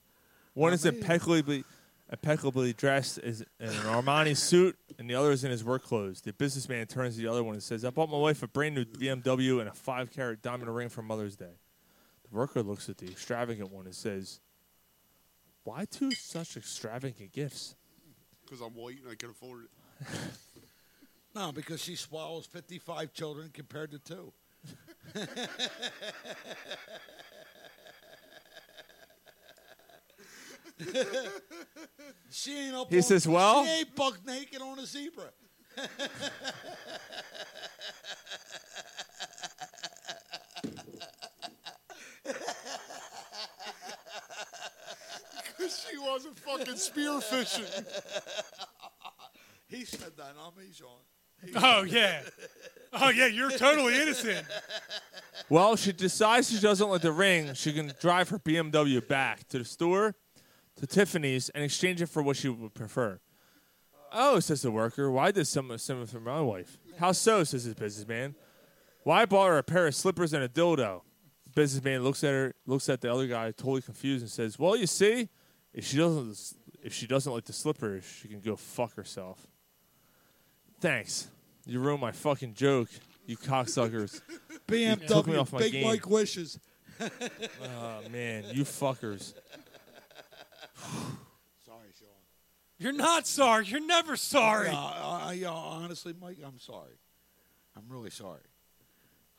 S3: One is impeccably, impeccably dressed is in an Armani suit, and the other is in his work clothes. The businessman turns to the other one and says, "I bought my wife a brand new BMW and a five-carat diamond ring for Mother's Day." The worker looks at the extravagant one and says, "Why two such extravagant gifts?"
S6: Because I'm white and I can afford it.
S9: No, because she swallows 55 children compared to two. she ain't up
S3: He
S9: on-
S3: says, "Well."
S9: She ain't buck naked on a zebra.
S6: Because she wasn't fucking spear fishing.
S9: He said that, not me, Sean. He-
S7: Oh, yeah. Oh, yeah, you're totally innocent.
S3: Well, she decides she doesn't want the ring. She can drive her BMW back to the store, to Tiffany's, and exchange it for what she would prefer. Oh, says the worker, why did someone similar for my wife? How so, says the businessman. Why I bought her a pair of slippers and a dildo? The businessman looks at her, looks at the other guy, totally confused, and says, "Well, you see, if she doesn't, if she doesn't like the slippers, she can go fuck herself." Thanks, you ruined my fucking joke, you cocksuckers.
S9: BMW,
S3: you took me off my
S9: Big
S3: game.
S9: Mike wishes.
S3: Oh man, you fuckers.
S9: Sorry, Sean.
S7: You're not sorry. You're never sorry.
S9: No, I, I- yeah, honestly, Mike, I'm sorry. I'm really sorry.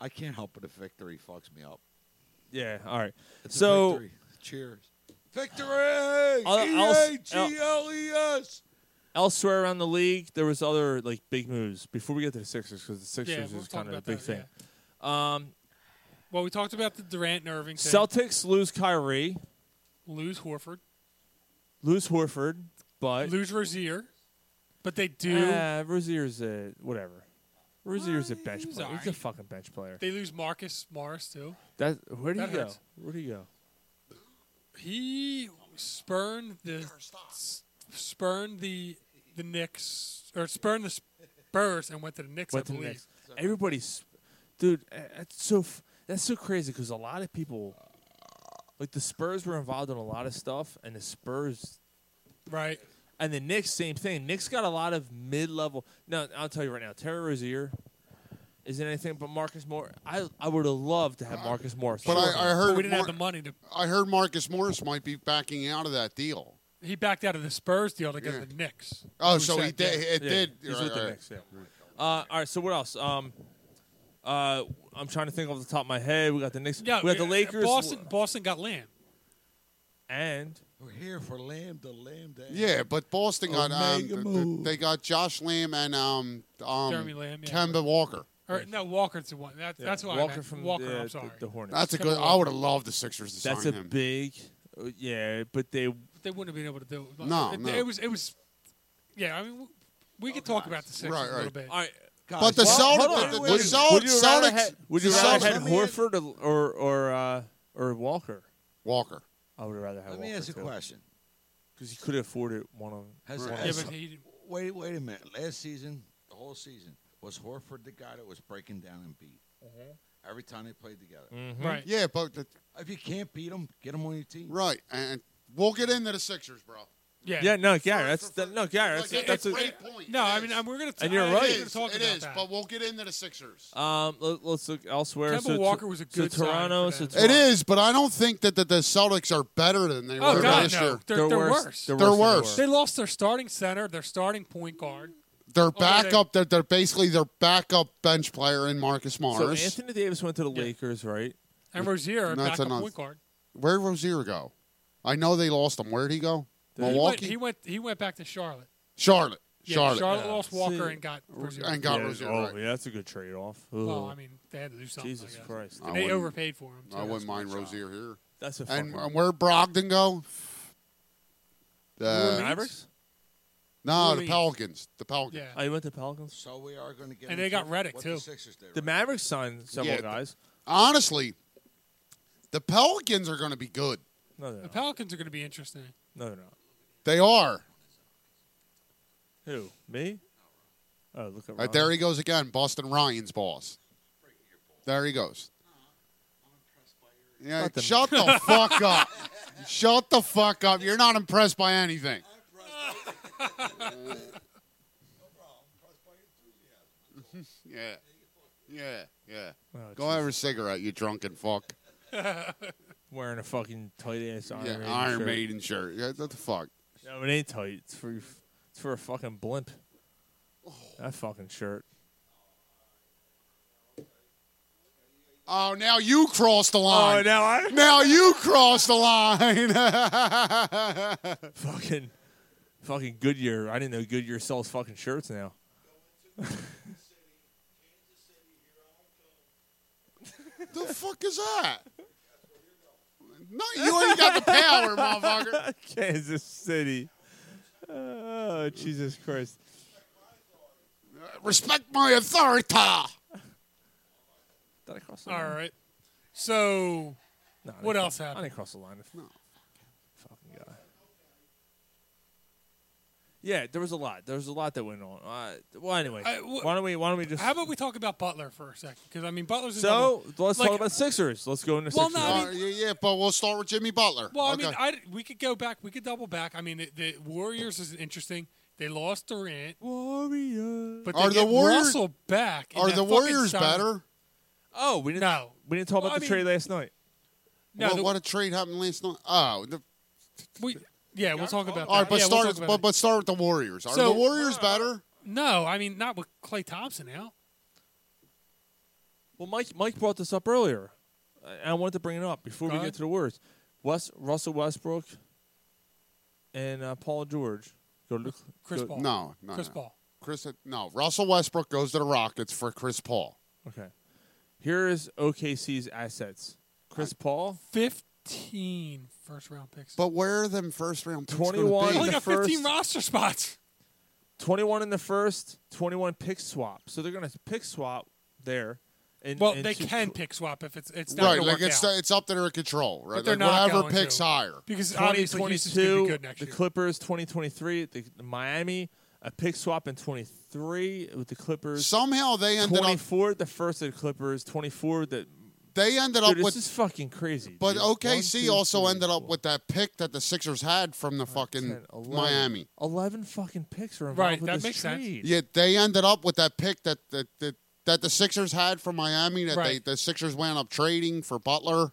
S9: I can't help it if victory fucks me up.
S3: Yeah, all right.
S9: It's a
S3: so
S9: victory. cheers. Victory! E
S3: I'll-
S9: E-A-G-L-E-S!
S3: elsewhere around the league, there was other like big moves before we get to the Sixers because the Sixers
S7: we'll
S3: is
S7: talk
S3: kind of a
S7: about
S3: big
S7: that,
S3: thing. Um,
S7: Well, we talked about the Durant and Irving thing.
S3: Celtics lose Kyrie,
S7: lose Horford,
S3: lose Horford, but
S7: lose Rozier, but they do.
S3: Ah, Rozier's a whatever. Rozier's a bench
S7: he's
S3: player. He's a
S7: alright.
S3: fucking bench player.
S7: they lose Marcus Morris too.
S3: That where do
S7: That
S3: you
S7: hurts.
S3: go? Where do you go?
S7: He spurned the s- spurned the the Knicks or spurned the Spurs and went to the Knicks.
S3: Went
S7: I
S3: to the
S7: believe.
S3: Knicks. Everybody's, dude. uh, That's so. f- That's so crazy because a lot of people, like the Spurs, were involved in a lot of stuff, and the Spurs,
S7: right?
S3: And the Knicks, same thing. Knicks got a lot of mid-level. No, I'll tell you right now, Terry Rozier isn't anything but Marcus Moore. I I would have loved to have Marcus Morris,
S6: But I, I heard Mar-
S7: money to.
S6: I heard Marcus Morris might be backing out of that deal.
S7: He backed out of the Spurs deal to go to the Knicks.
S6: Oh,
S7: Who
S6: so he
S7: sat
S6: did.
S7: there.
S6: It did.
S3: He's
S6: right,
S3: with the
S6: right.
S3: Knicks, yeah. Uh, all right. So what else? Um, uh, I'm trying to think off the top of my head. We got the Knicks.
S7: Yeah,
S3: we got the
S7: uh,
S3: Lakers.
S7: Boston, Boston got Lamb.
S3: and
S9: We're here for Lamb to Lamb to
S6: Yeah, but Boston got um,
S9: Omega
S6: th-
S9: move.
S6: they got Josh Lamb and um, um
S7: Jeremy Lamb, yeah.
S6: Kemba Walker.
S7: Or, no, Walker's the one. That,
S3: Yeah,
S7: That's what I
S3: Walker
S7: meant.
S3: from
S7: Walker.
S3: the-
S7: I'm
S3: the-
S7: sorry.
S3: the Hornets.
S6: That's a good. I would have loved the Sixers to
S3: That's a
S6: sign him.
S3: big. uh, Yeah, but they.
S7: They wouldn't have been able to do it.
S6: No,
S7: it,
S6: no.
S7: it was. It was. Yeah, I mean, we, we could talk about the Sixers
S6: Right,
S7: a little
S6: right.
S7: bit.
S3: All right.
S6: But the
S3: Well,
S6: Celtics,
S3: hold on.
S6: the,
S3: Wait,
S6: the
S3: wait.
S6: Celt-
S3: Would you rather
S6: Celtics,
S3: ha- would you
S6: the
S3: rather
S6: Celtics-
S3: have Horford or or uh, or Walker?
S6: Walker.
S3: I would rather have.
S8: Let
S3: Walker
S8: me ask you
S3: too.
S8: a question.
S3: Because he could have afforded one of them.
S8: Has,
S3: one of
S8: has-
S3: them.
S8: wait, wait a minute. Last season, the whole season, was Horford the guy that was breaking down and beat every time they played together?
S3: Hmm?
S7: Right.
S6: Yeah, but the,
S8: If you can't beat him, get him on your team.
S6: right, and we'll get into the Sixers, bro.
S7: yeah.
S3: yeah, no, Gary, that's that, no, Gary, that's,
S6: Like,
S3: that's
S6: it's a
S3: a,
S6: great point.
S7: No, I mean, I'm, we're gonna.
S3: And you're
S7: I-
S3: right.
S7: We're
S6: It
S7: gonna
S6: is,
S7: talk
S6: it
S7: about
S6: is,
S7: that.
S6: but we'll get into the Sixers.
S3: um. Let, us look elsewhere.
S7: Kemba
S3: so
S7: Walker was a good
S3: so
S7: signing
S3: Toronto.
S7: for
S3: So
S7: them.
S6: It is, but I don't think that the, the Celtics are better than they
S7: Oh
S6: were
S7: God,
S6: last
S7: no!
S6: year.
S7: They're,
S3: They're
S7: they're
S3: worse.
S7: worse.
S3: They're
S6: They're
S3: worse than they
S6: worse.
S7: They lost their starting center, their starting point guard.
S6: Their
S3: Oh, yeah, they-
S6: backup, they're, they're basically their backup bench player in Marcus
S3: So
S6: Morris.
S3: Anthony Davis went to the Lakers, right?
S7: And Rozier, a
S6: And that's
S7: backup
S6: another-
S7: point guard.
S6: Where'd Rozier go? I know they lost him. Where'd he go? Milwaukee?
S7: He went, he went. He went back to Charlotte.
S6: Charlotte.
S7: Yeah,
S6: Charlotte.
S7: Charlotte lost Walker and got Rozier.
S6: And got
S3: yeah,
S6: Rozier.
S3: Oh,
S6: right.
S3: yeah, that's a good trade off.
S7: Well, I mean, they had to do something. I
S3: Jesus
S7: guess.
S3: Christ.
S7: And
S6: I
S7: they
S6: wouldn't-
S7: overpaid for him. Too.
S6: I wouldn't mind Rozier here.
S3: That's a
S6: and,
S3: fucking-
S6: and where'd Brogdon go?
S3: New
S6: The uh,
S3: Orleans? Mavericks? New
S6: No, the
S3: Orleans.
S6: Pelicans. The Pelicans.
S3: Oh, you went to Pelicans?
S8: So we are going to get.
S7: And they
S8: into
S7: got Redick,
S8: what
S7: too.
S8: The Sixers did.
S3: The Mavericks signed several
S6: Yeah,
S3: guys.
S6: Honestly, the Pelicans are going to be good.
S3: No, they're
S7: The
S3: not.
S7: Pelicans are going to be interesting.
S3: No, they're not.
S6: They are.
S3: Who? Me? Oh, look at
S6: All right, there he goes again. Boston Ryan's boss. There he goes. Yeah,
S3: Not the-
S6: shut the fuck up. Shut the fuck up. You're not impressed by anything. yeah. Yeah. Yeah. Go have a cigarette, you drunken fuck.
S3: Wearing a fucking tight ass Iron
S6: yeah,
S3: Maiden
S6: Iron
S3: shirt.
S6: Maiden shirt. Yeah, what the fuck?
S3: No, it ain't tight. It's for it's for a fucking blimp. That fucking shirt.
S6: Oh, now you crossed the line.
S3: Oh, now I-
S6: Now you crossed the line.
S3: Fucking fucking Goodyear. I didn't know Goodyear sells fucking shirts now.
S6: the fuck is that? No, you ain't got the power, motherfucker.
S3: Kansas City. Oh Jesus Christ.
S6: Respect my authority.
S3: Did I cross the
S7: All
S3: line?
S7: right. So,
S3: No, I didn't
S7: what
S3: cross-
S7: else
S3: I
S7: happened?
S3: didn't cross the line. No. Fucking guy. Yeah, there was a lot. There was a lot that went on. Uh, well, anyway,
S7: I- wh-
S3: why don't we? Why don't we just?
S7: How about we talk about Butler for a second? Because I mean, Butler's
S3: so
S7: another-
S3: let's
S7: like,
S3: talk about Sixers. Let's go into
S7: Well,
S3: Sixers.
S7: no, I mean-
S6: Uh, yeah, yeah, but we'll start with Jimmy Butler.
S7: Well, I
S6: Okay.
S7: mean, I, we could go back. We could double back. I mean, the, the Warriors is interesting. They lost Durant.
S3: Warriors.
S7: But they
S6: Are the
S7: get
S6: Warriors-
S7: Russell back. and
S6: Are
S7: that
S6: the
S7: fucking
S6: Warriors
S7: style-
S6: better?
S3: oh, we didn't.
S7: No.
S3: We didn't talk
S7: Well,
S3: about
S7: I
S3: the
S7: mean-
S3: trade last night.
S7: No,
S6: what,
S7: the-
S6: what a trade happened last night. Oh, the,
S7: We, yeah, we'll talk about
S6: all right,
S7: that.
S6: but
S7: Yeah, we'll
S6: start
S7: talk
S6: with,
S7: about
S6: but,
S7: it.
S6: but start with the Warriors. Are
S7: So- uh,
S6: the Warriors better?
S7: No, I mean, not with Clay Thompson now.
S3: Well, Mike Mike brought this up earlier, uh, and I wanted to bring it up before
S7: Go
S3: we
S7: ahead.
S3: get to the words. West Russell Westbrook and uh, Paul George go to the,
S7: Chris
S3: go-
S7: Paul.
S6: No, no,
S7: Chris
S6: no.
S7: Paul.
S6: Chris, no. Russell Westbrook goes to the Rockets for Chris Paul.
S3: Okay, here is OKC's assets: Chris Paul,
S7: 15 first round picks.
S6: But where are them first round picks?
S3: 21
S6: gonna
S7: Only
S3: the
S7: got
S3: first-
S7: 15 roster spots.
S3: 21 in the first, 21 pick swap. So they're going to pick swap there. And,
S7: Well,
S3: and
S7: they
S3: to-
S7: can pick swap if it's it's
S6: be?
S7: not
S6: Right,
S7: gonna
S6: like
S7: work
S6: it's
S7: out.
S6: it's up to their control, right?
S7: but they're
S6: like
S7: not
S6: whatever
S7: going
S6: picks
S7: to.
S6: higher.
S7: because obviously Houston's going to
S3: 2022,
S7: be good next
S3: the
S7: year.
S3: Clippers, 2023, the, the Miami, a pick swap in 23 with the Clippers.
S6: Somehow they ended up
S3: 24 the first of the Clippers, 24 the
S6: they ended
S3: Dude,
S6: up
S3: this
S6: with
S3: is fucking crazy.
S6: But
S3: dude.
S6: OKC
S3: One, two,
S6: also
S3: three,
S6: ended up
S3: four,
S6: with that pick that the Sixers had from the fucking
S3: 10, 11.
S6: Miami.
S3: 11 fucking picks are involved
S7: Right,
S3: with
S7: that
S3: this
S7: makes sense.
S3: trade.
S6: Yeah, they ended up with that pick that that that, that the Sixers had from Miami that
S7: Right.
S6: they, the Sixers wound up trading for Butler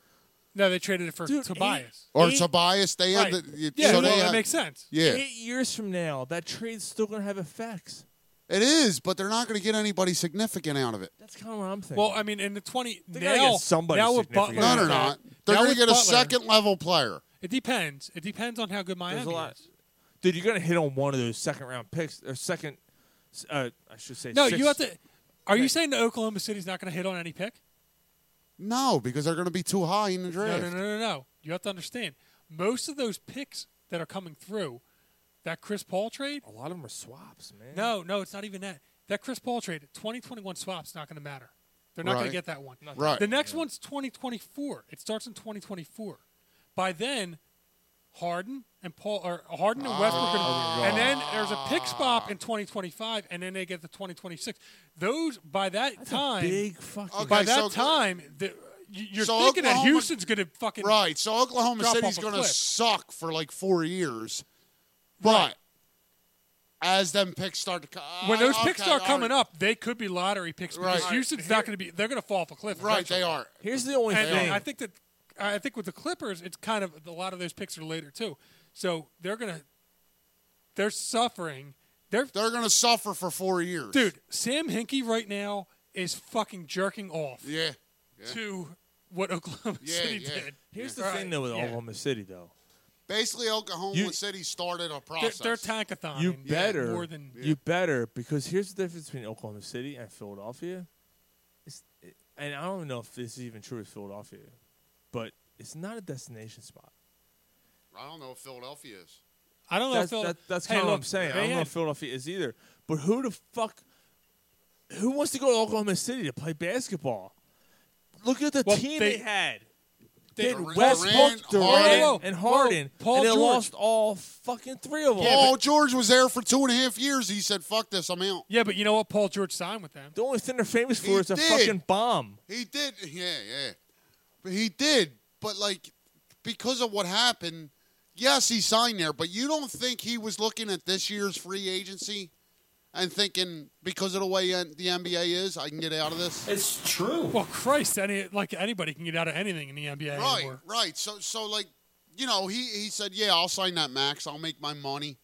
S7: no, they traded it for
S3: Dude,
S7: Tobias.
S6: or
S3: Eight-
S6: Tobias. They
S7: Right.
S6: ended y-
S7: Yeah,
S6: so
S7: well,
S6: they
S7: that
S6: had-
S7: makes sense.
S6: Yeah,
S3: Eight years from now, that trade's still going to have effects.
S6: it is, but they're not going to get anybody significant out of it.
S3: That's kind of what I'm thinking.
S7: Well, I mean, in the 20
S3: They gotta
S7: now,
S3: get somebody
S7: now with
S3: significant.
S7: Butler,
S6: No, they're
S3: Okay.
S6: not. They're
S7: Now
S6: going to
S7: with
S6: get a
S7: Butler-
S6: second level player.
S7: It depends. It depends on how good Miami
S3: There's a lot.
S7: is.
S3: Dude, you're going to hit on one of those second round picks or second. Uh, I should say.
S7: No,
S3: six-
S7: you have to. Are you saying that Oklahoma City's not going to hit on any pick?
S6: No, because they're going to be too high in the
S7: No,
S6: draft.
S7: no, no, no, no. You have to understand. Most of those picks that are coming through, that Chris Paul trade.
S3: A lot of them are swaps, man.
S7: No, no, it's not even that. That Chris Paul trade, 2021 swap's not going to matter. They're not going
S6: Right.
S7: to get that one.
S3: Not
S6: Right.
S7: The next one's 2024. It starts in 2024. By then, Harden and Paul or Harden and Westbrook,
S3: Oh,
S7: are gonna- and then there's a pick swap in 2025, and then they get the 2026. Those by that time,
S3: Big fucking.
S6: Okay.
S7: by that
S6: so- uh,
S7: time, the, you- you're
S6: So
S7: thinking that
S6: Oklahoma-
S7: Houston's going to fucking
S6: Right. So Oklahoma
S7: Drop
S6: City's
S7: off a
S6: going to
S7: cliff.
S6: suck for like four years. But
S7: Right.
S6: as them picks start to uh, come,
S7: When those picks start coming up, they could be lottery picks because
S6: Right.
S7: Houston's not going to be. They're going to fall off a cliff.
S6: right?
S7: eventually.
S6: They are.
S3: Here's the only
S7: And
S3: thing.
S7: I think that I think with the Clippers, it's kind of a lot of those picks are later too, so they're gonna they're suffering They're
S6: they're gonna suffer for four years,
S7: dude. Sam Hinkie right now is fucking jerking off.
S6: Yeah. Yeah.
S7: To what Oklahoma
S6: Yeah,
S7: City
S6: yeah.
S7: did.
S3: Here's the thing though with
S7: yeah.
S3: Oklahoma City though.
S6: Basically, Oklahoma
S3: You-
S6: City started a
S7: They're,
S6: process.
S7: they're tankathon.
S3: You
S7: and
S3: better
S7: more than
S3: you better because here's the difference between Oklahoma City and Philadelphia. It's, it- and I don't even know if this is even true with Philadelphia, but it's not a destination spot.
S6: I don't know if Philadelphia is.
S7: I don't know
S3: That's,
S7: if Phil-
S3: that, that's
S7: Hey,
S3: kind of what
S7: look,
S3: I'm saying. I
S7: they
S3: don't know
S7: had-
S3: if Philadelphia is either. But who the fuck, who wants to go to Oklahoma City to play basketball? Look at the
S7: Well,
S3: team
S7: they-
S3: they, had.
S7: they-
S3: They had
S7: Durant,
S3: Westbrook,
S7: Harden, Whoa, whoa,
S3: Durant,
S7: whoa.
S3: and Harden,
S6: Paul
S3: and they
S6: George.
S3: lost all fucking three of them.
S6: Paul George was there for two and a half years. He said, "Fuck this, I'm out."
S7: Yeah, but you know what? Paul George signed with them.
S3: The only thing they're famous
S6: for He is a did. fucking
S3: bomb.
S6: He did, yeah, yeah. But he did, but like because of what happened, yes, he signed there. But you don't think he was looking at this year's free agency and thinking because of the way uh, the NBA is, I can get out of this.
S7: It's true. Well, Christ, any like anybody can get out of anything in the NBA
S6: right,
S7: anymore.
S6: right. So, so like you know, he he said, yeah, I'll sign that max. I'll make my money,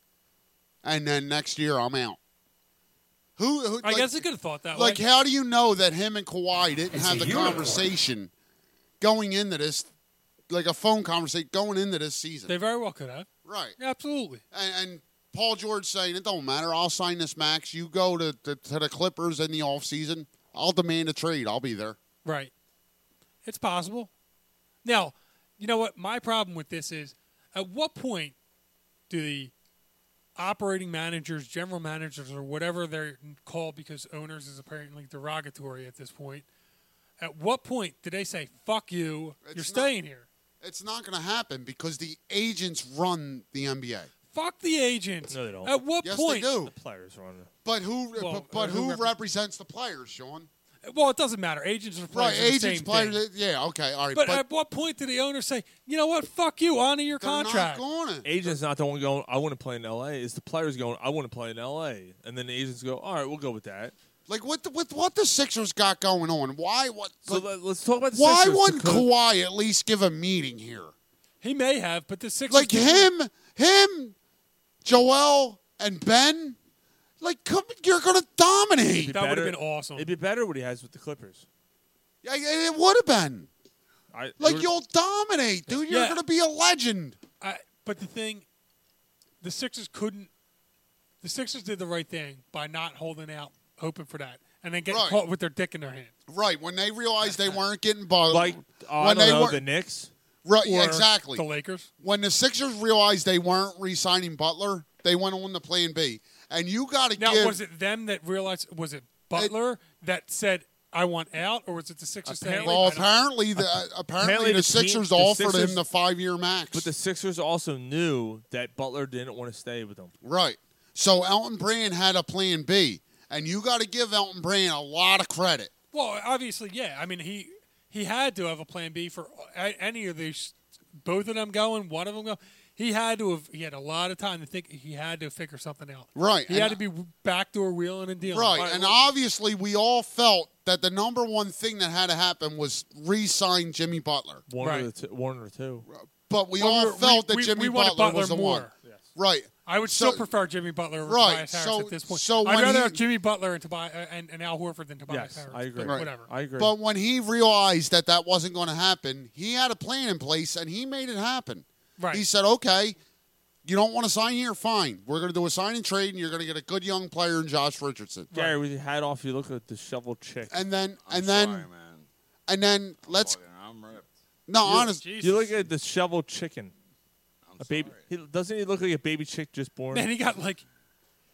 S6: and then next year I'm out. Who? who
S7: I
S6: like-
S7: guess they could have thought that
S6: Like,
S7: way.
S6: how do you know that him and Kawhi didn't
S7: It's
S6: have
S7: a
S6: the
S7: unicorn.
S6: conversation going into this, like a phone conversation going into this season?
S7: they very well could have.
S6: Right.
S7: Absolutely.
S6: And, and Paul George saying, it don't matter. I'll sign this max. You go to, to, to the Clippers in the offseason. I'll demand a trade. I'll be there.
S7: Right. It's possible. Now, you know what? My problem with this is at what point do the operating managers, general managers, or whatever they're called because owners is apparently derogatory at this point, at what point do they say, fuck you, you're staying here?
S6: It's not going to happen because the agents run the NBA.
S7: Fuck the agents.
S3: No, they don't.
S7: At what
S6: Yes, they
S7: point?
S6: do. The
S3: players run it.
S6: But who?
S7: Well,
S6: but but
S7: uh, who
S6: who,
S7: repre-
S6: represents the players, Sean?
S7: Well, it doesn't matter. Agents are
S6: Right,
S7: players. are the
S6: agents,
S7: same
S6: players.
S7: thing.
S6: uh, Yeah, okay, all right.
S7: But, uh, at what point do the owners say, you know what, fuck you, honor your contract?
S3: Agent's not the one going, I want to play in LA. It's the players going, I want to play in LA. And then the agents go, all right, we'll go with that.
S6: Like what the what what the Sixers got going on? Why what?
S3: So let- let's talk about the
S6: why
S3: Sixers
S6: wouldn't
S3: because-
S6: Kawhi at least give a meeting here?
S7: He may have, but the Sixers
S6: like him, him, Joel and Ben. Like come, you're gonna dominate.
S7: awesome.
S3: It'd be better what he has with the Clippers.
S6: Yeah, yeah, it would have been.
S3: I,
S6: Like
S3: we're-
S6: you'll dominate, dude. You're
S7: Yeah.
S6: gonna be a legend.
S7: I, but the thing, the Sixers couldn't. The Sixers did the right thing by not holding out, hoping for that, and then getting
S6: Right.
S7: caught with their dick in their hand.
S6: Right when they realized they weren't getting bought,
S3: Like, uh, I
S6: when
S3: don't
S6: they
S3: know,
S6: weren't-
S3: the Knicks.
S6: Right,
S7: Or
S6: exactly.
S7: the Lakers.
S6: When the Sixers realized they weren't re-signing Butler, they went on to Plan B. And you got to
S7: Now,
S6: give.
S7: was it them that realized? Was it Butler that said, "I want out," or was it the Sixers saying,
S6: well,
S7: "I don't-"
S6: apparently the uh, apparently, the,
S3: team-
S6: Sixers
S3: the
S6: offered
S3: Sixers-
S6: him the five-year max.
S3: But the Sixers also knew that Butler didn't want to stay with them.
S6: Right. So Elton Brand had a Plan B, and you got to give Elton Brand a lot of credit.
S7: Well, obviously, yeah. I mean, he he had to have a plan B for a- any of these. Both of them going, one of them going. He had to have. He had a lot of time to think. He had to figure something out.
S6: Right,
S7: He
S6: and-
S7: had to be backdoor wheeling and dealing.
S6: Right.
S7: All
S6: and
S7: well-
S6: obviously, we all felt that the number one thing that had to happen was re-sign Jimmy Butler.
S3: One, or, the two, one or two.
S6: But we
S7: Well,
S6: all
S7: we were-
S6: felt
S7: we-
S6: that
S7: we-
S6: Jimmy
S7: we wanted
S6: Butler, was the
S7: Butler
S6: one.
S7: more.
S6: Right.
S7: I would
S6: So-
S7: still prefer Jimmy Butler over
S6: Right,
S7: Tobias Harris
S6: so-
S7: at this point.
S6: so
S7: I'd
S6: when
S7: rather
S6: he-
S7: have Jimmy Butler and Tobias uh, and, and Al Horford than Tobias Harris. but
S6: Right.
S7: Whatever.
S6: But when he realized that that wasn't going to happen, he had a plan in place and he made it happen.
S7: Right.
S6: He said, "Okay, you don't want to sign here? Fine. We're going to do a sign and trade, and you're going to get a good young player in Josh Richardson."
S3: Gary, with your hat off, you look at the shovel chick.
S6: And then, and then, and then, let's. No,
S3: You-
S6: honest.
S3: You look at the shovel chicken. a baby. He, doesn't he look like a baby chick just born?
S7: Man, he got like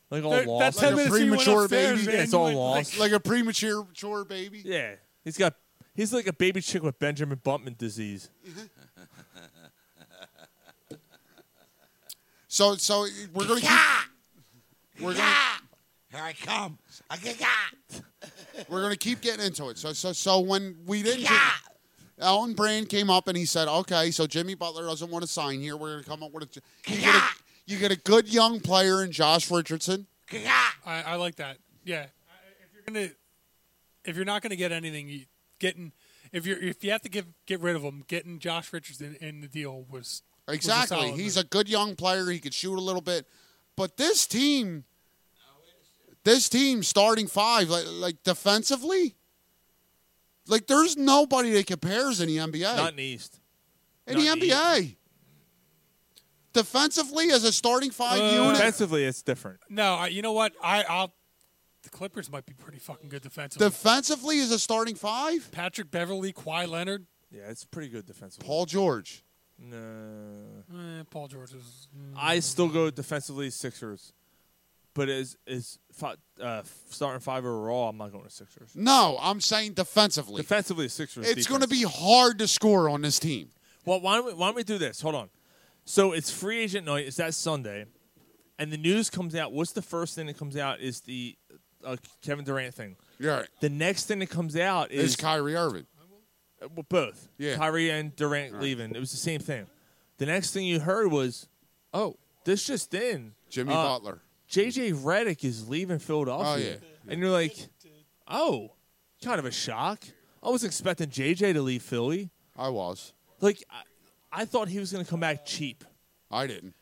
S3: like all
S7: That-
S3: lost.
S7: that 10
S3: like
S7: minutes he went upstairs, man,
S3: Yeah, it's
S7: you
S3: all
S7: went,
S3: lost.
S6: like a premature chore baby.
S3: yeah, he's got. He's like a baby chick with Benjamin Bumpman disease.
S6: So, so we're going to keep. We're going. Here I come. We're going to keep getting into it. So, so, so when we didn't. Alan Brand came up and he said, "Okay, so Jimmy Butler doesn't want to sign here. We're going to come up with a you get a, you get a good young player in Josh Richardson.
S7: I, I like that. Yeah. I- If you're gonna, if you're not gonna get anything, you, getting if you are if you have to give get rid of him, getting Josh Richardson in the deal was was a
S6: Exactly.
S7: solid
S6: He's
S7: move.
S6: a good young player. He could shoot a little bit, but this team This team starting five, like, like defensively, like there's nobody that compares in the NBA.
S3: Not in the East.
S6: in the NBA. Defensively, as a starting five
S3: Uh,
S6: unit,
S3: Defensively, it's different.
S7: No, I, you know what? I, I'll. The Clippers might be pretty fucking good defensively.
S6: defensively as a starting five,
S7: Patrick Beverly, Kawhi Leonard,
S3: Yeah, it's pretty good defensively.
S6: Paul George.
S3: No.
S7: eh, Paul George is.
S3: I still go defensively Sixers, but is is fi- uh, starting five overall? I'm not going to Sixers.
S6: No, I'm saying defensively.
S3: Defensively, Sixers.
S6: It's going to
S3: defense.
S6: be hard to score on this team.
S3: Well, why don't, we, why don't we do this? Hold on. So it's free agent night. It's that Sunday, and the news comes out. What's the first thing that comes out is the uh, Kevin Durant thing.
S6: Yeah.
S3: The next thing that comes out is
S6: It's Kyrie Irving.
S3: Uh, well, both.
S6: Yeah.
S3: Kyrie and Durant leaving. It was the same thing. The next thing you heard was, oh, this just in.
S6: Jimmy
S3: uh,
S6: Butler.
S3: JJ Redick is leaving Philadelphia.
S6: Oh,
S3: And you're like, oh, kind of a shock. I was expecting JJ to leave Philly.
S6: I was.
S3: Like, I, I thought he was going to come back cheap.
S6: I didn't.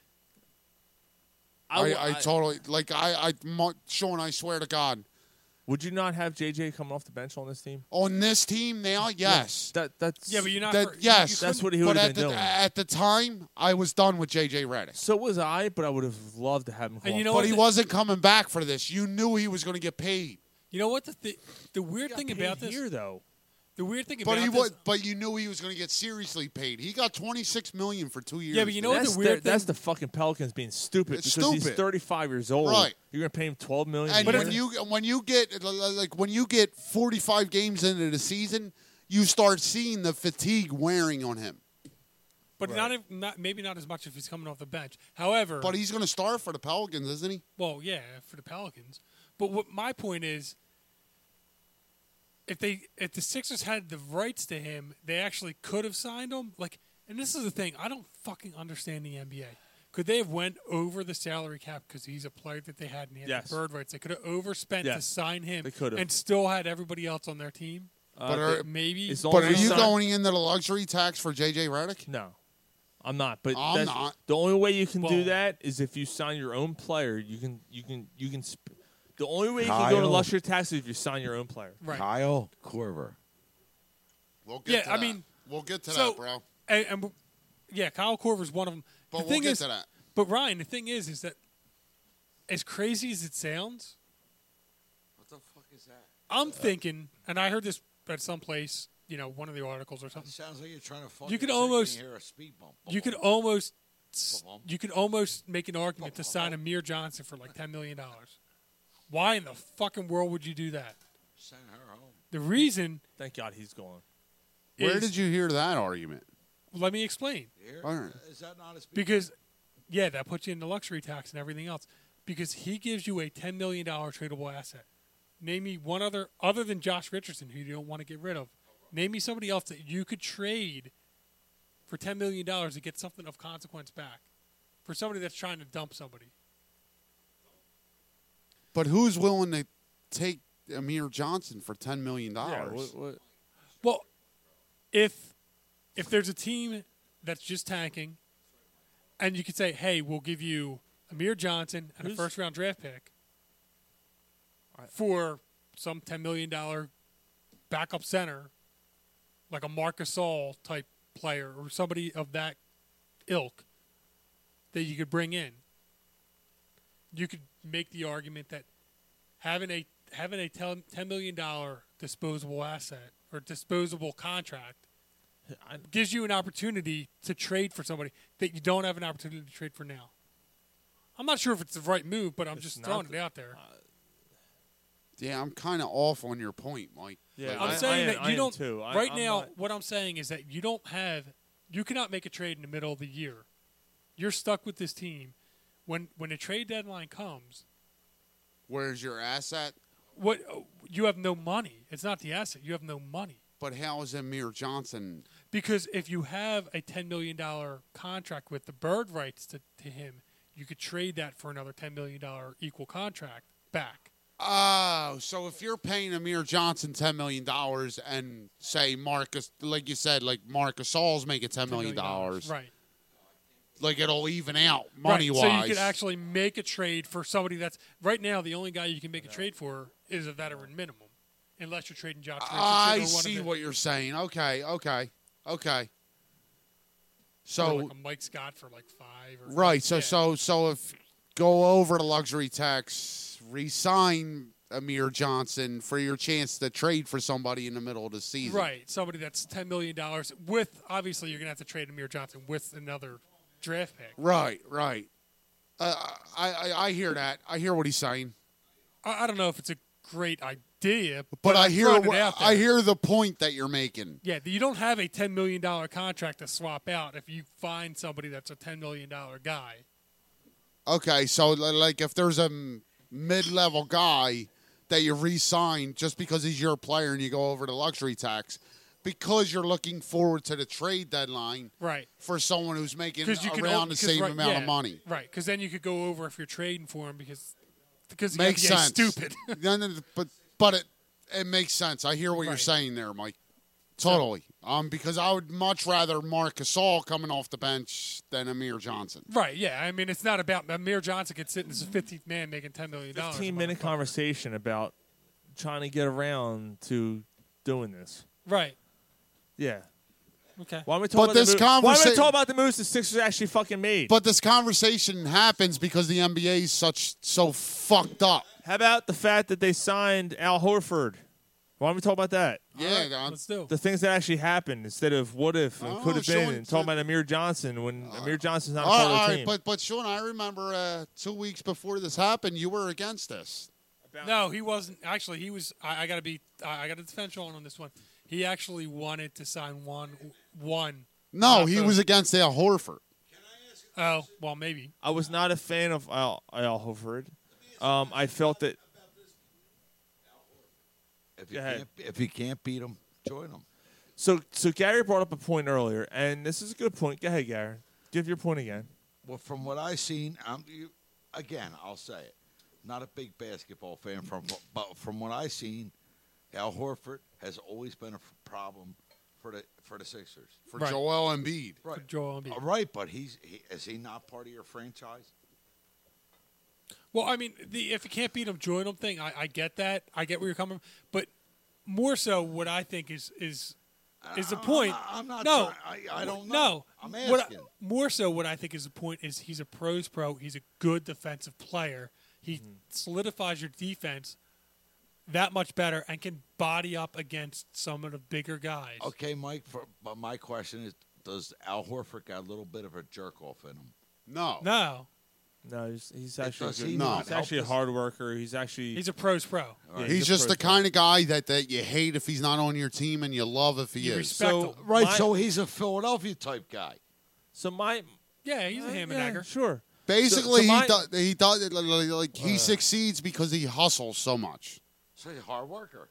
S3: I
S6: I,
S3: w-
S6: I,
S3: I-
S6: totally like I I mo- Sean. I swear to God,
S3: Would you not have JJ coming off the bench on this team?
S6: on this team now, yes.
S3: That that's
S7: Yeah, but you're not.
S6: That-
S7: for- you-
S6: yes,
S7: you
S3: That's
S7: couldn't-
S3: what he
S6: but
S3: would
S6: at
S3: have
S6: the
S3: been doing.
S6: at the time, I was done with JJ Redick.
S3: So was I, but I would have loved to have him. Come
S7: And you
S3: off
S7: know
S3: the
S6: But
S7: what?
S6: he
S7: the-
S6: wasn't coming back for this. You knew he was going to get paid,
S7: You know what? The th- the weird thing about this
S3: here though.
S7: The weird thing
S6: but
S7: about
S6: he
S7: this.
S6: was. But you knew he was going to get seriously paid. He got twenty six million for two years.
S7: Yeah, but you know what the
S3: that's
S7: weird
S3: that's the fucking Pelicans being stupid
S6: It's
S3: because he's
S6: stupid.
S3: 35 years old.
S6: Right.
S3: You're gonna pay him 12 million.
S6: And
S3: a
S6: when
S3: year?
S6: you when you get like when you get forty five games into the season, you start seeing the fatigue wearing on him.
S7: But not, if, not maybe not as much if he's coming off the bench. However,
S6: But he's going to start for the Pelicans, isn't he?
S7: well, yeah, for the Pelicans. But what my point is, if they if the Sixers had the rights to him, they actually could have signed him. Like, and this is the thing, I don't fucking understand the NBA. Could they have went over the salary cap because he's a player that they had and he had the
S3: Yes.
S7: bird rights? They could have overspent to
S3: Yes.
S7: sign him
S3: They could have.
S7: and still had everybody else on their team.
S3: Uh, But are-
S7: maybe.
S3: as long
S6: But
S3: as
S6: are
S3: he's
S6: you
S3: not-
S6: going into the luxury tax for JJ Redick?
S3: No, I'm not. But
S6: I'm
S3: that's-
S6: not.
S3: The only way you can
S6: Well-
S3: do that is if you sign your own player. You can you can you can. Sp- the only way you can go to
S8: Kyle.
S3: luxury tax is if you sign your own player.
S8: Kyle Corver.
S6: We'll get
S7: yeah,
S6: to
S7: I
S6: that.
S7: mean,
S6: we'll get to
S7: so,
S6: that, bro.
S7: And, and w- yeah, Kyle Corver's one of them.
S6: But
S7: the
S6: we'll
S7: thing
S6: get
S7: is,
S6: to that.
S7: But Ryan, the thing is, is that as crazy as it sounds,
S8: What the fuck is that?
S7: I'm thinking, and I heard this at some place, you know, one of the articles or something.
S8: Sounds like you're trying to fuck.
S7: You could almost,
S8: hear a speed bump.
S7: you could almost, s- you could almost make an argument to sign Amir Johnson for like ten million dollars. Why in the fucking world would you do that?
S8: Send her home.
S7: The reason.
S3: Thank God he's gone.
S6: Where
S7: is-
S6: did you hear that argument?
S7: Let me explain.
S8: Here?
S6: All right.
S8: Is that not a speed
S7: Because, yeah, that puts you into luxury tax and everything else. Because he gives you a ten million dollar tradable asset. Name me one other other than Josh Richardson who you don't want to get rid of. Name me somebody else that you could trade for ten million dollars to get something of consequence back for somebody that's trying to dump somebody.
S6: But who's willing to take Amir Johnson for ten million
S3: Yeah,
S6: dollars?
S3: what- what-
S7: Well, if if there's a team that's just tanking, and you could say, "Hey, we'll give you Amir Johnson and a
S3: Who's-
S7: first round draft pick for some ten million dollar backup center, like a Marcus All type player or somebody of that ilk that you could bring in." You could make the argument that having a having a ten $10 million dollar disposable asset or disposable contract gives you an opportunity to trade for somebody that you don't have an opportunity to trade for now. I'm not sure if it's the right move, but I'm just
S3: not
S7: throwing
S3: the-
S7: it out there.
S6: Yeah, I'm kind of off on your point, Mike.
S3: Yeah,
S6: Like,
S7: I'm
S3: I-
S7: saying
S3: I am-
S7: that
S3: I
S7: you
S3: am
S7: don't
S3: too. I-
S7: right
S3: I'm
S7: now.
S3: not-
S7: What I'm saying is that you don't have, you cannot make a trade in the middle of the year. You're stuck with this team. When when a trade deadline comes,
S6: where's your asset?
S7: what you have no money. It's not the asset. You have no money.
S6: But how is Amir Johnson?
S7: Because if you have a ten million dollar contract with the bird rights to, to him, you could trade that for another ten million dollar equal contract back.
S6: Oh, so if you're paying Amir Johnson ten million dollars and say Marcus, like you said, like Marcus All's making ten million dollars,
S7: Right.
S6: like it'll even out money
S7: right.
S6: wise.
S7: So you could actually make a trade for somebody that's right now the only guy you can make a trade for is a veteran minimum, unless you're trading Josh Richardson. or
S6: I
S7: one
S6: see
S7: of the,
S6: what you're saying. Okay, okay, okay.
S7: or
S6: So
S7: like a Mike Scott for like five. Or
S6: right, so so so if go over to luxury tax, resign Amir Johnson for your chance to trade for somebody in the middle of the season.
S7: Right, somebody that's ten million dollars with obviously you're gonna have to trade Amir Johnson with another draft pick.
S6: Right, right. Uh, I, I I hear that. I hear what he's saying,
S7: I, I don't know if it's a great idea,
S6: but,
S7: but,
S6: I
S7: I'm
S6: hear
S7: throwing it
S6: wh-
S7: out
S6: I
S7: there.
S6: hear the point that you're making.
S7: Yeah, you don't have a ten million dollar contract to swap out if you find somebody that's a ten million dollar guy.
S6: Okay, so li- like if there's a m- mid-level guy that you re-sign just because he's your player and you go over to luxury tax because you're looking forward to the trade deadline
S7: Right.
S6: for someone who's making
S7: Because you could
S6: around
S7: o-
S6: the
S7: 'cause
S6: same
S7: right-
S6: amount
S7: yeah,
S6: of money.
S7: Right, because then you could go over if you're trading for him because because the
S6: Makes
S7: NBA is
S6: sense.
S7: stupid.
S6: No, no, no, but but it it makes sense. I hear what you're
S7: Right.
S6: saying there, Mike. Totally. Um, because I would much rather Mark Gasol coming off the bench than Amir Johnson.
S7: Right, yeah. I mean, it's not about Amir Johnson could sit as a 15th man making $10 million.
S3: Fifteen minute conversation about trying to get around to doing this.
S7: Right.
S3: Yeah.
S7: Okay.
S3: Why am I
S6: But
S3: talking about
S6: this
S3: the Mo- Why am I
S6: conversa-
S3: talking about the moves the Sixers actually fucking made?
S6: But this conversation happens because the NBA is such so fucked up.
S3: How about the fact that they signed Al Horford? Why don't we talk about that?
S6: Yeah, All right, let's
S7: do.
S3: The things that actually happened instead of what if and
S6: Oh,
S3: could have been.
S6: Sean
S3: and talking about Amir Johnson when Amir Johnson's not a
S6: All
S3: part
S6: right, all
S3: of the
S6: right,
S3: team.
S6: but but Sean, I remember uh, two weeks before this happened, you were against this.
S7: No, he wasn't. Actually, he was. I, I gotta be. I, I gotta defend Sean on this one. He actually wanted to sign one. One.
S6: No,
S7: not
S6: he
S7: both.
S6: was against Al Horford.
S7: Oh well, maybe.
S3: I was not a fan of Al, Al Horford. Um, I felt that
S8: If you,
S3: Go ahead.
S8: can't, if you can't beat them, join them.
S3: so. So Gary brought up a point earlier, and this is a good point. Go ahead, Gary. Give your point again.
S8: Well, from what i seen, I'm you, again. I'll say it. Not a big basketball fan, from but from what i seen, Al Horford has always been a f- problem for the for the Sixers
S6: For Right. Joel Embiid.
S8: Right,
S7: For Joel Embiid.
S8: Uh, Right, but he's he, is he not part of your franchise?
S7: Well, I mean, the if you can't beat him, join him thing. I, I get that. I get where you're coming, from. but more so, what I think is is is the
S8: Uh, I'm
S7: point.
S8: not- I'm not
S7: No,
S8: trying- I- I don't
S7: No,
S8: know. I'm
S7: What I-
S8: asking.
S7: more so, what I think is the point is he's a pros pro. He's a good defensive player. He solidifies your defense that much better and can body up against some of the bigger guys.
S8: Okay, Mike. For, but my question is, does Al Horford got a little bit of a jerk off in him?
S6: No.
S7: No.
S3: No, he's, he's
S8: It
S3: actually
S8: does
S3: good.
S8: he not
S3: he's
S8: help
S3: actually a
S8: us?
S3: hard worker. He's actually
S7: He's a pros pro.
S3: Yeah,
S6: he's
S3: a
S6: just
S3: pros
S6: the kind of guy that, that you hate if he's not on your team and you love if he is.
S7: Oh,
S8: so, right. so he's a Philadelphia type guy.
S3: So my
S7: yeah, he's a ham and
S3: yeah,
S7: dagger.
S3: Sure. So-
S6: Basically,
S3: so my-
S6: he does, he does like- like, like he succeeds because he hustles so much.
S8: So he's a hard worker.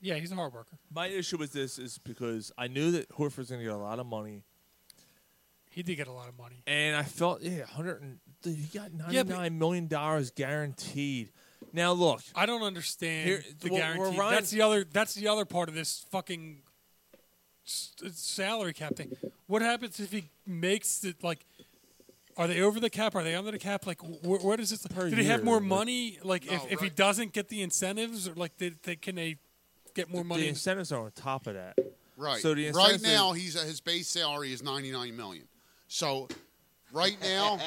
S7: Yeah, he's a hard worker.
S3: My issue with this is because I knew that Horford's going to get a lot of money,
S7: He did get a lot of money.
S3: and I felt yeah, hundred and dude, he got ninety
S7: Yeah, but-
S3: nine million dollars guaranteed. Now look,
S7: I don't understand
S3: Here-
S7: the
S3: well,
S7: guarantee.
S3: well, Ryan-
S7: that's the other. That's the other part of this fucking s- uh, salary cap thing. What happens if he makes it like? Are they over the cap? Are they under the cap? Like, wh- where does this? Did he have
S3: year,
S7: more
S3: like-
S7: money? Like, if,
S3: No,
S7: if he
S3: right.
S7: doesn't get the incentives, or like, did they, can they get more money?
S3: the incentives are on top of that.
S6: Right.
S3: So the
S6: right
S3: incentives-
S6: now, he's his base salary is ninety nine million. So right now,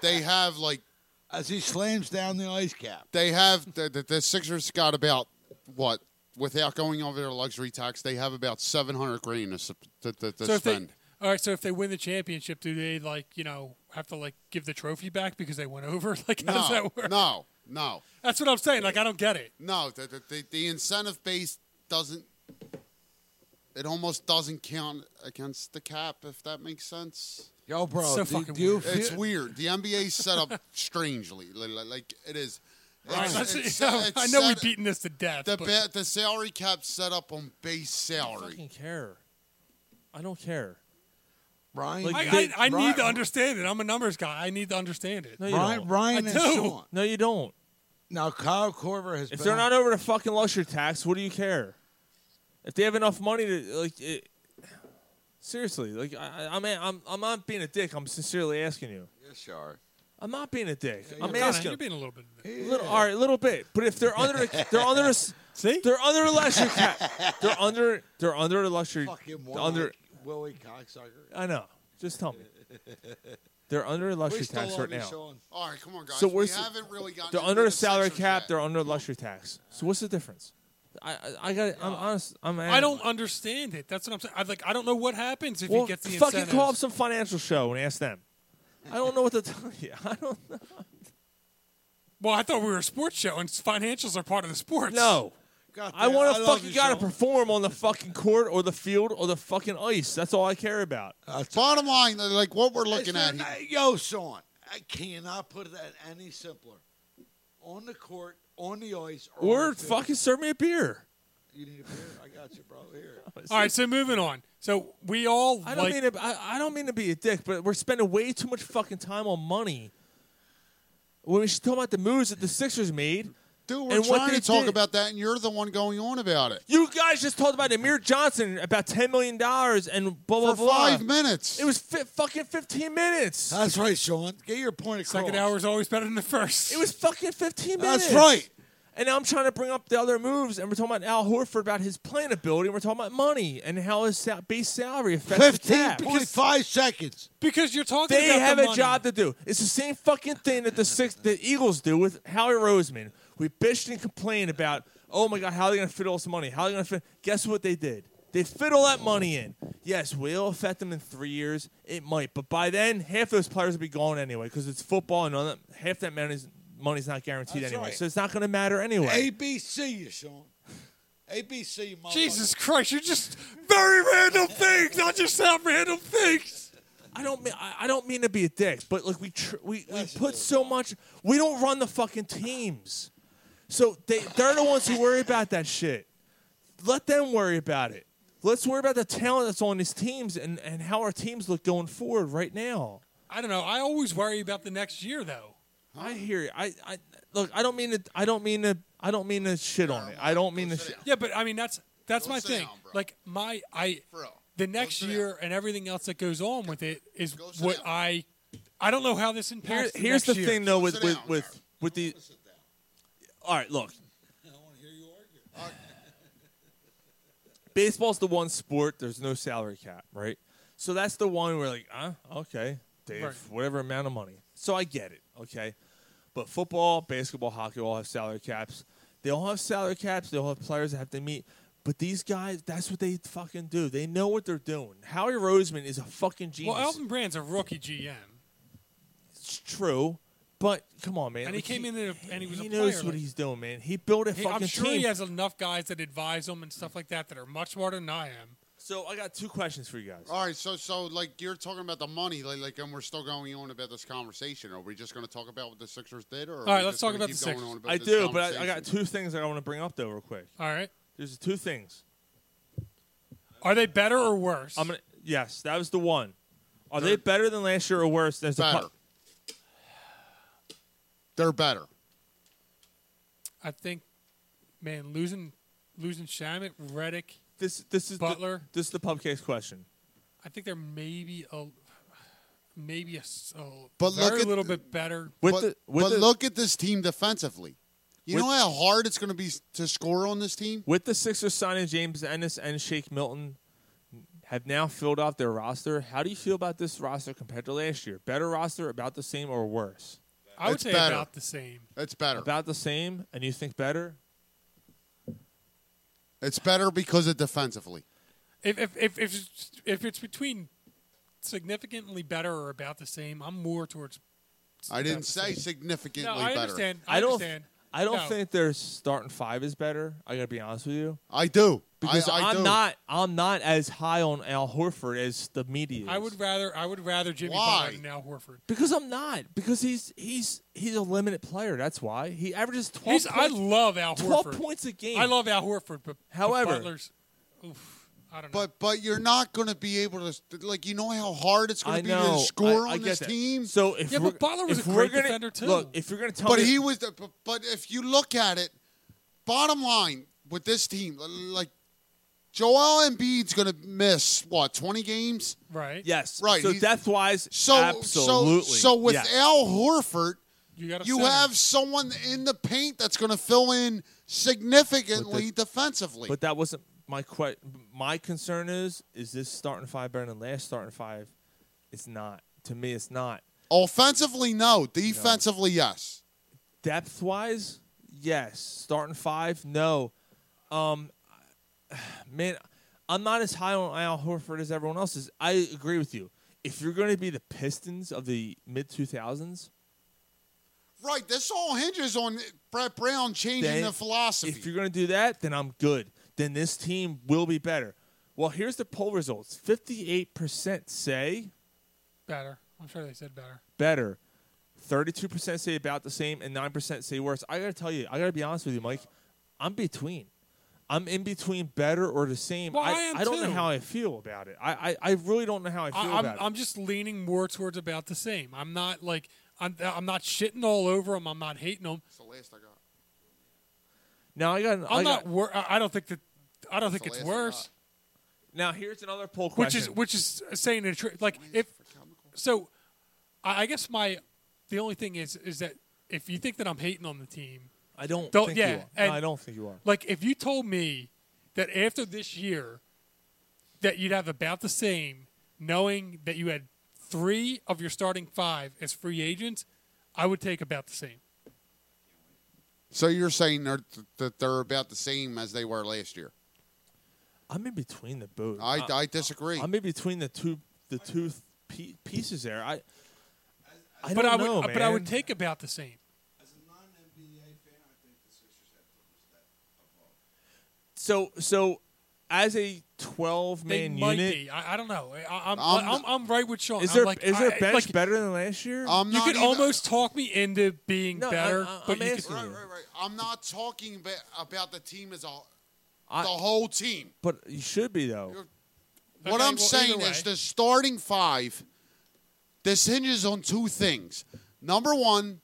S6: they have like
S8: as he slams down the ice cap.
S6: They have the, the, the Sixers got about what without going over their luxury tax, they have about seven hundred grand to, sup- to, to, to
S7: so if they,
S6: spend.
S7: all right. So if they win the championship, do they like you know have to like give the trophy back because they went over? Like, how
S6: no,
S7: does that work?
S6: no, no,
S7: That's what I'm saying. Like, I don't get it.
S6: no. The, the, the, the incentive base doesn't. It almost doesn't count against the cap, if that makes sense.
S8: Yo, bro,
S6: It's
S8: So do- fucking do you weird. feel-
S6: it's weird. The NBA is set up strangely, Li- li- like it is.
S7: All right,
S6: It's-
S7: that's-
S6: it's-
S7: yeah,
S6: it's
S7: I know
S6: set-
S7: we've beaten this to death.
S6: The
S7: but-
S6: ba- the salary cap set up on base salary.
S3: fucking care. I don't care.
S8: Ryan,
S3: Like,
S7: I,
S3: they-
S7: I, I need
S3: Ryan-
S7: to understand it. I'm a numbers guy. I need to understand it.
S3: No, you Ryan- don't. Ryan
S7: I
S3: and
S7: do.
S3: Sean. No, you don't.
S8: Now Kyle Corver has
S3: If
S8: been
S3: they're
S8: on-
S3: not over the fucking luxury tax, what do you care? If they have enough money to like, it, Seriously, like I, I- I'm, I'm, I'm not being a dick. I'm sincerely asking you.
S8: Yes, you are.
S3: I'm not being a dick.
S8: Yeah,
S3: I'm
S8: you're
S3: asking.
S8: kinda-
S3: him.
S8: you're being a
S7: little bit.
S3: Little, all right, a little bit. But if they're under, a- they're under. A, See, they're under a luxury cap. They're under. They're under a luxury.
S8: Fucking
S3: they're under.
S8: Willie cocksucker.
S3: I know. Just tell me. They're under a luxury
S8: still
S3: tax
S8: on
S3: right
S8: this,
S3: now.
S8: Sean.
S6: All right, come on, guys.
S3: So
S6: we
S3: what's the-
S6: haven't really gotten.
S3: They're
S6: into
S3: under
S6: the
S3: a salary
S6: section
S3: cap.
S6: yet.
S3: They're under a luxury tax. So what's the difference? I, I, I got. I'm honest. I'm.
S7: I don't understand it. That's what I'm saying. I like. I don't know what happens if
S3: uh, Well,
S7: he gets the
S3: fucking
S7: incentives.
S3: call up some financial show and ask them. I don't know what to tell you. I don't know.
S7: Well, I thought we were a sports show, and financials are part of the sports.
S3: No.
S7: God
S3: I
S7: damn,
S3: want
S7: I
S3: a
S7: love
S3: fucking
S7: you,
S3: guy to
S7: Sean.
S3: perform on the fucking court or the field or the fucking ice. That's all I care about.
S6: Bottom line, like what we're looking at.
S8: Uh,
S6: Here.
S8: Yo, Sean, I cannot put it any simpler. On the court, on the ice, or, on
S3: Or
S8: the field.
S3: fucking serve me a beer.
S8: You need a beer? I got you, bro. Here.
S7: All right, so moving on. So we all
S3: I don't
S7: like-
S3: mean to, I, I don't mean to be a dick, but we're spending way too much fucking time on money. When we should talk about the moves that the Sixers made,
S6: dude,
S3: and
S6: We're
S3: what
S6: trying
S3: they
S6: to talk
S3: did.
S6: about that, and you're the one going on about it.
S3: You guys just talked about Amir Johnson about ten million dollars and blah blah
S6: For
S3: blah.
S6: five minutes.
S3: It was fi- fucking fifteen minutes.
S8: That's right, Sean. Get your point across.
S7: Second hour is always better than the first.
S3: It was fucking fifteen minutes.
S8: That's right.
S3: And now I'm trying to bring up the other moves, and we're talking about Al Horford about his playing ability, and we're talking about money and how his sal- base salary affects the
S8: Fifteen
S3: cap.
S8: point five seconds.
S7: Because you're talking
S3: they
S7: about the
S3: have a
S7: money.
S3: job to do. It's the same fucking thing that the six, the Eagles do with Howie Roseman. We bitched and complained about, oh my god, how are they going to fit all this money? How are they going to fit? Guess what they did? They fit all that money in. Yes, will it affect them in three years. It might, but by then half those players will be gone anyway because it's football and all that, half that money's money's not guaranteed
S8: That's
S3: anyway,
S8: right.
S3: so it's not going to matter anyway.
S8: ABC, you Sean. ABC, my
S7: Jesus Christ, you're just very random things. I just have random things.
S3: I don't mean I I don't mean to be a dick, but like we tr- we, we put so much. We don't run the fucking teams, so they they're the ones who worry about that shit. Let them worry about it. Let's worry about the talent that's on these teams and, and how our teams look going forward right now.
S7: I don't know. I always worry about the next year, though.
S3: I hear you. I, I look. I don't mean to. I don't mean to. I don't mean to shit on it. I don't mean to. Shit.
S7: Yeah, but I mean that's that's my thing. like my I the next year and everything else that goes on with it is what I I don't know how this
S3: Here-
S7: impacts. the
S3: here's the
S7: next year.
S3: thing, though, with with with, with the. All right, look. Baseball's the one sport. There's no salary cap, right? So that's the one where like, ah, okay, Dave,
S7: Right.
S3: whatever amount of money. So I get it, okay. But football, basketball, hockey all have salary caps. They all have salary caps. They all have players that have to meet. But these guys, that's what they fucking do. They know what they're doing. Howie Roseman is a fucking genius.
S7: well, Alvin Brand's a rookie GM,
S3: It's true, but come on, man.
S7: and he
S3: Like,
S7: came in and, and he was
S3: he
S7: a
S3: knows
S7: player.
S3: what
S7: like-
S3: he's doing, man. He built a
S7: Hey,
S3: fucking
S7: I'm sure
S3: team.
S7: he has enough guys that advise him and stuff like that that are much smarter than I am.
S3: so I got two questions for you guys.
S6: All right, so so like you're talking about the money, like, like and we're still going on about this conversation. Are we just going to talk about what the Sixers did, or are we just gonna keep going on about
S3: I
S6: this
S3: do, but I, I
S6: conversation?
S3: got two things that I want to bring up though, real quick.
S7: All right.
S3: There's two things.
S7: Are they better or worse?
S3: I'm gonna. Yes, that was the one. Are they better than last year or worse? There's the
S6: Better. They're better.
S7: I think, man, losing losing Shamit, Reddick,
S3: this this is
S7: Butler.
S3: The, this is the pub case question.
S7: I think they're maybe a maybe a, s- a
S6: But
S7: very
S6: look at
S7: little bit better.
S6: but but look at this team defensively. You
S3: With-
S6: know how hard it's going to be s- to score on this team.
S3: With the Sixers signing James Ennis and Shake Milton, have now filled out their roster. How do you feel about this roster compared to last year? Better roster, about the same, or worse?
S7: I would say about the same.
S6: It's better.
S3: About the same, and you think better?
S6: It's better because of defensively.
S7: If if if if it's, if it's between significantly better or about the same, I'm more towards.
S6: I
S7: about
S6: didn't
S7: the
S6: say
S7: same.
S6: significantly
S7: No, I
S6: better.
S7: understand. I,
S3: I don't.
S7: understand.
S3: I don't
S7: No.
S3: think their starting five is better. I gotta be honest with you.
S6: I do
S3: because
S6: I- I
S3: am
S6: do.
S3: not. I'm not as high on Al Horford as the media.
S7: I
S3: is.
S7: would rather I would rather Jimmy
S3: Why?
S7: Butler than Al Horford.
S3: because I'm not. Because he's he's he's a limited player. That's why he averages twelve.
S7: He's, I
S3: points-
S7: love Al Horford.
S3: Twelve points a game.
S7: I love Al Horford, but but
S3: However-
S7: Butler's, oof, I don't know.
S6: But but you're not going to be able to like you know how hard it's
S3: I
S6: going to be
S3: know.
S6: to score
S3: I-
S6: on
S3: I get
S6: this
S3: that.
S6: team.
S3: So if Yeah, but we're- Butler was if a we're great gonna- defender, too. look, if you're gonna tell
S6: but
S3: me-
S6: he was, the, but, but if you look at it, bottom line with this team, like Joel Embiid's going to miss what twenty games?
S7: Right.
S3: Yes.
S6: Right.
S3: So
S6: He's-
S3: depth wise,
S6: So
S3: absolutely.
S6: So, so with
S3: yes.
S6: Al Horford,
S7: you, got a
S6: you
S7: center.
S6: have someone in the paint that's going to fill in significantly defensively.
S3: But that wasn't my que- My concern is: is this starting five better than last starting five? It's not. To me, it's not.
S6: Offensively, no. Defensively, yes.
S3: Depth wise, yes. Starting five, no. Um, man, I'm not as high on Al Horford as everyone else is. I agree with you. If you're going to be the Pistons of the mid 2000s,
S6: Right. This all hinges on Brett Brown changing
S3: then
S6: the philosophy.
S3: If you're going to do that, then I'm good. Then this team will be better. Well, here's the poll results 58% say
S7: better. I'm sure they said better.
S3: better. 32% say about the same, and 9% say worse. I got to tell you, I got to be honest with you, Mike. I'm between. I'm in between better or the same.
S7: Well,
S3: I,
S7: I am
S3: don't
S7: too.
S3: know how I feel about it. I, I, I really don't know how I feel
S7: I, am
S3: about it.
S7: I'm just leaning more towards about the same. I'm not like I'm I'm not shitting all over them. I'm not hating them.
S6: It's the last I got.
S3: Now I got.
S7: I'm
S3: I
S7: not.
S3: got-
S7: Wor- I I don't think that. I don't think
S3: That's
S7: it's
S3: the last I
S7: worse.
S3: Now here's another poll
S7: which is
S3: question.
S7: which is saying a truth. Like if so, I, I guess my the only thing is is that if you think that I'm hating on the team,
S3: I don't think you
S7: yeah,
S3: are. No,
S7: and-
S3: I don't think you are.
S7: Like if you told me that after this year that you'd have about the same, knowing that you had three of your starting five as free agents, I would take about the same.
S6: So you're saying they're, that they're about the same as they were last year?
S3: I'm in between the boat.
S6: I,
S7: Uh,
S6: I, disagree.
S3: I'm in between the two the two pe- pieces there. I I
S7: but
S3: don't
S7: I would, uh,
S3: know,
S7: but I would
S3: man.
S7: take about the same.
S3: so so as a 12
S7: They
S3: man
S7: might
S3: unit.
S7: be. I, I don't know. I, I'm,
S3: I'm
S7: I'm, I'm, right with Sean.
S3: Is
S7: I'm
S3: there
S7: like,
S3: is there
S7: I-
S3: bench
S7: like,
S3: better than last year?
S6: I'm
S7: you
S6: not
S7: could
S6: even-
S7: almost talk me into being
S3: No, I-
S7: better,
S3: I-
S7: but
S3: I'm
S7: you
S3: asking
S7: could,
S3: you.
S6: Right, right. I'm not talking ba- about the team as a
S3: I-
S6: the whole team.
S3: but you should be though.
S6: what
S7: Okay,
S6: I'm
S7: well,
S6: saying
S7: either
S6: is
S7: way.
S6: the starting five. This hinges on two things. Number one,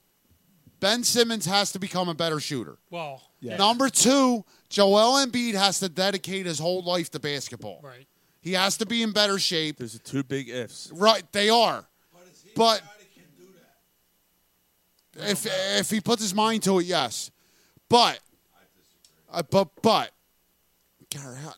S6: Ben Simmons has to become a better shooter.
S7: Well,
S6: Number two, Joel Embiid has to dedicate his whole life to basketball.
S7: Right.
S6: He has to be in better shape.
S3: There's two big ifs.
S6: Right, they are. But if if he puts his mind to it, yes. But uh, but but Garrett, how,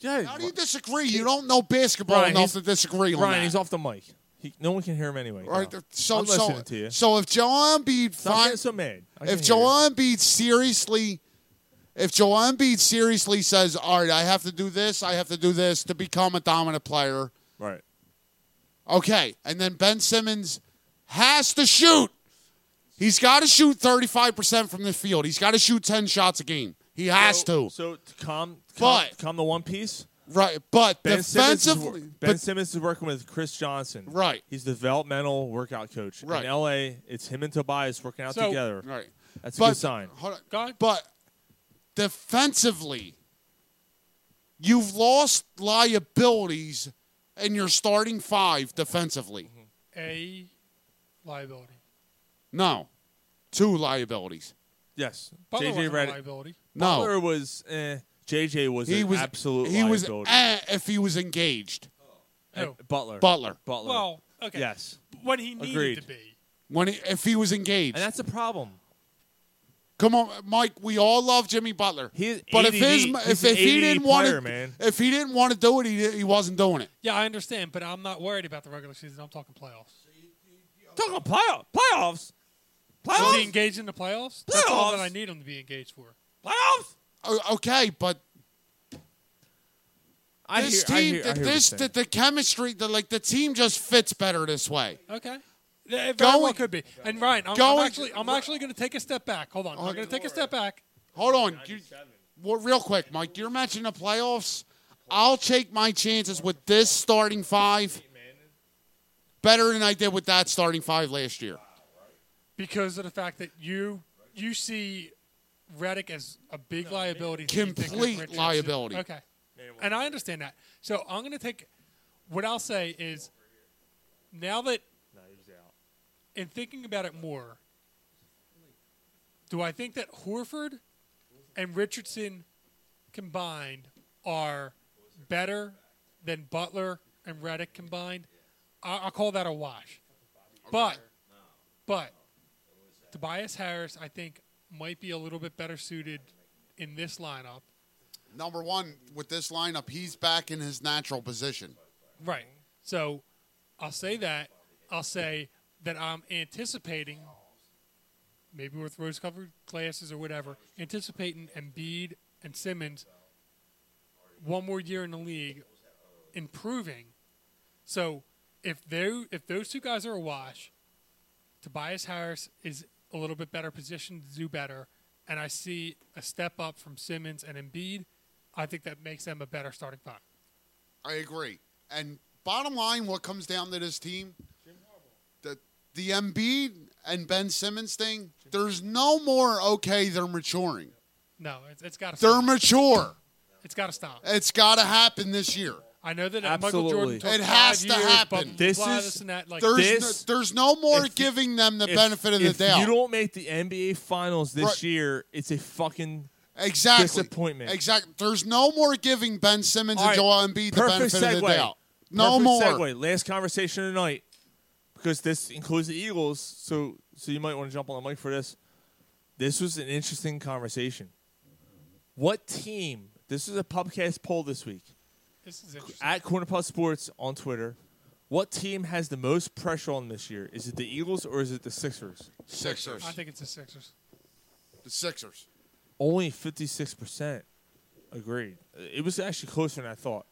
S3: Yeah,
S6: how do you disagree? You don't know basketball
S3: Ryan,
S6: enough
S3: he's-
S6: to disagree on
S3: Ryan,
S6: that.
S3: he's off the mic. He, no one can hear him anyway.
S6: Right,
S3: now.
S6: so
S3: I'm
S6: so,
S3: listening to you.
S6: so if Joel Embiid
S3: Stop
S6: finds
S3: getting so mad. I can
S6: if
S3: hear
S6: Joel Embiid seriously, if Joel Embiid seriously says, "All right, I have to do this, I have to do this to become a dominant player,"
S3: you. right.
S6: okay, and then Ben Simmons has to shoot. He's got to shoot thirty-five percent from the field. He's got to shoot ten shots a game. He has to.
S3: So to calm, calm,
S6: But-
S3: calm the one piece.
S6: Right, but
S3: Ben Simmons, is, wor-
S6: defensively,
S3: ben
S6: but
S3: Simmons is working with Chris Johnson.
S6: Right.
S3: He's the developmental workout coach.
S6: Right.
S3: In LA, it's him and Tobias working out
S7: So-
S3: together.
S6: Right.
S3: That's
S6: But-
S3: a good sign.
S6: Hold on.
S7: God.
S6: But defensively, you've lost liabilities in your starting five defensively.
S3: Mm-hmm.
S7: a liability.
S6: No, two liabilities.
S3: Yes.
S7: Butler
S3: JJ
S7: wasn't a
S3: Redick.
S7: liability.
S6: No.
S3: Butler was eh, JJ was
S6: He
S3: an
S6: was
S3: absolute
S6: He was
S3: liability.
S6: eh, if he was engaged
S3: Eh,
S7: Who?
S3: Butler.
S6: Butler.
S3: Butler.
S7: Well, okay.
S3: Yes.
S7: When he needed
S3: Agreed.
S7: to be.
S6: when he, if he was engaged.
S3: And that's a problem.
S6: Come on, Mike. We all love Jimmy Butler.
S3: He's
S6: but if
S3: ADD.
S6: his
S3: He's
S6: if,
S3: an
S6: if he
S3: ADD
S6: didn't want
S3: player,
S6: to
S3: man.
S6: if he didn't want to do it, he, he wasn't doing it.
S7: Yeah, I understand, but I'm not worried about the regular season. I'm talking playoffs.
S3: Talking playoff, playoffs.
S7: Is he
S3: Playoffs.
S7: engaged in the playoffs? That's all that
S3: Playoffs?
S7: I need him to be engaged for.
S3: Playoffs.
S6: O- Okay, but
S3: I hear,
S6: this
S3: I
S6: team,
S3: hear, I hear what you're
S6: this
S3: saying.
S6: the, the chemistry, the like the team just fits better this way.
S7: Okay. Yeah, it very
S6: Going-
S7: well could be. And Ryan, I'm, I'm
S6: Going-
S7: actually I'm actually going to take a step back. Hold on. I'm going to take a step back.
S6: Hold on, you, well, real quick, Mike. You're mentioning the playoffs. I'll take my chances with this starting five better than I did with that starting five last year.
S7: because of the fact that you you see Reddick as a big liability, that you think of
S6: Complete
S7: Richardson.
S6: liability.
S7: Okay, and I understand that. So I'm going to take what I'll say is now that in thinking about it more, do I think that Horford and Richardson combined are better than Butler and Reddick combined, I- I'll call that a wash. But, but Tobias Harris, I think, might be a little bit better suited in this lineup.
S6: Number one with this lineup, he's back in his natural position.
S7: Right. So I'll say that. I'll say that I'm anticipating, maybe with rose covered glasses or whatever, anticipating Embiid and Simmons one more year in the league improving. So if they if those two guys are a wash, Tobias Harris is a little bit better positioned to do better, and I see a step up from Simmons and Embiid. I think that makes them a better starting five.
S6: I agree. And bottom line, what comes down to this team, the the Embiid and Ben Simmons thing. There's no more. Okay, they're maturing.
S7: No, it's, it's got to.
S6: They're mature.
S7: It's got to stop.
S6: It's got to happen this year.
S7: I know that
S6: Absolutely.
S7: Michael Jordan took
S6: It has
S7: five
S6: to
S7: years,
S6: happen.
S3: This
S7: But this blah,
S3: is-
S7: this and that. Like
S6: there's
S3: this-
S6: no, there's no more
S3: if-
S6: giving them the
S3: If-
S6: benefit of the
S3: if
S6: doubt.
S3: you don't make the NBA Finals this
S6: Right.
S3: year, it's a fucking
S6: exactly
S3: disappointment.
S6: Exactly. There's no more giving Ben Simmons
S3: All
S6: and
S3: right.
S6: Joel Embiid the
S3: Perfect
S6: benefit of the
S3: segue.
S6: doubt. No
S3: Perfect
S6: more.
S3: Segue. Last conversation of the night, because this includes the Eagles. So, so you might want to jump on the mic for this. This was an interesting conversation. What team? This is a podcast poll this week
S7: This is interesting.
S3: at Corner Puff Sports on Twitter. What team has the most pressure on this year? Is it the Eagles or is it the Sixers?
S7: I think it's the Sixers.
S6: The Sixers.
S3: Only fifty-six percent agreed. It was actually closer than I thought.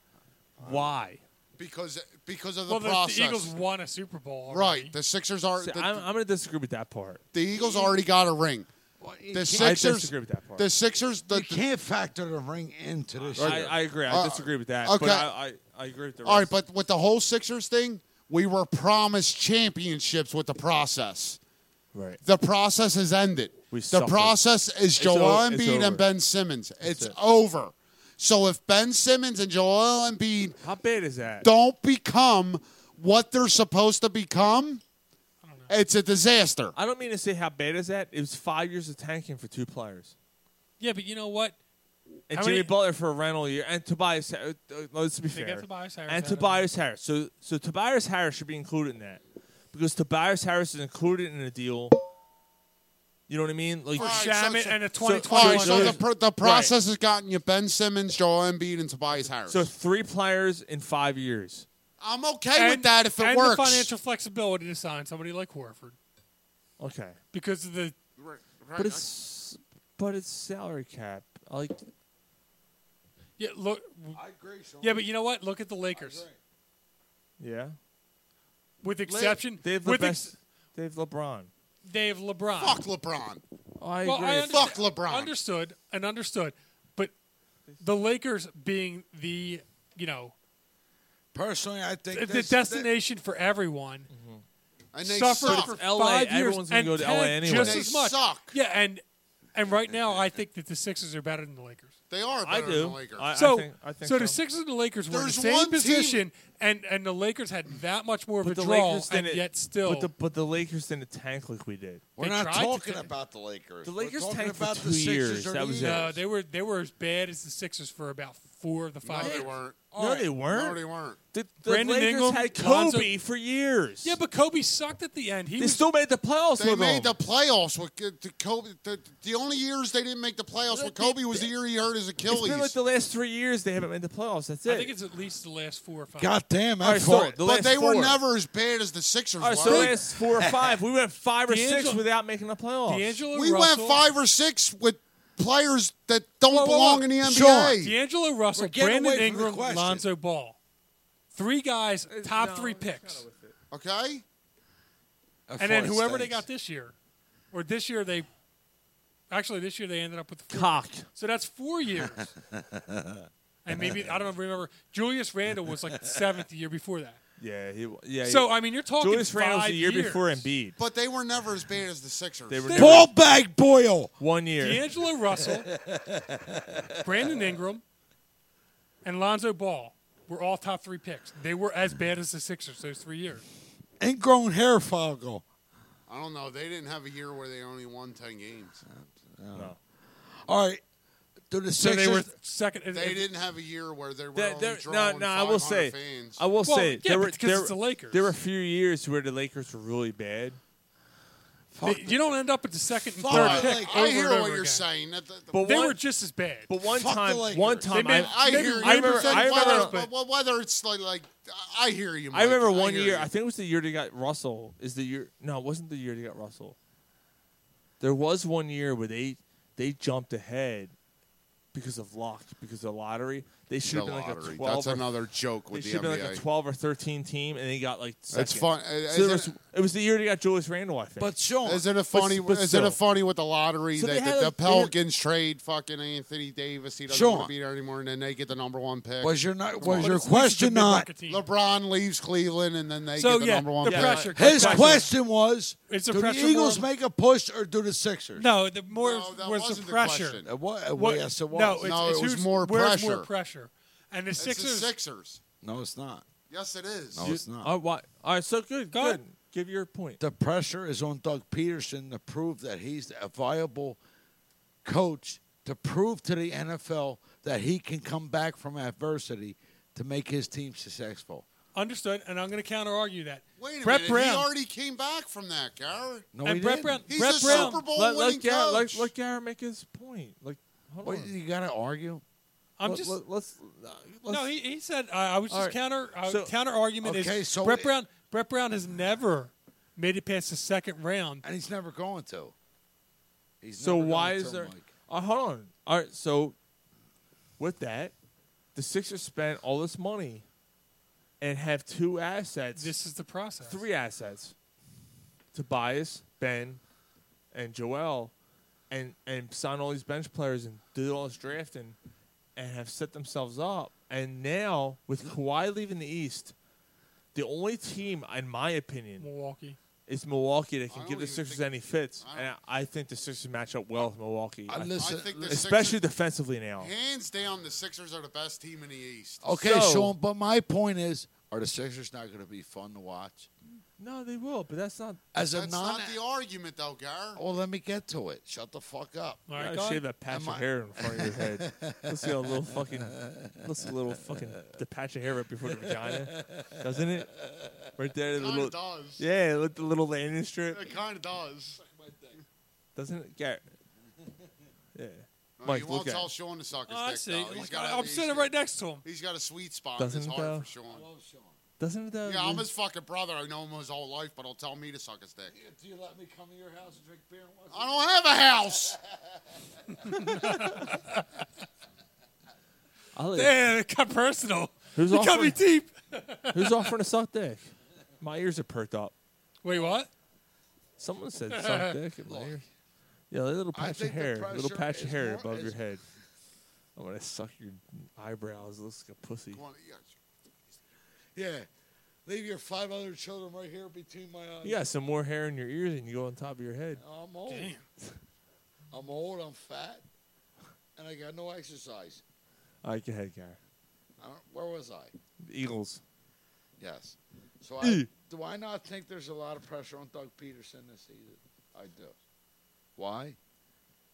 S3: Why?
S6: Because because of the
S7: Well, the,
S6: process.
S7: the Eagles won a Super Bowl. already.
S6: right. The Sixers are.
S3: See,
S6: the-
S3: I'm, I'm going to disagree with that part.
S6: The Eagles already got a ring. The Sixers.
S3: I disagree with that part.
S6: The Sixers. The,
S8: you can't factor the ring into this.
S3: I,
S8: year.
S3: I agree. I
S6: Uh,
S3: disagree with that.
S6: okay.
S3: But I, I, I agree with the
S6: all right,
S3: rest.
S6: but with the whole Sixers thing, we were promised championships with the process.
S3: Right.
S6: The process has ended.
S3: We
S6: the
S3: suffered.
S6: process is
S3: It's
S6: Joel
S3: o- it's
S6: Embiid
S3: over.
S6: and Ben Simmons. It's
S3: it.
S6: over. So if Ben Simmons and Joel Embiid
S3: How bad is that?
S6: don't become what they're supposed to become, it's a disaster.
S3: I don't mean to say how bad is that. It was five years of tanking for two players.
S7: Yeah, but you know what?
S3: And
S7: How
S3: Jimmy
S7: many-
S3: Butler for a rental year. And Tobias Harris. Uh, let's be
S7: They
S3: fair.
S7: got Tobias Harris
S3: and
S7: out of it.
S3: Tobias Harris. So, so Tobias Harris should be included in that. Because Tobias Harris is included in a deal. You know what I mean? Like
S7: For Shamit and a
S3: so-
S7: 2021
S3: all right,
S6: So the, pro- the
S3: Right.
S6: process has gotten you Ben Simmons, Joel Embiid, and Tobias Harris.
S3: So three players in five years.
S6: I'm okay with
S7: And-
S6: that if it
S7: and
S6: works.
S7: the financial flexibility to sign somebody like Horford
S3: Okay.
S7: because of the
S3: But it's but it's salary cap. Like
S7: yeah look.
S8: I agree, Sean.
S7: Yeah, but you know what? Look at the Lakers.
S3: yeah.
S7: With exception,
S3: They have the
S7: with
S3: best.
S7: ex-
S3: they have LeBron.
S7: they have LeBron.
S6: Fuck LeBron.
S3: I
S7: well,
S3: agree.
S7: I understand-
S6: Fuck LeBron.
S7: Understood and understood, but the Lakers being the you know
S8: Personally, I think
S7: the, the
S8: this-
S7: destination for everyone.
S6: And they
S7: suffered
S6: suck.
S7: for
S3: But it's LA,
S7: five years
S3: everyone's gonna
S7: and
S3: go to LA
S7: tanked
S3: anyway.
S7: just
S3: They
S7: as much.
S6: suck.
S7: Yeah, and and right now I think that the Sixers are better than the Lakers.
S6: They are
S3: I
S6: better than
S3: do.
S6: the Lakers.
S3: I-
S7: so,
S3: think- I think
S7: so, the
S3: so.
S7: Sixers and the Lakers were in the
S6: There's
S7: same
S6: one team-
S7: position, and and the Lakers had that much more of
S3: But
S7: a
S3: the
S7: draw,
S3: Lakers
S7: and
S3: didn't.
S7: yet still
S3: but the but the Lakers didn't tank like we did.
S8: We're
S7: They
S8: not
S7: tried to
S8: talking
S7: ta-
S8: about the Lakers.
S3: The
S8: We're
S3: Lakers
S8: talking
S3: tanked for
S8: about
S3: two
S8: the Sixers
S3: years.
S8: or
S3: That
S8: the
S3: was it.
S8: Eagles.
S7: No, they were they were as bad as the Sixers for about four of the
S6: No,
S7: five.
S6: they
S7: years.
S6: weren't.
S7: All
S3: no,
S7: right.
S3: they weren't.
S6: No, they weren't.
S3: The, the
S7: Brandon
S3: Lakers
S7: Ingram,
S3: had
S7: Lonzo-
S3: Kobe for years.
S7: Yeah, but Kobe sucked at the end. He
S3: they
S7: was
S3: still made the playoffs
S6: They
S3: with
S6: made
S3: them.
S6: the playoffs with K- to Kobe. The, the only years they didn't make the playoffs with Kobe was the year he hurt his
S3: it's
S6: Achilles.
S3: been like the last three years they haven't made the playoffs. That's it.
S7: I think it's at least the last four or five.
S8: God damn,
S3: All
S8: I
S3: right,
S8: fought.
S3: so the
S6: but
S3: last
S6: they were
S3: four.
S6: never as bad as the Sixers
S3: All right,
S6: were.
S3: so the last four or five, we went five or six
S7: D'Angelo-
S3: without making the playoffs.
S7: D'Angelo
S6: we
S7: Russell.
S6: went five or six with players that don't
S7: Whoa, whoa,
S6: belong
S7: whoa.
S6: in the NBA.
S7: D'Angelo Russell,
S8: We're getting
S7: Brandon
S8: away from the
S7: Ingram,
S8: question.
S7: Lonzo Ball. Three guys,
S3: Uh,
S7: top three picks.
S6: Okay,
S8: I fought
S7: And then whoever they
S8: States.
S7: got this year, or this year they, actually this year they ended up with four.
S3: Cock.
S7: So that's four years. and maybe I don't remember. Julius Randle was like the seventh the year before that.
S3: Yeah, he. Yeah.
S7: So
S3: he,
S7: I mean, you're talking
S3: Julius Randle was
S7: five
S3: the year
S7: years.
S3: before Embiid.
S6: but they were never as bad as the Sixers.
S3: They were
S7: They-
S3: never-
S8: Ball bag Boyle.
S3: one year.
S7: D'Angelo Russell, Brandon Ingram, and Lonzo Ball were all top three picks. They were as bad as the Sixers those three years.
S8: Ingrown hair follicle.
S6: I don't know. They didn't have a year where they only won ten games.
S3: No.
S8: All right. Do the
S6: So they
S8: Sixers-
S6: were
S7: second.
S6: They didn't have a year where they were
S3: There-
S6: only
S3: there- no,
S6: drawing
S3: no, I will say,
S6: 500 fans.
S3: I will say, there were
S7: because
S3: there,
S7: it's the Lakers.
S3: There were a few years where the Lakers were really bad.
S7: They- you don't end up at the second and
S3: Fuck
S7: third
S3: the
S7: pick.
S3: Lakers.
S7: over
S3: I hear
S7: and
S3: what
S7: over
S3: you're
S7: again.
S6: saying. That-
S3: But
S7: they
S3: one-
S7: were just as bad.
S3: but one Fuck the time- Lakers. one time
S7: They made-
S3: I- I
S7: maybe
S3: hear you.
S7: 90%
S3: I remember- I remember-
S7: whether-
S6: But wh- whether it's like, like I hear you. Mike.
S3: I remember one
S6: hear
S3: year.
S6: you.
S3: I think it was the year they got Russell. Is the year? No, it wasn't the year they got Russell. There was one year where they they jumped ahead because of luck, because of the lottery. They should have
S6: The
S3: been like a
S6: lottery.
S3: twelve.
S6: That's
S3: or-
S6: another joke with
S3: they should
S6: the
S3: have been like a
S6: NBA.
S3: twelve or thirteen team, and they got like. Second.
S6: fun-
S3: So
S6: uh, is
S3: there
S6: it-
S3: was- it was the year they got Julius Randle, I think.
S6: is it a funny?
S3: But- but
S6: is it
S3: still.
S6: a funny with the lottery?
S3: So
S6: they,
S3: they had
S6: the,
S3: a-
S6: the Pelicans trade fucking Anthony Davis. He doesn't want
S8: Sean.
S6: to be there anymore, and then they get the number one pick.
S8: Was your not-
S6: Come
S8: was
S6: on.
S8: your But it's question not-
S7: Rocket
S6: LeBron leaves Cleveland, and then they get
S8: So,
S6: the
S8: yeah,
S6: number one
S7: the
S6: pick?
S7: pressure-
S8: His question was:
S7: It's a
S8: Do the
S7: pressure
S8: Eagles
S7: world.
S8: make a push or do the Sixers?
S7: No, the more was the
S6: wasn't the
S7: pressure.
S6: question.
S8: It wa- it wa- yes, it was.
S7: No, it's,
S8: No,
S7: it's
S8: it was
S7: who's-
S8: more
S7: where's more
S8: pressure.
S7: pressure. And the
S6: It's the
S7: Sixers.
S6: Sixers.
S8: No, it's not.
S6: Yes, it is.
S8: No, it's not.
S3: All right, Uh, why- all right, so good.
S8: Go
S3: good.
S8: ahead.
S3: Give your point.
S8: The pressure is on Doug Peterson to prove that he's a viable coach, to prove to the NFL that he can come back from adversity to make his team successful.
S7: Understood, and I'm going to counter argue that.
S6: Wait a
S7: Brett
S6: minute.
S7: Brown.
S6: He already came back from that, Garrett.
S8: No,
S7: And
S8: he
S7: Brett
S8: didn't.
S7: Brown-
S6: He's
S7: Brett
S6: a
S7: Brown.
S6: Super Bowl
S3: let,
S6: winning
S3: let Garrett,
S6: coach.
S3: let, let Garrett make his point. Like, hold
S8: What,
S3: on.
S8: you got to argue?
S7: I'm
S3: Let-
S7: just.
S3: let- let's, let's
S7: no, he, he said I I was just
S3: All right.
S7: counter uh,
S3: So-
S7: counter argument
S8: Okay,
S7: is
S8: so
S7: Brett
S8: it-
S7: Brown. Brett Brown has never made it past the second round.
S8: And he's never going to. He's
S3: So
S8: never
S3: why
S8: going
S3: is
S8: to,
S3: there?
S8: Mike.
S3: Uh, hold on. All right. So with that, the Sixers spent all this money and have two assets.
S7: This is the process.
S3: Three assets: Tobias, Ben, and Joel, and and sign all these bench players and do all this drafting, and have set themselves up. And now with Kawhi leaving the East, the only team, in my opinion,
S7: Milwaukee.
S3: it's Milwaukee that can
S6: don't
S3: give the
S6: even
S3: Sixers
S6: think-
S3: any fits, and I think the Sixers match up well with Milwaukee.
S8: I-
S3: I-
S8: listen- I
S6: think the
S3: especially defensively now.
S6: Hands down, the Sixers are the best team in the East.
S8: Okay,
S3: So-
S8: Sean, but my point is are the Sixers not going to be fun to watch?
S3: No, they will, but that's not.
S8: As a
S6: That's
S8: non.
S6: not the argument, though, Gar.
S8: oh, let me get to it. Shut the fuck up.
S7: All right,
S3: I
S7: go
S3: shave
S7: ahead.
S3: that patch
S8: Am
S3: of
S8: I-
S3: hair in front of your head. Let's see a little fucking. Let's see a little fucking. The patch of hair right before the vagina, doesn't it? Right there, the
S6: Kinda
S3: little.
S6: does.
S3: Yeah, look the little landing strip,
S6: It kind of does.
S3: doesn't it? Garrett. Yeah.
S6: No,
S3: Mike,
S6: you
S3: look
S6: won't
S3: at.
S6: tell
S3: it.
S6: Sean to suck his
S7: Oh, I
S6: dick,
S7: see.
S6: though.
S7: Like,
S6: He's got
S7: I- I'm
S6: he's-
S7: sitting right next to him.
S6: He's got a sweet spot in his
S3: Doesn't it,
S6: heart
S3: though?
S6: for Sean.
S3: Doesn't it? uh, though?
S6: Yeah, I'm his fucking brother. I know him his whole life, but he'll tell me to suck his dick.
S8: Do you let me come to your house and drink beer and watch
S6: I don't have a house.
S3: I'll-
S7: Damn, it got personal.
S3: Who's
S7: you got
S3: offering-
S7: me deep.
S3: Who's offering to suck dick? My ears are perked up.
S7: Wait, what?
S3: Someone said suck dick at my ear. Yeah, that little
S8: I
S3: patch of
S8: think the
S3: hair, little
S8: pressure
S3: patch of
S8: is
S3: hair
S8: more-
S3: above
S8: is-
S3: your head. Oh, when I suck your eyebrows, it looks like a pussy.
S8: Yeah. Leave your five other children right here between my eyes.
S3: You got some more hair in your ears than you go on top of your head.
S8: I'm old.
S7: Damn.
S8: I'm old, I'm fat, and I got no exercise.
S3: All right, go ahead, Gary.
S8: I don't, where was I?
S3: Eagles.
S8: Yes. So I, do I not think there's a lot of pressure on Doug Peterson this season? I do. Why?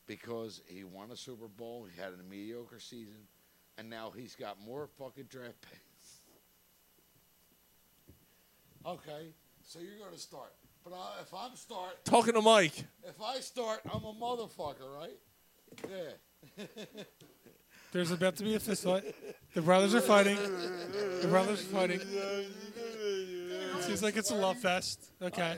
S8: Because he won a Super Bowl, he had a mediocre season, and now he's got more fucking draft picks. Okay, so you're going to start. But I, if I'm start,
S3: Talking to Mike.
S8: if I start, I'm a motherfucker, right? Yeah.
S7: There's about to be a fist fight. The brothers are fighting. The brothers are fighting. Seems like it's a love fest. Okay.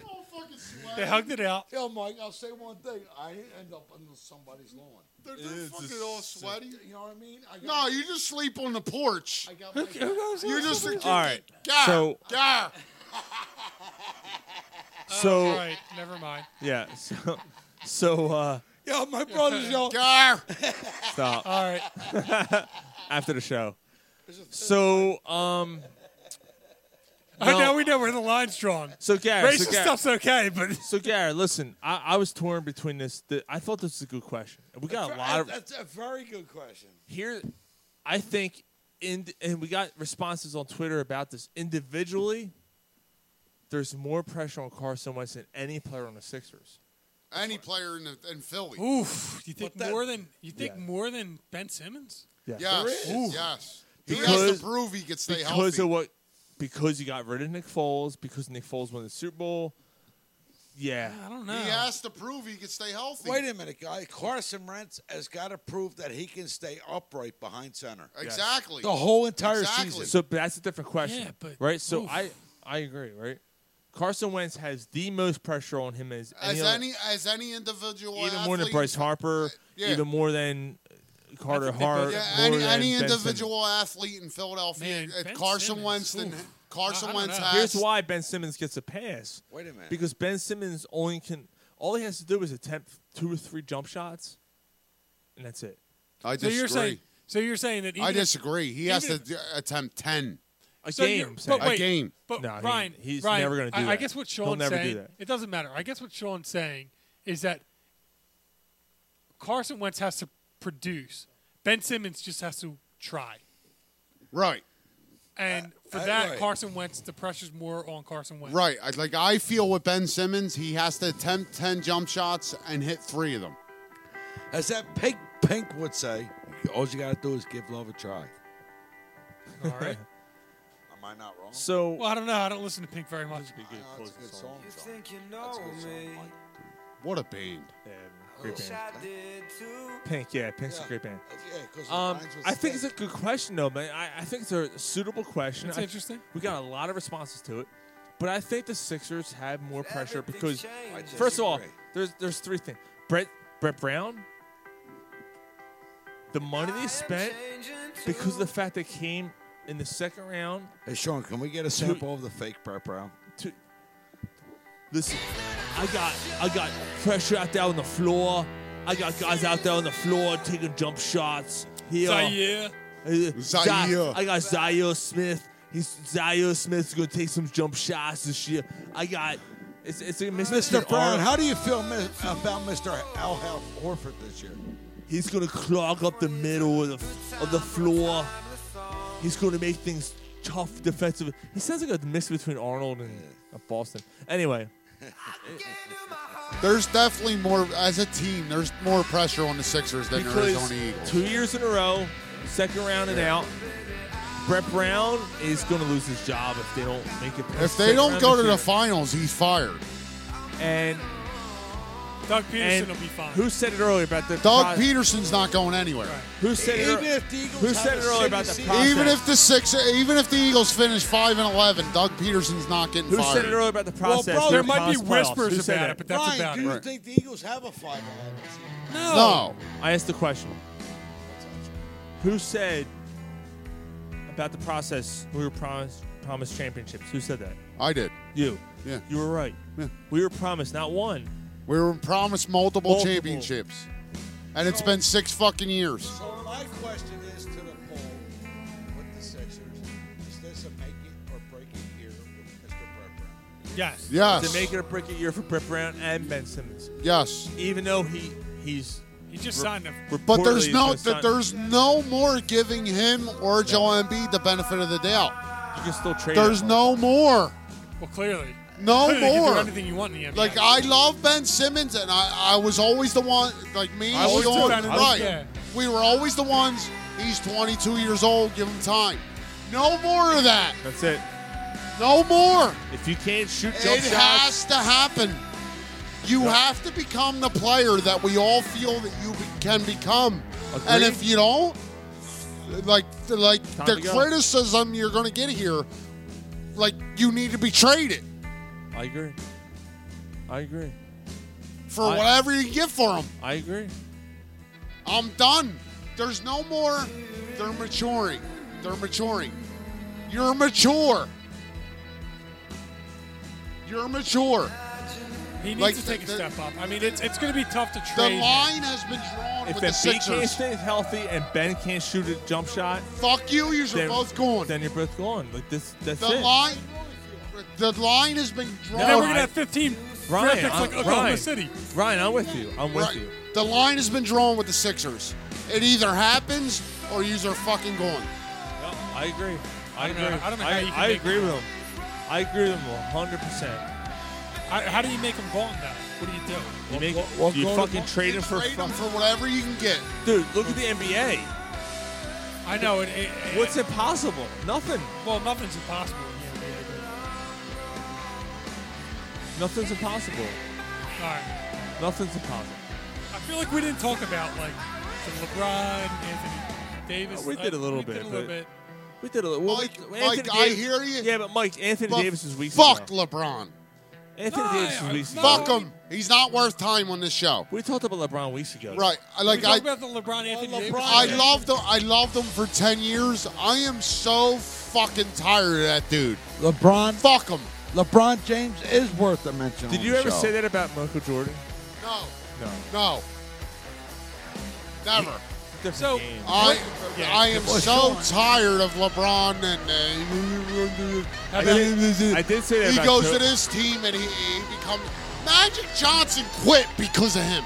S7: They hugged it out.
S8: Yo, Mike, I'll say one thing. I didn't end up on somebody's lawn.
S6: They're, they're fucking all sweaty.
S8: You know what I mean? I
S6: No,
S8: got,
S6: you just sleep on the porch.
S8: I got
S7: Who,
S8: my,
S7: who goes
S6: You
S7: out?
S6: just think
S3: All right.
S6: Gar,
S3: So-
S6: Gar.
S3: So
S7: All right, never mind.
S3: yeah, so so uh,
S8: yo, my brother's yo.
S6: Gar.
S8: Uh,
S3: stop
S7: All right.
S3: after the show. So um,
S7: Oh,
S3: No.
S7: now we know where the line's drawn.
S3: so Gary,
S7: Racist
S3: so Gary,
S7: stuff's okay, but
S3: so Gary, listen, I, I was torn between this. The, I thought this was a good question. We got a lot of
S8: That's a very good question.
S3: here I think in and we got responses on Twitter about this individually there's more pressure on Carson Wentz than any player on the Sixers
S6: Any player in, the, in Philly.
S7: Oof! You think
S6: But that-
S7: more than you think
S6: Yeah.
S7: more than Ben Simmons?
S3: Yeah.
S6: Yes.
S3: There is.
S6: Yes. He has to prove he can stay
S3: because
S6: healthy.
S3: of what because he got rid of Nick Foles because Nick Foles won the Super Bowl. Yeah,
S6: He has to prove he can stay healthy.
S8: Wait a minute, guy. Carson Wentz has got to prove that he can stay upright behind center.
S6: Exactly.
S8: The whole entire season.
S3: So but that's a different question,
S8: Yeah, but-
S3: right? So
S8: oof.
S3: I I agree, right? Carson Wentz has the most pressure on him as,
S6: As
S3: other-
S6: any as any individual
S3: even
S6: athlete,
S3: more than Bryce Harper,
S6: Yeah.
S3: even more than Carter Hart,
S6: Yeah,
S3: more
S6: any,
S3: than
S6: any
S3: Ben
S6: individual athlete in Philadelphia,
S3: Man,
S6: uh,
S3: Ben
S6: Carson
S3: Simmons,
S6: Wentz, than
S3: oof.
S6: Carson Wentz
S3: Simmons.
S6: has.
S3: Here's why Ben Simmons gets a pass.
S8: Wait a minute.
S3: Because Ben Simmons only can all he has to do is attempt two or three jump shots, and that's it.
S6: I
S7: So you're saying so you're saying that even
S6: I
S7: if-
S6: disagree. He has
S7: even
S6: to
S7: if-
S6: d- attempt ten
S3: A
S7: So you're- but wait,
S6: a game.
S7: But Ryan, Ryan, I, I guess what Sean's saying, it doesn't matter. I guess what Sean's saying is that Carson Wentz has to produce. Ben Simmons just has to try.
S6: Right.
S7: And for
S6: uh,
S7: that,
S6: right.
S7: Carson Wentz, the pressure's more on Carson Wentz.
S6: Right. I- Like I feel with Ben Simmons, he has to attempt ten jump shots and hit three of them.
S8: As that pink pink would say, all you got to do is give love a try.
S7: All right.
S8: Am I not wrong?
S3: So
S7: Well, I don't know. I don't listen to Pink very much.
S8: That's a good song.
S21: You think you know me?
S6: What a band!
S3: Great
S21: Wish
S3: band.
S21: I did too.
S3: Pink, yeah, Pink's a great band.
S8: yeah, 'cause it
S3: um,
S8: rhymes with
S3: I think it's a good question though, man. I, I think it's a suitable question.
S7: That's
S3: I-
S7: interesting.
S3: We got a lot of responses to it, but I think the Sixers have more pressure because,
S7: Everything changes.
S3: first of all,
S7: I disagree.
S3: there's there's three things. Brett Brett Brown, the money they spent because of the fact they came in the second round
S8: Hey, Sean, can we get a sample of the fake Brett Brown?
S3: to listen. I got I got pressure out there on the floor. I got guys out there on the floor taking jump shots. Here,
S7: Zaire.
S3: Uh, Za-
S7: Zaire.
S3: I got Zaire Smith. He's Zaire Smith's gonna take some jump shots this year. I got it's it's a
S8: Mr. Brown, how do you feel mi- about Mr. Al Hal Horford this year?
S3: He's gonna clog up the middle of the, of the floor. He's gonna make things tough defensive. He sounds like a mix between Arnold and uh, Boston. Anyway,
S6: There's definitely more as a team. There's more pressure on the Sixers than there is
S3: because
S6: on the Eagles.
S3: two years in a row, second round and out. Brett Brown is gonna lose his job if they don't make it. past
S6: If they
S3: second
S6: don't
S3: round
S6: go
S3: this
S6: to the
S3: year.
S6: finals, he's fired.
S3: and
S7: Doug
S6: Peterson
S3: and
S6: will be fine.
S3: Who said it earlier about the
S6: Doug
S3: pro-
S6: Peterson's not going anywhere.
S3: Who said it? ear- who said it earlier about the process?
S6: Even if the six, even if the Eagles finish five and eleven, Doug Peterson's not getting
S3: Who
S6: fired.
S3: said it earlier about the process? They're past playoffs. Who said that?
S8: Ryan, do you
S3: Right.
S8: think the Eagles have a 5
S3: No. I asked the question. Who said about the process we were promised promised championships? Who said that?
S6: I did.
S3: You.
S6: Yeah.
S3: You were right. We were promised not one.
S6: We were promised multiple,
S3: Multiple.
S6: championships, and it's been six fucking years.
S8: So my question is to the poll with the Sixers: Is this a make it or break it year with Mr. Brett Brown?
S7: Yes.
S6: Yes.
S3: To make it a brick a year for Brett Brown and Ben Simmons.
S6: Yes.
S3: Even though he he's
S7: he just signed him.
S6: But there's no th- there's no more giving him or Joel Embiid the benefit of the doubt.
S3: You can still trade.
S6: There's no more.
S7: Well, clearly.
S6: No
S7: clearly You can
S6: more.
S7: do anything you want in the NBA.
S6: Like I love Ben Simmons, and I, I was always the one. Like me,
S7: I was
S6: Sean,
S7: too, Ben, I was-
S6: right?
S7: yeah.
S6: We were always the ones. He's 22 years old. Give him time. No more of that.
S3: That's it.
S6: No more.
S3: If you can't shoot jump
S6: It
S3: shots,
S6: has to happen. You have to become the player that we all feel that you be- can become. And
S3: Agreed.
S6: if you don't, like like
S3: Time
S6: the
S3: to go.
S6: criticism you're going to get here, like you need to be traded
S3: I agree. I agree.
S6: for
S3: I-
S6: whatever you can get for him.
S3: I agree.
S6: I'm done. There's no more. They're maturing. They're maturing. You're mature. You're mature.
S7: He needs
S6: Like,
S7: to take a
S6: the-
S7: step up. I mean, it's, it's going to be tough to
S6: The
S7: trade. him.
S6: line has been drawn
S3: If
S6: with the
S3: Embiid can't
S6: Sixers.
S3: stay healthy and Ben can't shoot a jump shot,
S6: fuck you. You're
S3: then,
S6: both gone.
S3: Then you're both gone. Like this, that's
S6: The
S3: it.
S6: line, the line has been drawn.
S3: No,
S7: then we're going
S3: I-
S7: to have 15
S3: Ryan,
S7: draft picks
S3: I'm-
S7: like Oklahoma
S3: Ryan,
S7: City.
S3: Ryan, I'm with you. I'm with
S6: Right.
S3: you.
S6: The line has been drawn with the Sixers. It either happens or yous are fucking gone.
S3: I agree. I,
S7: I don't
S3: agree.
S7: know- I don't know how you can
S3: I
S7: make-
S3: agree with him. I agree with him 100. percent
S7: I, how do you make him gone now? What do you do?
S3: You make
S7: what
S3: you
S7: goal
S3: fucking
S7: did-
S3: trade him for
S7: Trade him
S3: fuck-
S7: for whatever you can get.
S3: Dude, look at the NBA.
S7: I know. It,
S3: What's impossible? Nothing.
S7: Well, nothing's impossible. in the NBA, but-
S3: Nothing's impossible.
S7: All right.
S3: Nothing's impossible.
S7: I feel like we didn't talk about like the LeBron, Anthony Davis.
S3: we did a
S7: I-
S3: little
S7: we
S3: bit.
S7: Did a little
S3: but-
S7: bit.
S3: We did a little. Well,
S7: Mike-
S3: we-
S7: Mike,
S3: Anthony
S7: I
S3: Davis-
S7: hear you.
S3: Yeah, but Mike, Anthony
S6: But
S3: Davis is weak.
S6: Fuck LeBron.
S3: Anthony
S6: No,
S3: Davis was weeks ago.
S6: Fuck him. He's not worth time on this show.
S3: We talked about LeBron weeks ago.
S6: Right. I- Like
S7: we talked
S6: I, Oh,
S7: about the LeBron Anthony Davis.
S6: I loved him. I loved him for ten years. I am so fucking tired of that dude.
S9: LeBron.
S6: Fuck him.
S9: LeBron James is worth a mention.
S3: Did
S9: on
S3: you
S9: the
S3: ever
S9: show.
S3: say that about Michael Jordan?
S6: No.
S3: No.
S6: No. Never.
S3: So
S6: I,
S3: Yeah.
S6: I am
S3: Well,
S6: so
S3: Sean.
S6: tired of LeBron and. Uh,
S3: I did- I did say that
S6: He
S3: about
S6: goes
S3: Kobe.
S6: to this team and he, he becomes Magic Johnson quit because of him.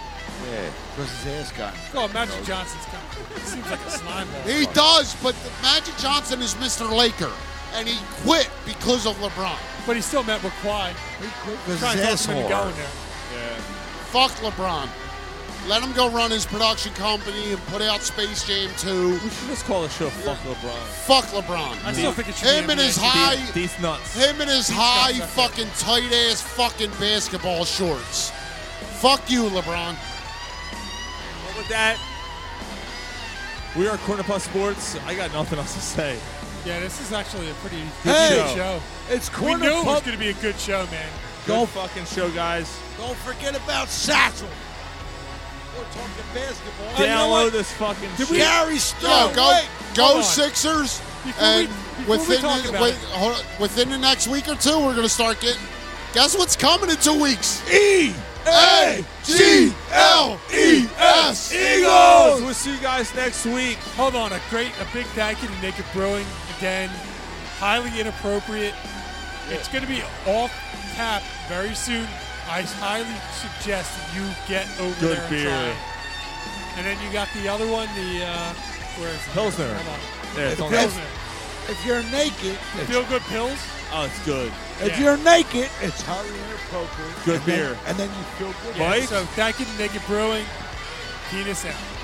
S8: Yeah, because his ass got.
S7: Oh, Magic Johnson's coming. He seems like a slime ball.
S6: He does, but Magic Johnson is Mr. Laker, and he quit because of LeBron.
S7: But he still met with Kawhi. He quit
S6: because
S7: trying to
S6: his
S7: talk him into
S6: asshole
S7: going
S6: hurt.
S7: there.
S6: Fuck LeBron. Let him go run his production company and put out Space Jam 2.
S3: We should just call the show "Fuck LeBron."
S6: Fuck LeBron.
S3: I still think it should
S6: him
S3: be
S6: and his
S3: NBA.
S6: high,
S3: These- these nuts.
S6: him and his
S3: These
S6: high
S3: nuts, I think.
S6: fucking tight ass fucking basketball shorts. Fuck you, LeBron.
S3: Well, with that, we are Corner Puff Sports. I got nothing else to say.
S7: Yeah, this is actually a pretty good
S3: Hey,
S7: show.
S3: it's
S7: We
S3: Corner
S7: knew it was
S3: Pub-
S7: going to be a good show, man.
S3: Go fucking show, guys.
S9: Don't forget about Satchel. We're talking basketball.
S7: Oh,
S3: Download this fucking
S9: Did we-
S3: shit.
S9: Gary
S6: Yo,
S9: Stone.
S6: go,
S9: Wait,
S6: go
S9: hold on.
S6: Sixers.
S9: Before we-
S6: And
S9: before we
S6: within,
S9: talk
S6: the,
S9: about
S6: wait,
S9: it.
S6: hold on. within the next week or two, we're going to start getting. Guess what's coming in two weeks?
S3: E
S6: A G L E S
S3: Eagles. We'll see you guys next week.
S7: Hold on, a great, a big thank you to Naked Brewing again. Highly inappropriate. It's going to be off tap very soon. I highly suggest that you get over
S3: Good
S7: there
S3: beer.
S7: and try. And then you got the other one, the uh, where is it?
S3: Pilsner.
S7: Hold on.
S3: Yeah, it's
S7: The
S3: on-
S7: Pilsner.
S9: If you're naked,
S7: The feel good pills.
S3: Oh, it's good.
S9: if you're naked, it's highly inappropriate.
S3: Good
S9: And then-
S3: beer.
S9: and then you feel good.
S7: Yeah, So thank you to Naked Brewing. Penis out.